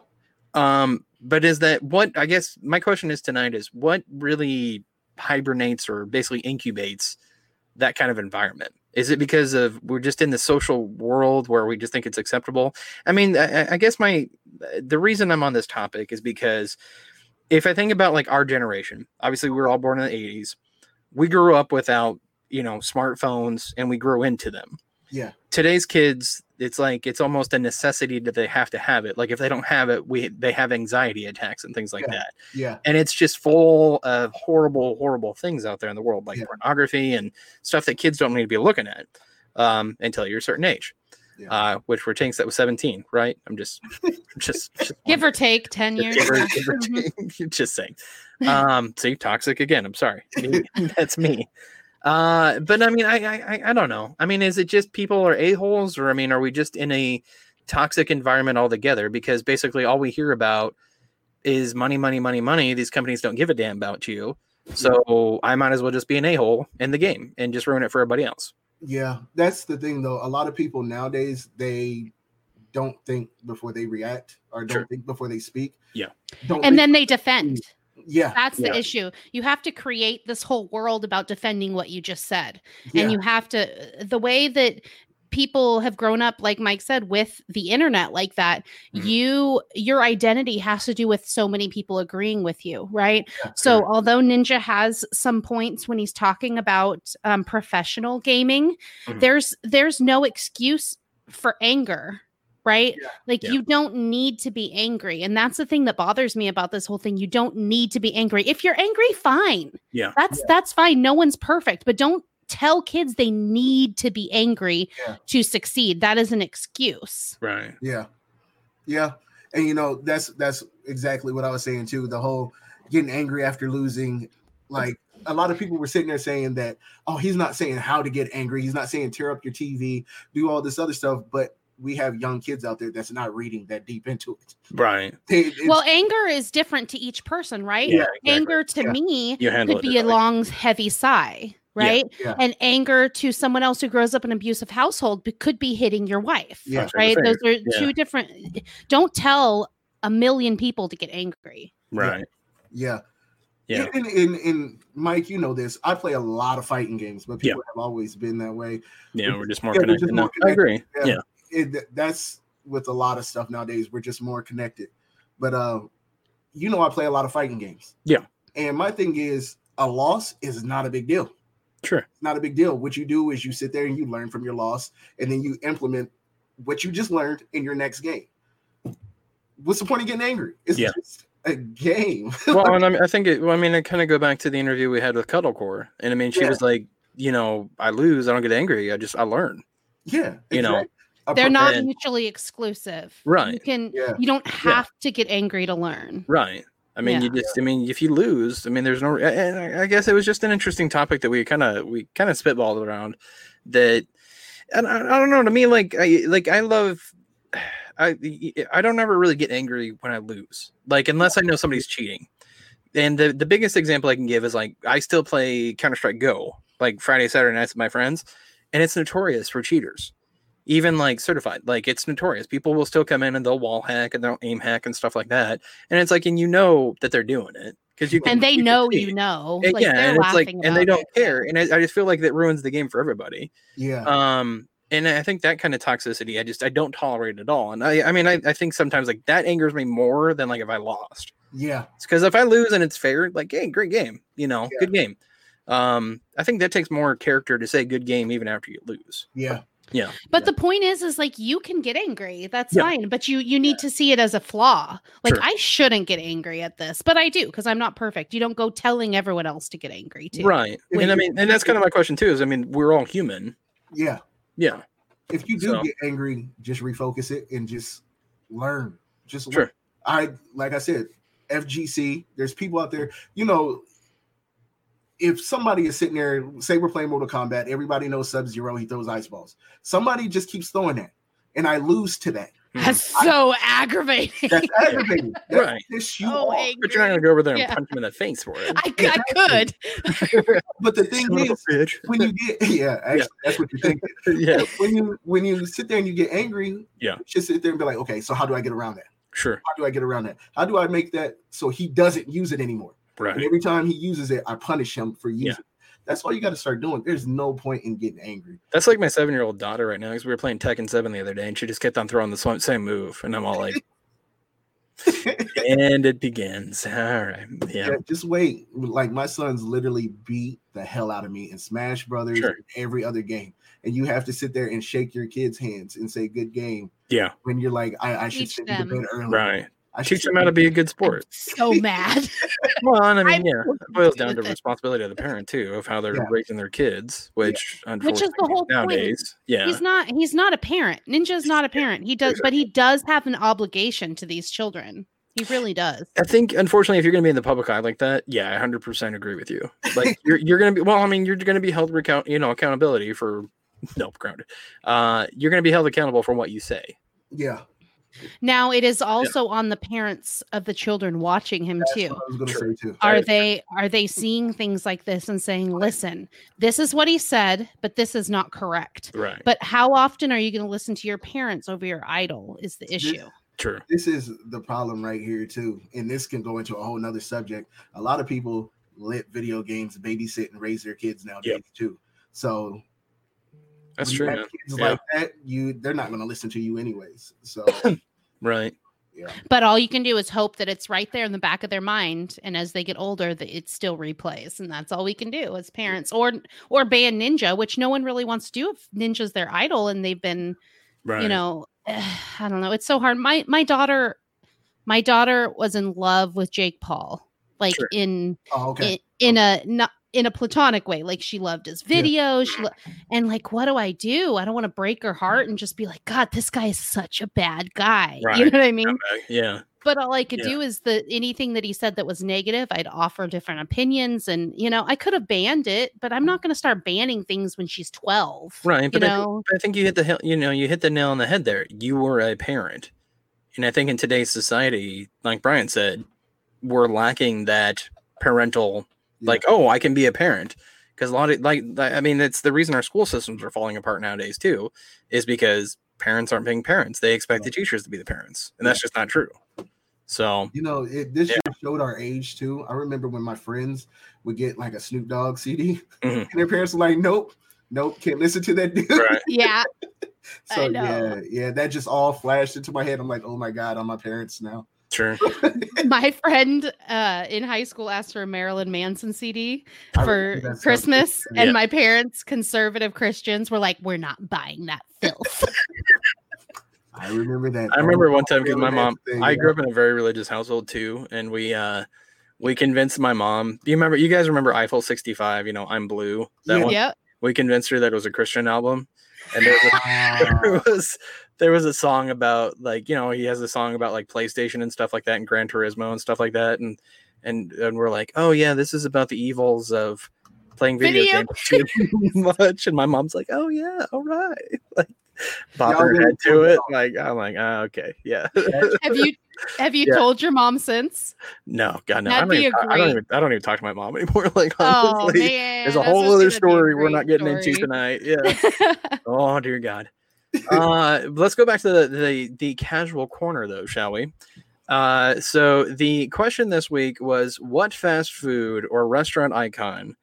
Speaker 1: Um, but is that what I guess my question is tonight is what really hibernates or basically incubates that kind of environment? Is it because of we're just in the social world where we just think it's acceptable? I mean, I, I- I guess my the reason I'm on this topic is because if I think about like our generation, obviously we were all born in the 80s. We grew up without, you know, smartphones and we grew into them
Speaker 3: Yeah.
Speaker 1: today's kids it's like it's almost a necessity that they have to have it like if they don't have it we they have anxiety attacks and things like
Speaker 3: Yeah.
Speaker 1: that
Speaker 3: Yeah.
Speaker 1: and it's just full of horrible horrible things out there in the world like
Speaker 3: Yeah.
Speaker 1: pornography and stuff that kids don't need to be looking at um, until you're a certain age
Speaker 3: Yeah.
Speaker 1: uh, which for tanks that was 17 right i'm just just, just
Speaker 2: Give or take ten years.
Speaker 1: just,
Speaker 2: Mhm.
Speaker 1: just saying um see toxic again i'm sorry Me. that's me uh but i mean I, I I- i don't know i mean is it just people are a-holes or i mean are we just in a toxic environment altogether because basically all we hear about is money money money money these companies don't give a damn about you so i might as well just be an a-hole in the game and just ruin it for everybody else
Speaker 3: Yeah, that's the thing though. A lot of people nowadays they don't think before they react or don't
Speaker 1: Sure.
Speaker 3: think before they speak.
Speaker 1: Yeah.
Speaker 2: and
Speaker 3: Don't think-
Speaker 2: then they defend.
Speaker 3: yeah,
Speaker 2: That's the
Speaker 1: Yeah.
Speaker 2: issue. You have to create this whole world about defending what you just said.
Speaker 3: yeah,
Speaker 2: and you have to the way that people have grown up like mike said with the internet like that
Speaker 3: Mm-hmm.
Speaker 1: Mhm.
Speaker 2: you your identity has to do with so many people agreeing with you right
Speaker 3: yeah,
Speaker 2: so although ninja has some points when he's talking about um, professional gaming
Speaker 3: Mm-hmm.
Speaker 1: Mhm.
Speaker 2: there's there's no excuse for anger right
Speaker 3: Yeah.
Speaker 2: like
Speaker 1: Yeah.
Speaker 2: you don't need to be angry and that's the thing that bothers me about this whole thing you don't need to be angry if you're angry fine
Speaker 1: Yeah.
Speaker 2: that's that's fine no one's perfect but don't tell kids they need to be angry
Speaker 3: Yeah.
Speaker 2: to succeed that is an excuse
Speaker 1: right
Speaker 3: yeah, yeah. And you know that's that's exactly what I was saying too. The whole getting angry after losing, like a lot of people were sitting there saying that, oh, he's not saying how to get angry. He's not saying tear up your TV, do all this other stuff. But we have young kids out there that's not reading that deep into it.
Speaker 1: right
Speaker 3: They- it's-
Speaker 2: well anger is different to each person right
Speaker 3: Yeah,
Speaker 2: anger to
Speaker 3: Yeah.
Speaker 2: me
Speaker 1: you handle
Speaker 2: could
Speaker 1: it
Speaker 2: be a
Speaker 1: differently.
Speaker 2: long heavy sigh right
Speaker 3: yeah.
Speaker 2: and anger to someone else who grows up in an abusive household but could be hitting your wife
Speaker 3: yeah,
Speaker 2: right
Speaker 1: Sure.
Speaker 2: those are
Speaker 1: Yeah.
Speaker 2: two different don't tell a million people to get angry
Speaker 1: right
Speaker 3: yeah.
Speaker 1: yeah
Speaker 3: And, and, and Mike, you know this. I play a lot of fighting games, but people have always been that way.
Speaker 1: yeah we're just more
Speaker 3: Yeah, we're just
Speaker 1: connected
Speaker 3: more
Speaker 1: now. i agree
Speaker 3: Yeah.
Speaker 1: yeah
Speaker 3: It, that's with a lot of stuff nowadays. We're just more connected. But uh, you know, I play a lot of fighting games.
Speaker 1: Yeah.
Speaker 3: And my thing is, a loss is not a big deal.
Speaker 1: sure
Speaker 3: It's not a big deal. What you do is you sit there and you learn from your loss, and then you implement what you just learned in your next game. What's the point of getting angry? It's
Speaker 1: Yeah.
Speaker 3: just a game.
Speaker 1: well, and I, mean, I think it. Well, I mean, I kind of go back to the interview we had with Cuddlecore, and I mean, she
Speaker 3: Yeah.
Speaker 1: was like, you know, I lose, I don't get angry, I just I learn.
Speaker 3: yeah.
Speaker 1: You know,
Speaker 3: exact- a
Speaker 2: they're not
Speaker 1: And-
Speaker 2: mutually exclusive you
Speaker 1: Right.
Speaker 2: can
Speaker 3: Yeah.
Speaker 2: you don't have to get angry to learn
Speaker 1: Right. I mean, you just. I mean, if you lose, I mean, there's no. And I I guess it was just an interesting topic that we kind of we kind of spitballed around. That, and I, I don't know. To me, like I like I love. I I don't ever really get angry when I lose, like unless I know somebody's cheating. And the, the biggest example I can give is like I still play Counter Strike Go, like Friday Saturday nights with my friends, and it's notorious for cheaters, even like certified. Like it's notorious. People will still come in and they'll wall hack and they'll aim hack and stuff like that. And it's like, and you know that they're doing it because you can,
Speaker 2: and they
Speaker 1: can
Speaker 2: know you
Speaker 1: see.
Speaker 2: know
Speaker 1: And yeah,
Speaker 2: they're
Speaker 1: and it's like,
Speaker 2: laughing
Speaker 1: and they
Speaker 2: about
Speaker 1: don't
Speaker 2: it.
Speaker 1: care, and I, I just feel like that ruins the game for everybody.
Speaker 3: Yeah.
Speaker 1: Um, and I think that kind of toxicity, I just I don't tolerate at all. And I, I mean, I, I think sometimes like that angers me more than like if I lost
Speaker 3: yeah.
Speaker 1: because if I lose and it's fair, like, hey, great game, you know,
Speaker 3: Yeah.
Speaker 1: good game. Um, I think that takes more character to say good game even after you lose.
Speaker 3: Yeah.
Speaker 2: But
Speaker 3: Yeah.
Speaker 2: the point is, is like you can get angry. That's
Speaker 1: Yeah.
Speaker 2: fine. But you you need to see it as a flaw. Like
Speaker 1: Sure.
Speaker 2: I shouldn't get angry at this, but I do because I'm not perfect. You don't go telling everyone else to get angry too.
Speaker 1: Right.
Speaker 3: If
Speaker 1: and I
Speaker 3: you-
Speaker 1: mean, and that's kind of my question too is I mean, we're all human.
Speaker 3: Yeah.
Speaker 1: Yeah.
Speaker 3: If you do
Speaker 1: So-
Speaker 3: get angry, just refocus it and just learn. Just learn.
Speaker 1: Sure.
Speaker 3: I like I said, FGC. There's people out there, you know. If somebody is sitting there, say we're playing Mortal Kombat, everybody knows Sub Zero, he throws ice balls. Somebody just keeps throwing that, and I lose to that.
Speaker 1: Mm-hmm.
Speaker 2: That's so aggravating.
Speaker 3: That's aggravating. That
Speaker 1: Right.
Speaker 3: piss you
Speaker 2: so
Speaker 3: off.
Speaker 2: angry.
Speaker 1: But you're not gonna go over there and
Speaker 2: Yeah.
Speaker 1: punch him in the face for it.
Speaker 2: I, c- I could.
Speaker 3: But the thing
Speaker 1: Son of a
Speaker 3: is,
Speaker 1: bitch.
Speaker 3: when you get yeah, actually, that's what you think.
Speaker 1: yeah,
Speaker 3: When you when you sit there and you get angry,
Speaker 1: Yeah.
Speaker 3: you should sit there and be like, okay, so how do I get around that?
Speaker 1: sure.
Speaker 3: how do I get around that? How do I make that so he doesn't use it anymore? And
Speaker 1: Right.
Speaker 3: every time he uses it, I punish him for using
Speaker 1: Yeah.
Speaker 3: it. That's all you got to start doing. There's no point in getting angry.
Speaker 1: That's like my seven year old daughter right now because we were playing Tekken 7 the other day and she just kept on throwing the same same move. And I'm all like, and it begins. All right. Yeah.
Speaker 3: Yeah, Just wait. Like my sons literally beat the hell out of me in Smash Brothers
Speaker 1: Sure.
Speaker 3: and every other game. And you have to sit there and shake your kids' hands and say good game
Speaker 1: Yeah.
Speaker 3: when you're like, I, I should
Speaker 2: Teach
Speaker 3: send
Speaker 2: them.
Speaker 3: you to bed early.
Speaker 1: Right.
Speaker 3: I should
Speaker 1: Teach them
Speaker 3: send
Speaker 1: how
Speaker 3: you
Speaker 1: to be a good sport.
Speaker 2: so mad.
Speaker 1: Well, and I mean,
Speaker 2: I'm
Speaker 1: yeah,
Speaker 2: totally
Speaker 1: it boils
Speaker 2: agree
Speaker 1: down to
Speaker 2: with it.
Speaker 1: responsibility of the parent too, of how they're
Speaker 3: Yeah.
Speaker 1: raising their kids, which
Speaker 2: Which is
Speaker 1: unfortunately
Speaker 2: the whole point.
Speaker 1: nowadays, yeah,
Speaker 2: He's not he's not a parent. Ninja's not a parent. He does but he does have an obligation to these children. He really does.
Speaker 1: I think, unfortunately, if you're going to be in the public eye like that, yeah, I hundred percent agree with you. Like you're you're going to be well. I mean, you're going to be held recount, you know, accountability for no grounded. Uh, you're going to be held accountable for what you say.
Speaker 3: Yeah.
Speaker 2: Now it is also on the parents of the children watching him
Speaker 3: That's
Speaker 2: too.
Speaker 3: what I was gonna say too.
Speaker 2: Are
Speaker 1: Right.
Speaker 2: they are they seeing things like this and saying, "Listen, this is what he said, but this is not correct."
Speaker 1: Right.
Speaker 2: But how often are you going to listen to your parents over your idol is the issue.
Speaker 1: True.
Speaker 3: This is the problem right here too, and this can go into a whole nother subject. A lot of people let video games babysit and raise their kids nowadays too. So
Speaker 1: That's
Speaker 3: when you
Speaker 1: true.
Speaker 3: have
Speaker 1: man.
Speaker 3: Kids
Speaker 1: Yeah.
Speaker 3: like that, you they're not going to listen to you anyways. So
Speaker 1: Right.
Speaker 3: yeah,
Speaker 2: But all you can do is hope that it's right there in the back of their mind and as they get older that it still replays and that's all we can do as parents or or ban Ninja, which no one really wants to do if Ninja's their idol and they've been
Speaker 1: Right.
Speaker 2: you know i don't know it's so hard my my daughter my daughter was in love with jake paul like
Speaker 1: Sure.
Speaker 2: in,
Speaker 3: oh, okay.
Speaker 2: in in a not in a platonic way like she loved his
Speaker 3: Yeah.
Speaker 2: videos she lo- and like what do i do i don't want to break her heart and just be like god this guy is such a bad guy you know
Speaker 1: Right.
Speaker 2: what i mean
Speaker 1: Yeah.
Speaker 2: but all i could
Speaker 1: Yeah.
Speaker 2: do is the anything that he said that was negative i'd offer different opinions and you know i could have banned it but i'm not going to start banning things when she's 12
Speaker 1: Mm. Right.
Speaker 2: you
Speaker 1: But I think-
Speaker 2: know
Speaker 1: I think you hit the hel- you know you hit the nail on the head there. You were a parent, and I think in today's society, like Brian said, we're lacking that parental
Speaker 3: Yeah.
Speaker 1: like oh I can be a parent because a lot of like like- I mean it's the reason our school systems are falling apart nowadays too is because parents aren't being parents. They expect the teachers to be the parents, and that's just not true. So
Speaker 3: You know, it, this
Speaker 1: Yeah.
Speaker 3: just showed our age too. I remember when my friends would get like a Snoop Dogg CD,
Speaker 1: Mhm.
Speaker 3: and their parents were like, "Nope, nope, can't listen to that dude."
Speaker 2: yeah I
Speaker 3: So yeah,
Speaker 2: know.
Speaker 3: yeah, that just all flashed into my head. I'm like, "Oh my god, I'm my parents now."
Speaker 1: sure,
Speaker 2: my friend uh, in high school asked for a Marilyn Manson CD
Speaker 1: Oh,
Speaker 3: I
Speaker 2: for
Speaker 3: remember that sound.
Speaker 2: Christmas,
Speaker 1: Yeah.
Speaker 2: and my parents, conservative Christians, were like, "We're not buying that filth."
Speaker 3: I remember that.
Speaker 1: I remember one time because my
Speaker 3: Marilyn
Speaker 1: mom.
Speaker 3: Manson thing,
Speaker 1: I
Speaker 3: yeah.
Speaker 1: grew up in a very religious household too, and we uh we convinced my mom. Do you remember? You guys remember Eiffel sixty five? You know, I'm blue. That
Speaker 3: Yeah.
Speaker 1: one.
Speaker 2: yep.
Speaker 1: We convinced her that it was a Christian album, and there was, a, there
Speaker 3: Wow.
Speaker 1: was there was a song about like you know he has a song about like PlayStation and stuff like that, and Gran Turismo and stuff like that, and and and we're like, oh yeah, this is about the evils of playing video,
Speaker 2: Video
Speaker 1: games too much, and my mom's like, oh yeah, all right, like bop
Speaker 3: Y'all
Speaker 1: her
Speaker 3: really
Speaker 1: head to
Speaker 3: pulled it
Speaker 1: it, like I'm like, ah, okay, yeah.
Speaker 2: Have you have you
Speaker 1: Yeah.
Speaker 2: told your mom since?
Speaker 1: No, God, no. I
Speaker 2: That'd
Speaker 1: don't,
Speaker 2: be
Speaker 1: even,
Speaker 2: a
Speaker 1: I don't
Speaker 2: great-
Speaker 1: even. I don't even talk to my mom anymore. Like
Speaker 2: Oh
Speaker 1: honestly,
Speaker 2: man,
Speaker 1: there's a
Speaker 2: that's
Speaker 1: whole other
Speaker 2: just gonna be a
Speaker 1: story we're not
Speaker 2: great
Speaker 1: getting into
Speaker 2: story.
Speaker 1: tonight. Yeah. oh dear God. Uh, let's go back to the, the the casual corner though, shall we? Uh, so the question this week was: What fast food or restaurant icon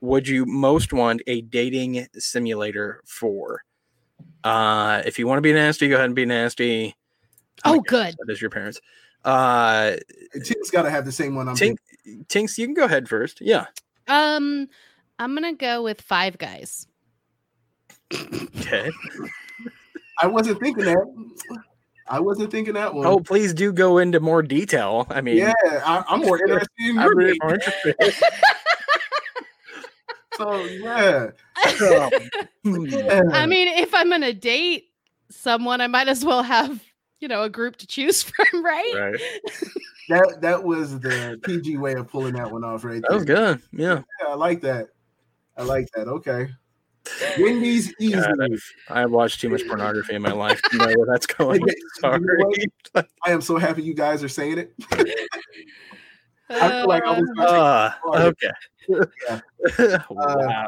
Speaker 1: would you most want a dating simulator for? Uh, if you want to be nasty, go ahead and be nasty.
Speaker 2: Oh,
Speaker 1: my God,
Speaker 2: good.
Speaker 1: That is your parents. Uh,
Speaker 3: Tink's got to have the same one. I'm
Speaker 1: Tink, Tinks, you can go ahead first. Yeah.
Speaker 2: um, I'm gonna go with Five Guys.
Speaker 1: Okay.
Speaker 3: I wasn't thinking that. I wasn't thinking that one.
Speaker 1: Oh, please do go into more detail. I mean,
Speaker 3: yeah, I, I'm more interested in
Speaker 1: I'm
Speaker 3: your
Speaker 1: really
Speaker 3: date.
Speaker 1: more interested.
Speaker 3: So yeah,
Speaker 1: Hmm.
Speaker 3: yeah.
Speaker 2: I mean, if I'm gonna date someone, I might as well have you know a group to choose from, right?
Speaker 1: Hmm. right.
Speaker 3: that that was the PG way of pulling that one off, right?
Speaker 1: That
Speaker 3: there.
Speaker 1: was good. Yeah.
Speaker 3: Yeah, I like that. I like that. Okay. Wendy's easy.
Speaker 1: God, I've, I've watched too much pornography in my life to know where that's going.
Speaker 3: You know
Speaker 1: Sorry.
Speaker 3: what? I am so happy you guys are saying it. I feel like I was
Speaker 1: Uh, okay.
Speaker 3: Yeah.
Speaker 1: wow.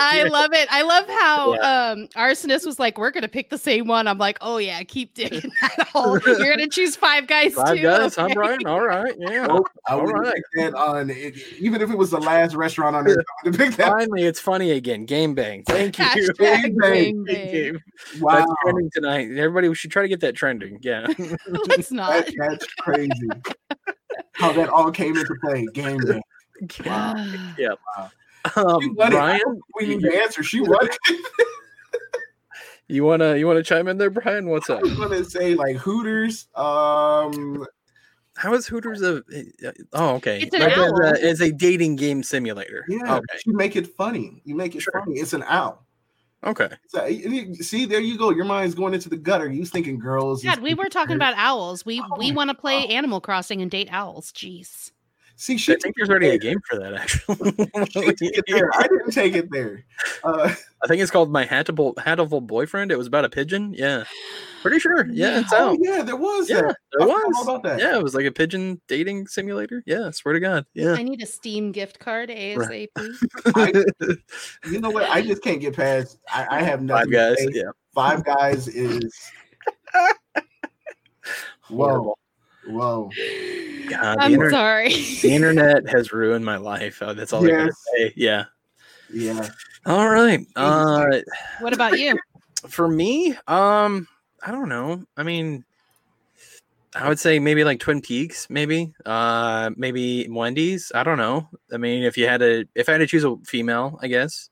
Speaker 2: I love it. I love how um Arsonist was like, "We're gonna pick the same one." I'm like, "Oh yeah, keep digging that hole. You're gonna choose five guys
Speaker 1: Five
Speaker 2: too."
Speaker 1: guys. I'm
Speaker 2: okay?"
Speaker 1: Brian. All right. Yeah.
Speaker 3: Oh, I
Speaker 1: Uh, All
Speaker 3: would
Speaker 1: right.
Speaker 3: pick that on it, even if it was the last restaurant on earth. I would pick that.
Speaker 1: Finally, it's funny again. Game bang. Thank you.
Speaker 2: Hashtag
Speaker 3: Bang,
Speaker 2: bang,
Speaker 3: bang,
Speaker 1: Thank
Speaker 2: bang.
Speaker 1: you.
Speaker 3: Wow,
Speaker 1: That's trending tonight. Everybody, we should try to get that trending. Yeah.
Speaker 2: No, it's not.
Speaker 3: that- that's crazy. How that all came into play. Game day.
Speaker 1: Um,
Speaker 3: won it.
Speaker 1: Brian,
Speaker 3: We need to answer. She was
Speaker 1: you wanna you wanna chime in there, Brian? What's
Speaker 3: I
Speaker 1: up?
Speaker 3: was gonna say like Hooters. Um,
Speaker 1: How is Hooters a? Oh, okay.
Speaker 2: It's an
Speaker 1: Like, as
Speaker 2: owl.
Speaker 1: a- as a dating game simulator.
Speaker 3: yeah,
Speaker 1: Okay.
Speaker 3: but you make it funny. You make it
Speaker 1: Sure.
Speaker 3: funny. It's an owl.
Speaker 1: Okay.
Speaker 3: So, you- you- see, there you go. Your mind's going into the gutter. You was thinking girls. is-
Speaker 2: God, we were talking about owls. We
Speaker 3: Oh
Speaker 2: we
Speaker 3: my
Speaker 2: want to play Animal Crossing and date owls. Jeez.
Speaker 3: See,
Speaker 1: I
Speaker 3: she
Speaker 1: think there's already a game for that, actually.
Speaker 3: she took it there. I didn't take it there. Uh,
Speaker 1: I think it's called My Hattable, Hattable Boyfriend. It was about a pigeon. Yeah. Pretty sure. Yeah, it's
Speaker 3: oh
Speaker 1: out.
Speaker 3: yeah, there was
Speaker 1: Yeah,
Speaker 3: that. I
Speaker 1: It
Speaker 3: forgot all
Speaker 1: was.
Speaker 3: about that.
Speaker 1: Yeah, it was like a pigeon dating simulator. Yeah, swear to God. Yeah.
Speaker 2: I need a Steam gift card ASAP.
Speaker 3: You know what? I just can't get past. I, I have nothing.
Speaker 1: Five
Speaker 3: to
Speaker 1: guys.
Speaker 3: say.
Speaker 1: Yeah.
Speaker 3: Five guys is whoa,
Speaker 1: Horrible.
Speaker 3: whoa.
Speaker 1: God, the,
Speaker 2: I'm
Speaker 1: inter-
Speaker 2: sorry.
Speaker 1: the internet has ruined my life. Uh, that's all I gotta
Speaker 3: Yes.
Speaker 1: say. Yeah.
Speaker 3: Yeah,
Speaker 1: All right. Uh,
Speaker 2: what about you?
Speaker 1: for me, um, I don't know. I mean, I would say maybe like Twin Peaks, maybe, uh, maybe Wendy's. I don't know. I mean, if you had to, if I had to choose a female, I guess.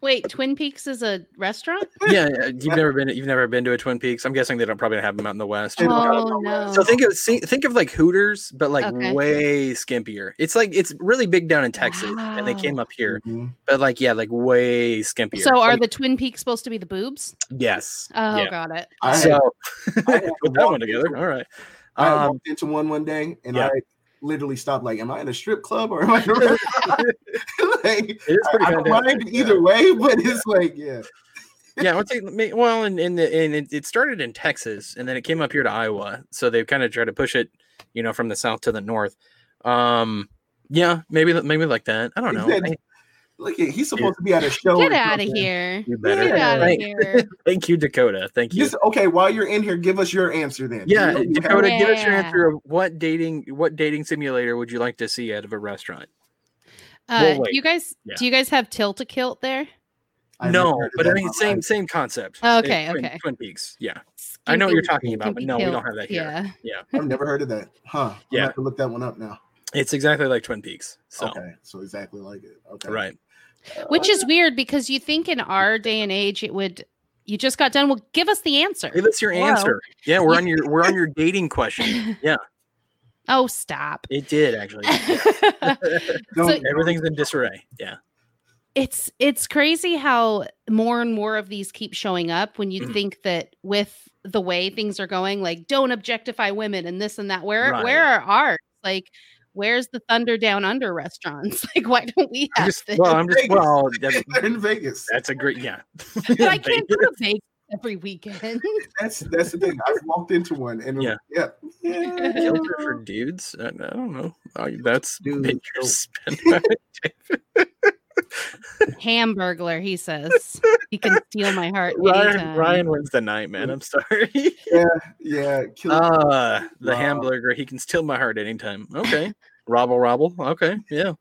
Speaker 2: Wait, Twin Peaks is a restaurant?
Speaker 3: Hmm.
Speaker 1: Yeah, yeah, you've never been, you've never been to a Twin Peaks. I'm guessing they don't probably have them out in the West.
Speaker 3: They don't have
Speaker 2: Oh
Speaker 3: no
Speaker 2: no.
Speaker 3: restaurant.
Speaker 1: So think of see- think of like Hooters, but like
Speaker 2: Okay.
Speaker 1: way skimpier. It's like it's really big down in Texas, and they came
Speaker 2: Wow.
Speaker 1: up here,
Speaker 3: Mhm.
Speaker 1: but like yeah, like way skimpier.
Speaker 2: So are
Speaker 1: Like,
Speaker 2: the Twin Peaks supposed to be the boobs?
Speaker 1: yes,
Speaker 2: Oh,
Speaker 1: yeah.
Speaker 2: got it.
Speaker 3: I had-
Speaker 1: So
Speaker 3: I had
Speaker 1: put that one
Speaker 3: walked into
Speaker 1: together. All right.
Speaker 3: I had
Speaker 1: Um,
Speaker 3: walked into one one day and
Speaker 1: yeah.
Speaker 3: I literally stopped. Like, am I in a strip club or am I in a restaurant? like,
Speaker 1: it is pretty
Speaker 3: I don't
Speaker 1: fantastic.
Speaker 3: mind either way, but it's like, yeah,
Speaker 1: yeah, I would say, ma- well, and in the and it, it started in Texas, and then it came up here to Iowa. So they kind of tried to push it, you know, from the south to the north. Um, yeah, maybe maybe like that. I don't know.
Speaker 3: Is that-
Speaker 1: Hey,
Speaker 3: look at he's supposed to be at a show.
Speaker 2: Get
Speaker 3: or
Speaker 2: out of
Speaker 3: something.
Speaker 2: here.
Speaker 1: Oh, You better.
Speaker 2: Get out of
Speaker 1: Right.
Speaker 2: here.
Speaker 1: Thank you, Dakota. Thank you.
Speaker 3: Just, okay, while you're in here, give us your answer then. You
Speaker 1: yeah,
Speaker 3: know you
Speaker 1: Dakota,
Speaker 2: have-
Speaker 1: give us your
Speaker 2: Yeah.
Speaker 1: answer of what dating what dating simulator would you like to see out of a restaurant?
Speaker 2: Uh,
Speaker 1: wait.
Speaker 2: do you guys
Speaker 1: Yeah.
Speaker 2: do you guys have tilt a kilt there?
Speaker 3: I've
Speaker 1: no,
Speaker 3: never heard of
Speaker 1: but
Speaker 3: that
Speaker 1: I
Speaker 3: in
Speaker 1: mean
Speaker 3: my
Speaker 1: same
Speaker 3: life.
Speaker 1: same concept.
Speaker 2: Oh,
Speaker 1: It-
Speaker 2: okay,
Speaker 1: Twin-
Speaker 2: okay.
Speaker 1: Twin Peaks. Yeah. I know what
Speaker 2: Skimpy-
Speaker 1: you're talking about, but
Speaker 2: skimpy
Speaker 1: no, we don't
Speaker 2: kilt.
Speaker 1: have that here.
Speaker 2: Yeah.
Speaker 3: I've never heard of that. Huh. I'm
Speaker 1: Yeah.
Speaker 3: gonna have to look that one up now.
Speaker 1: It's exactly like Twin Peaks. So
Speaker 3: Okay. So exactly like it. Okay. Uh,
Speaker 1: right.
Speaker 2: Which is weird because you think in our day and age it would you just got done. Well, give us the answer.
Speaker 1: Hey, that's your
Speaker 2: Hello?
Speaker 1: answer. Yeah, we're on your we're on your dating question. Yeah.
Speaker 2: oh, stop.
Speaker 1: It did actually.
Speaker 3: Don't-
Speaker 1: Everything's in disarray. Yeah.
Speaker 2: it's it's crazy how more and more of these keep showing up when you
Speaker 1: Mhm.
Speaker 2: think that with the way things are going like don't objectify women and this and that where
Speaker 1: Right.
Speaker 2: where are ours like where's the thunder down under restaurants like why don't we
Speaker 1: I'm
Speaker 2: have
Speaker 1: just,
Speaker 2: this
Speaker 1: well, I'm just
Speaker 3: Vegas.
Speaker 1: well. That's,
Speaker 3: They're in Vegas.
Speaker 1: that's a great yeah.
Speaker 2: but i can't go to vegas every weekend
Speaker 3: That's that's the thing. I've walked into one and
Speaker 1: Yeah.
Speaker 3: yeah. yeah.
Speaker 1: Filter for dudes. I, I don't know. Oh, that's
Speaker 3: Dude,
Speaker 1: been your
Speaker 3: oh.
Speaker 1: spin.
Speaker 2: hamburglar he says he can steal my heart
Speaker 1: Ryan,
Speaker 2: anytime.
Speaker 1: Ryan wins the night, man. I'm sorry.
Speaker 3: yeah. Kill
Speaker 1: Uh, the
Speaker 3: Rob.
Speaker 1: hamburger. He can steal my heart anytime. Okay. Robble, robble. Okay. Yeah.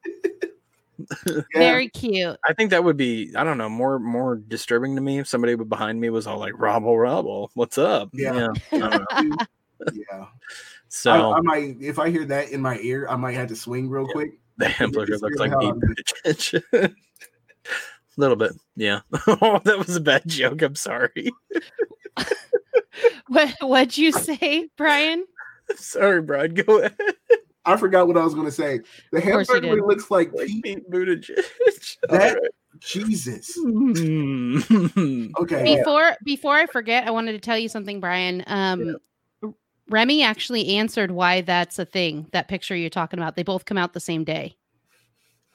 Speaker 3: yeah.
Speaker 2: very cute
Speaker 1: I think that would be, I don't know, more more disturbing to me if somebody behind me was all like, robble, robble. What's up?
Speaker 3: Yeah.
Speaker 1: I don't know.
Speaker 3: yeah.
Speaker 1: So
Speaker 3: I, I might if I hear that in my ear, I might have to swing real
Speaker 1: Yeah.
Speaker 3: quick.
Speaker 1: the hamburger
Speaker 3: just
Speaker 1: looks
Speaker 3: hear
Speaker 1: like
Speaker 3: how
Speaker 1: me.
Speaker 3: I'm-
Speaker 1: bitch. little bit. Yeah. oh, that was a bad joke. I'm sorry.
Speaker 2: what what'd you say brian
Speaker 1: I'm sorry, Brad. Go ahead.
Speaker 3: I forgot what I was gonna say. The
Speaker 2: course you
Speaker 3: hamburger
Speaker 2: did.
Speaker 3: looks like
Speaker 1: Like
Speaker 3: Pete.
Speaker 1: Pete Buttigieg. All
Speaker 3: That-
Speaker 1: right.
Speaker 3: Jesus.
Speaker 1: Hmm. Mm-hmm. Mm.
Speaker 3: Okay.
Speaker 2: before before I forget, I wanted to tell you something, Brian. Um, R- Remy actually answered why that's a thing. That picture you're talking about. They both come out the same day.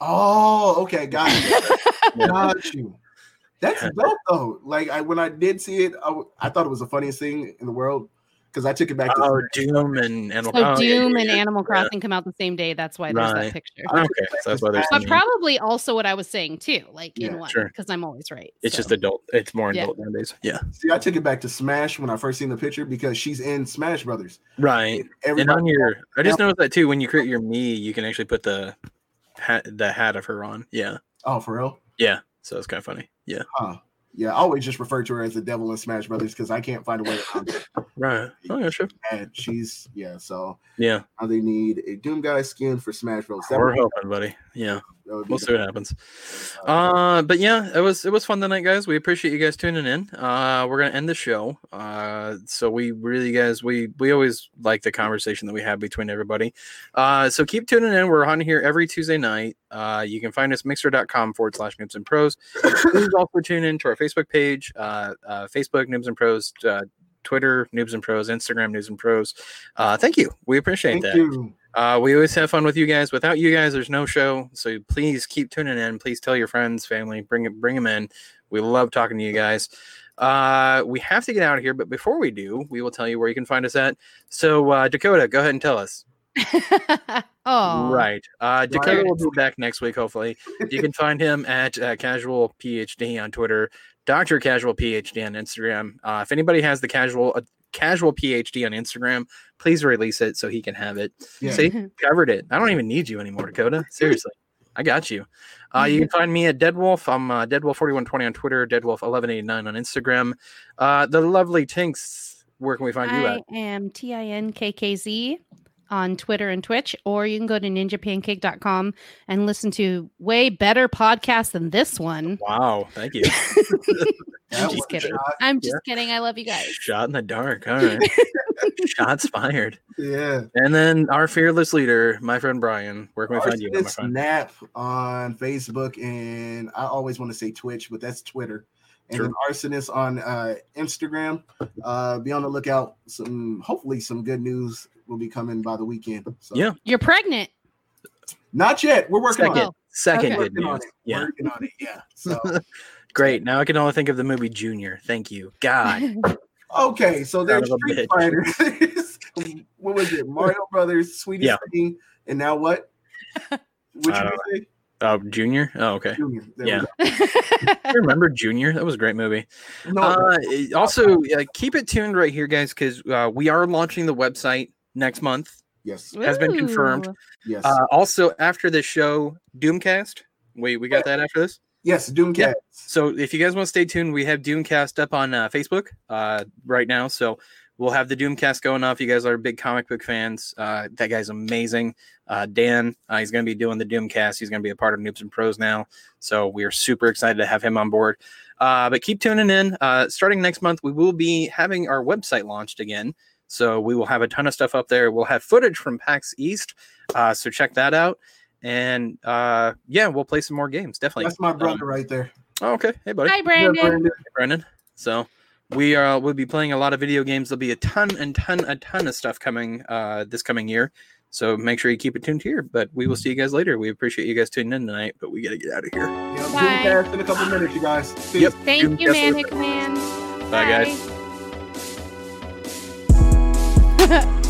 Speaker 3: Oh, okay, got you.
Speaker 1: Yeah.
Speaker 3: got you. That's
Speaker 1: Yeah.
Speaker 3: dope though. Like I when I did see it, I, w- I thought it was the funniest thing in the world because I took it back to
Speaker 1: Oh, Doom and Animal
Speaker 2: So
Speaker 1: oh, yeah, yeah,
Speaker 2: Doom
Speaker 1: yeah,
Speaker 2: and
Speaker 1: yeah.
Speaker 2: Animal Crossing come out the same day. That's why there's
Speaker 1: Right.
Speaker 2: that picture.
Speaker 3: I
Speaker 1: Okay,
Speaker 3: took it back
Speaker 1: so that's
Speaker 3: to
Speaker 1: why there's
Speaker 3: Smash.
Speaker 2: But
Speaker 1: Mhm.
Speaker 2: probably also what I was saying too, like
Speaker 3: Yeah,
Speaker 2: in one,
Speaker 1: sure.
Speaker 2: because I'm always right.
Speaker 1: It's
Speaker 2: so.
Speaker 1: just adult. It's more
Speaker 2: Yeah.
Speaker 1: adult nowadays. Yeah.
Speaker 3: See, I took it back to Smash when I first seen the picture because she's in Smash Brothers.
Speaker 1: Right. And
Speaker 3: Everybody,
Speaker 1: on your, I just noticed that too. When you create your me, you can actually put the hat, the hat of her on. Yeah.
Speaker 3: oh, for real?
Speaker 1: Yeah. So it's kind of funny. Yeah.
Speaker 3: Yeah, I always just refer to her as the devil in Smash Brothers because I can't find a way around it.
Speaker 1: Right. Oh, yeah, sure.
Speaker 3: And she's yeah. So
Speaker 1: Yeah.
Speaker 3: now they need a Doom guy skin for Smash Bros. That
Speaker 1: We're
Speaker 3: would,
Speaker 1: hoping, buddy. yeah.
Speaker 3: That would be
Speaker 1: We'll
Speaker 3: the-
Speaker 1: see what happens. Uh, but yeah, it was it was fun tonight, guys. We appreciate you guys tuning in. Uh, we're gonna end the show. Uh, so we really, guys, we we always like the conversation that we have between everybody. Uh, so keep tuning in. We're on here every Tuesday night. Uh, you can find us mixer.com forward slash noobs and pros. Please also tune in to our Facebook page, uh, uh, Facebook noobs and pros. Uh, Twitter, Noobs and Pros, Instagram, Noobs and Pros. Uh, thank you. We appreciate
Speaker 3: Thank
Speaker 1: that.
Speaker 3: you.
Speaker 1: Uh, we always have fun with you guys. Without you guys, there's no show. So please keep tuning in. Please tell your friends, family, bring it, bring them in. We love talking to you guys. Uh, we have to get out of here, but before we do, we will tell you where you can find us at. So uh, Dakota, go ahead and tell us.
Speaker 2: oh,
Speaker 1: Right. Uh, Dakota
Speaker 3: Right.
Speaker 1: will be back next week, hopefully. You can find him at uh, Casual PhD on Twitter, Doctor Casual PhD on Instagram. Uh, if anybody has the Casual uh, Casual PhD on Instagram, please release it so he can have it.
Speaker 3: Yeah.
Speaker 1: See, covered it. I don't even need you anymore, Dakota. Seriously. I got you. Uh, you can find me at Deadwolf. I'm uh, Deadwolf4120 on Twitter, Deadwolf1189 on Instagram. Uh, the lovely Tinks, where can we find you
Speaker 2: I
Speaker 1: at?
Speaker 2: am T I N K K Z on Twitter and Twitch, or you can go to ninjapancake.com and listen to way better podcasts than this one.
Speaker 1: Wow. Thank you.
Speaker 2: I'm
Speaker 3: That
Speaker 2: just
Speaker 3: was
Speaker 2: kidding.
Speaker 3: shot.
Speaker 2: I'm just kidding. I love you guys.
Speaker 1: Shot in the dark. All right. Shots fired.
Speaker 3: Yeah.
Speaker 1: And then our fearless leader, my friend Brian. Where can we find you, my
Speaker 3: Arson
Speaker 1: friend?
Speaker 3: Snap on Facebook and I always want to say Twitch, but that's Twitter. And then Arsonist on uh, Instagram. Uh, be on the lookout. Some hopefully some good news will be coming by the weekend. So
Speaker 1: Yeah.
Speaker 2: You're pregnant.
Speaker 3: not yet. We're working on
Speaker 1: Second,
Speaker 3: it.
Speaker 1: second
Speaker 2: Okay.
Speaker 1: good
Speaker 3: Working on
Speaker 1: news.
Speaker 3: it.
Speaker 1: Yeah,
Speaker 3: Working on it. Yeah. So
Speaker 1: great. Now I can only think of the movie Junior. Thank you, God.
Speaker 3: okay, so
Speaker 1: Son
Speaker 3: there's
Speaker 1: of a
Speaker 3: Street Fighters. what was it? Mario Brothers, Sweetest
Speaker 1: Yeah.
Speaker 3: Thing, and now what? Would
Speaker 1: I
Speaker 3: you
Speaker 1: don't
Speaker 3: say?
Speaker 1: Oh, Junior. Oh, okay.
Speaker 3: Junior. There we
Speaker 1: Yeah.
Speaker 3: go.
Speaker 1: I remember Junior. That was a great movie.
Speaker 3: No,
Speaker 1: Uh, also, uh, keep it tuned right here, guys, because uh, we are launching the website next month.
Speaker 3: yes,
Speaker 1: Has been confirmed.
Speaker 2: Ooh.
Speaker 3: yes,
Speaker 1: Uh, also, after this show, Doomcast. We we got that after this.
Speaker 3: yes, Doomcast.
Speaker 1: yeah. So if you guys want to stay tuned, we have Doomcast up on uh, Facebook uh, right now. So we'll have the Doomcast going off. You guys are big comic book fans. Uh, that guy's amazing. Uh, Dan, uh, he's going to be doing the Doomcast. He's going to be a part of Noobs and Pros now. So we are super excited to have him on board. Uh, but keep tuning in. Uh, starting next month, we will be having our website launched again. So we will have a ton of stuff up there. We'll have footage from PAX East. Uh, so check that out. And uh, yeah, we'll play some more games. Definitely.
Speaker 3: That's my brother right there.
Speaker 1: Oh, okay. Hey, buddy.
Speaker 2: Hi, Brandon.
Speaker 1: Brennan. So we are we'll be playing a lot of video games. There'll be a ton and ton a ton of stuff coming uh this coming year. So make sure you keep it tuned here. But we will see you guys later. We appreciate you guys tuning in tonight, but we gotta get out of here.
Speaker 3: Yeah,
Speaker 2: Bye.
Speaker 3: Doomcast in a couple minutes, you guys. Peace.
Speaker 1: Yep.
Speaker 2: Thank you,
Speaker 1: Yes, sir.
Speaker 2: Manic Man.
Speaker 1: Bye guys.
Speaker 2: Bye.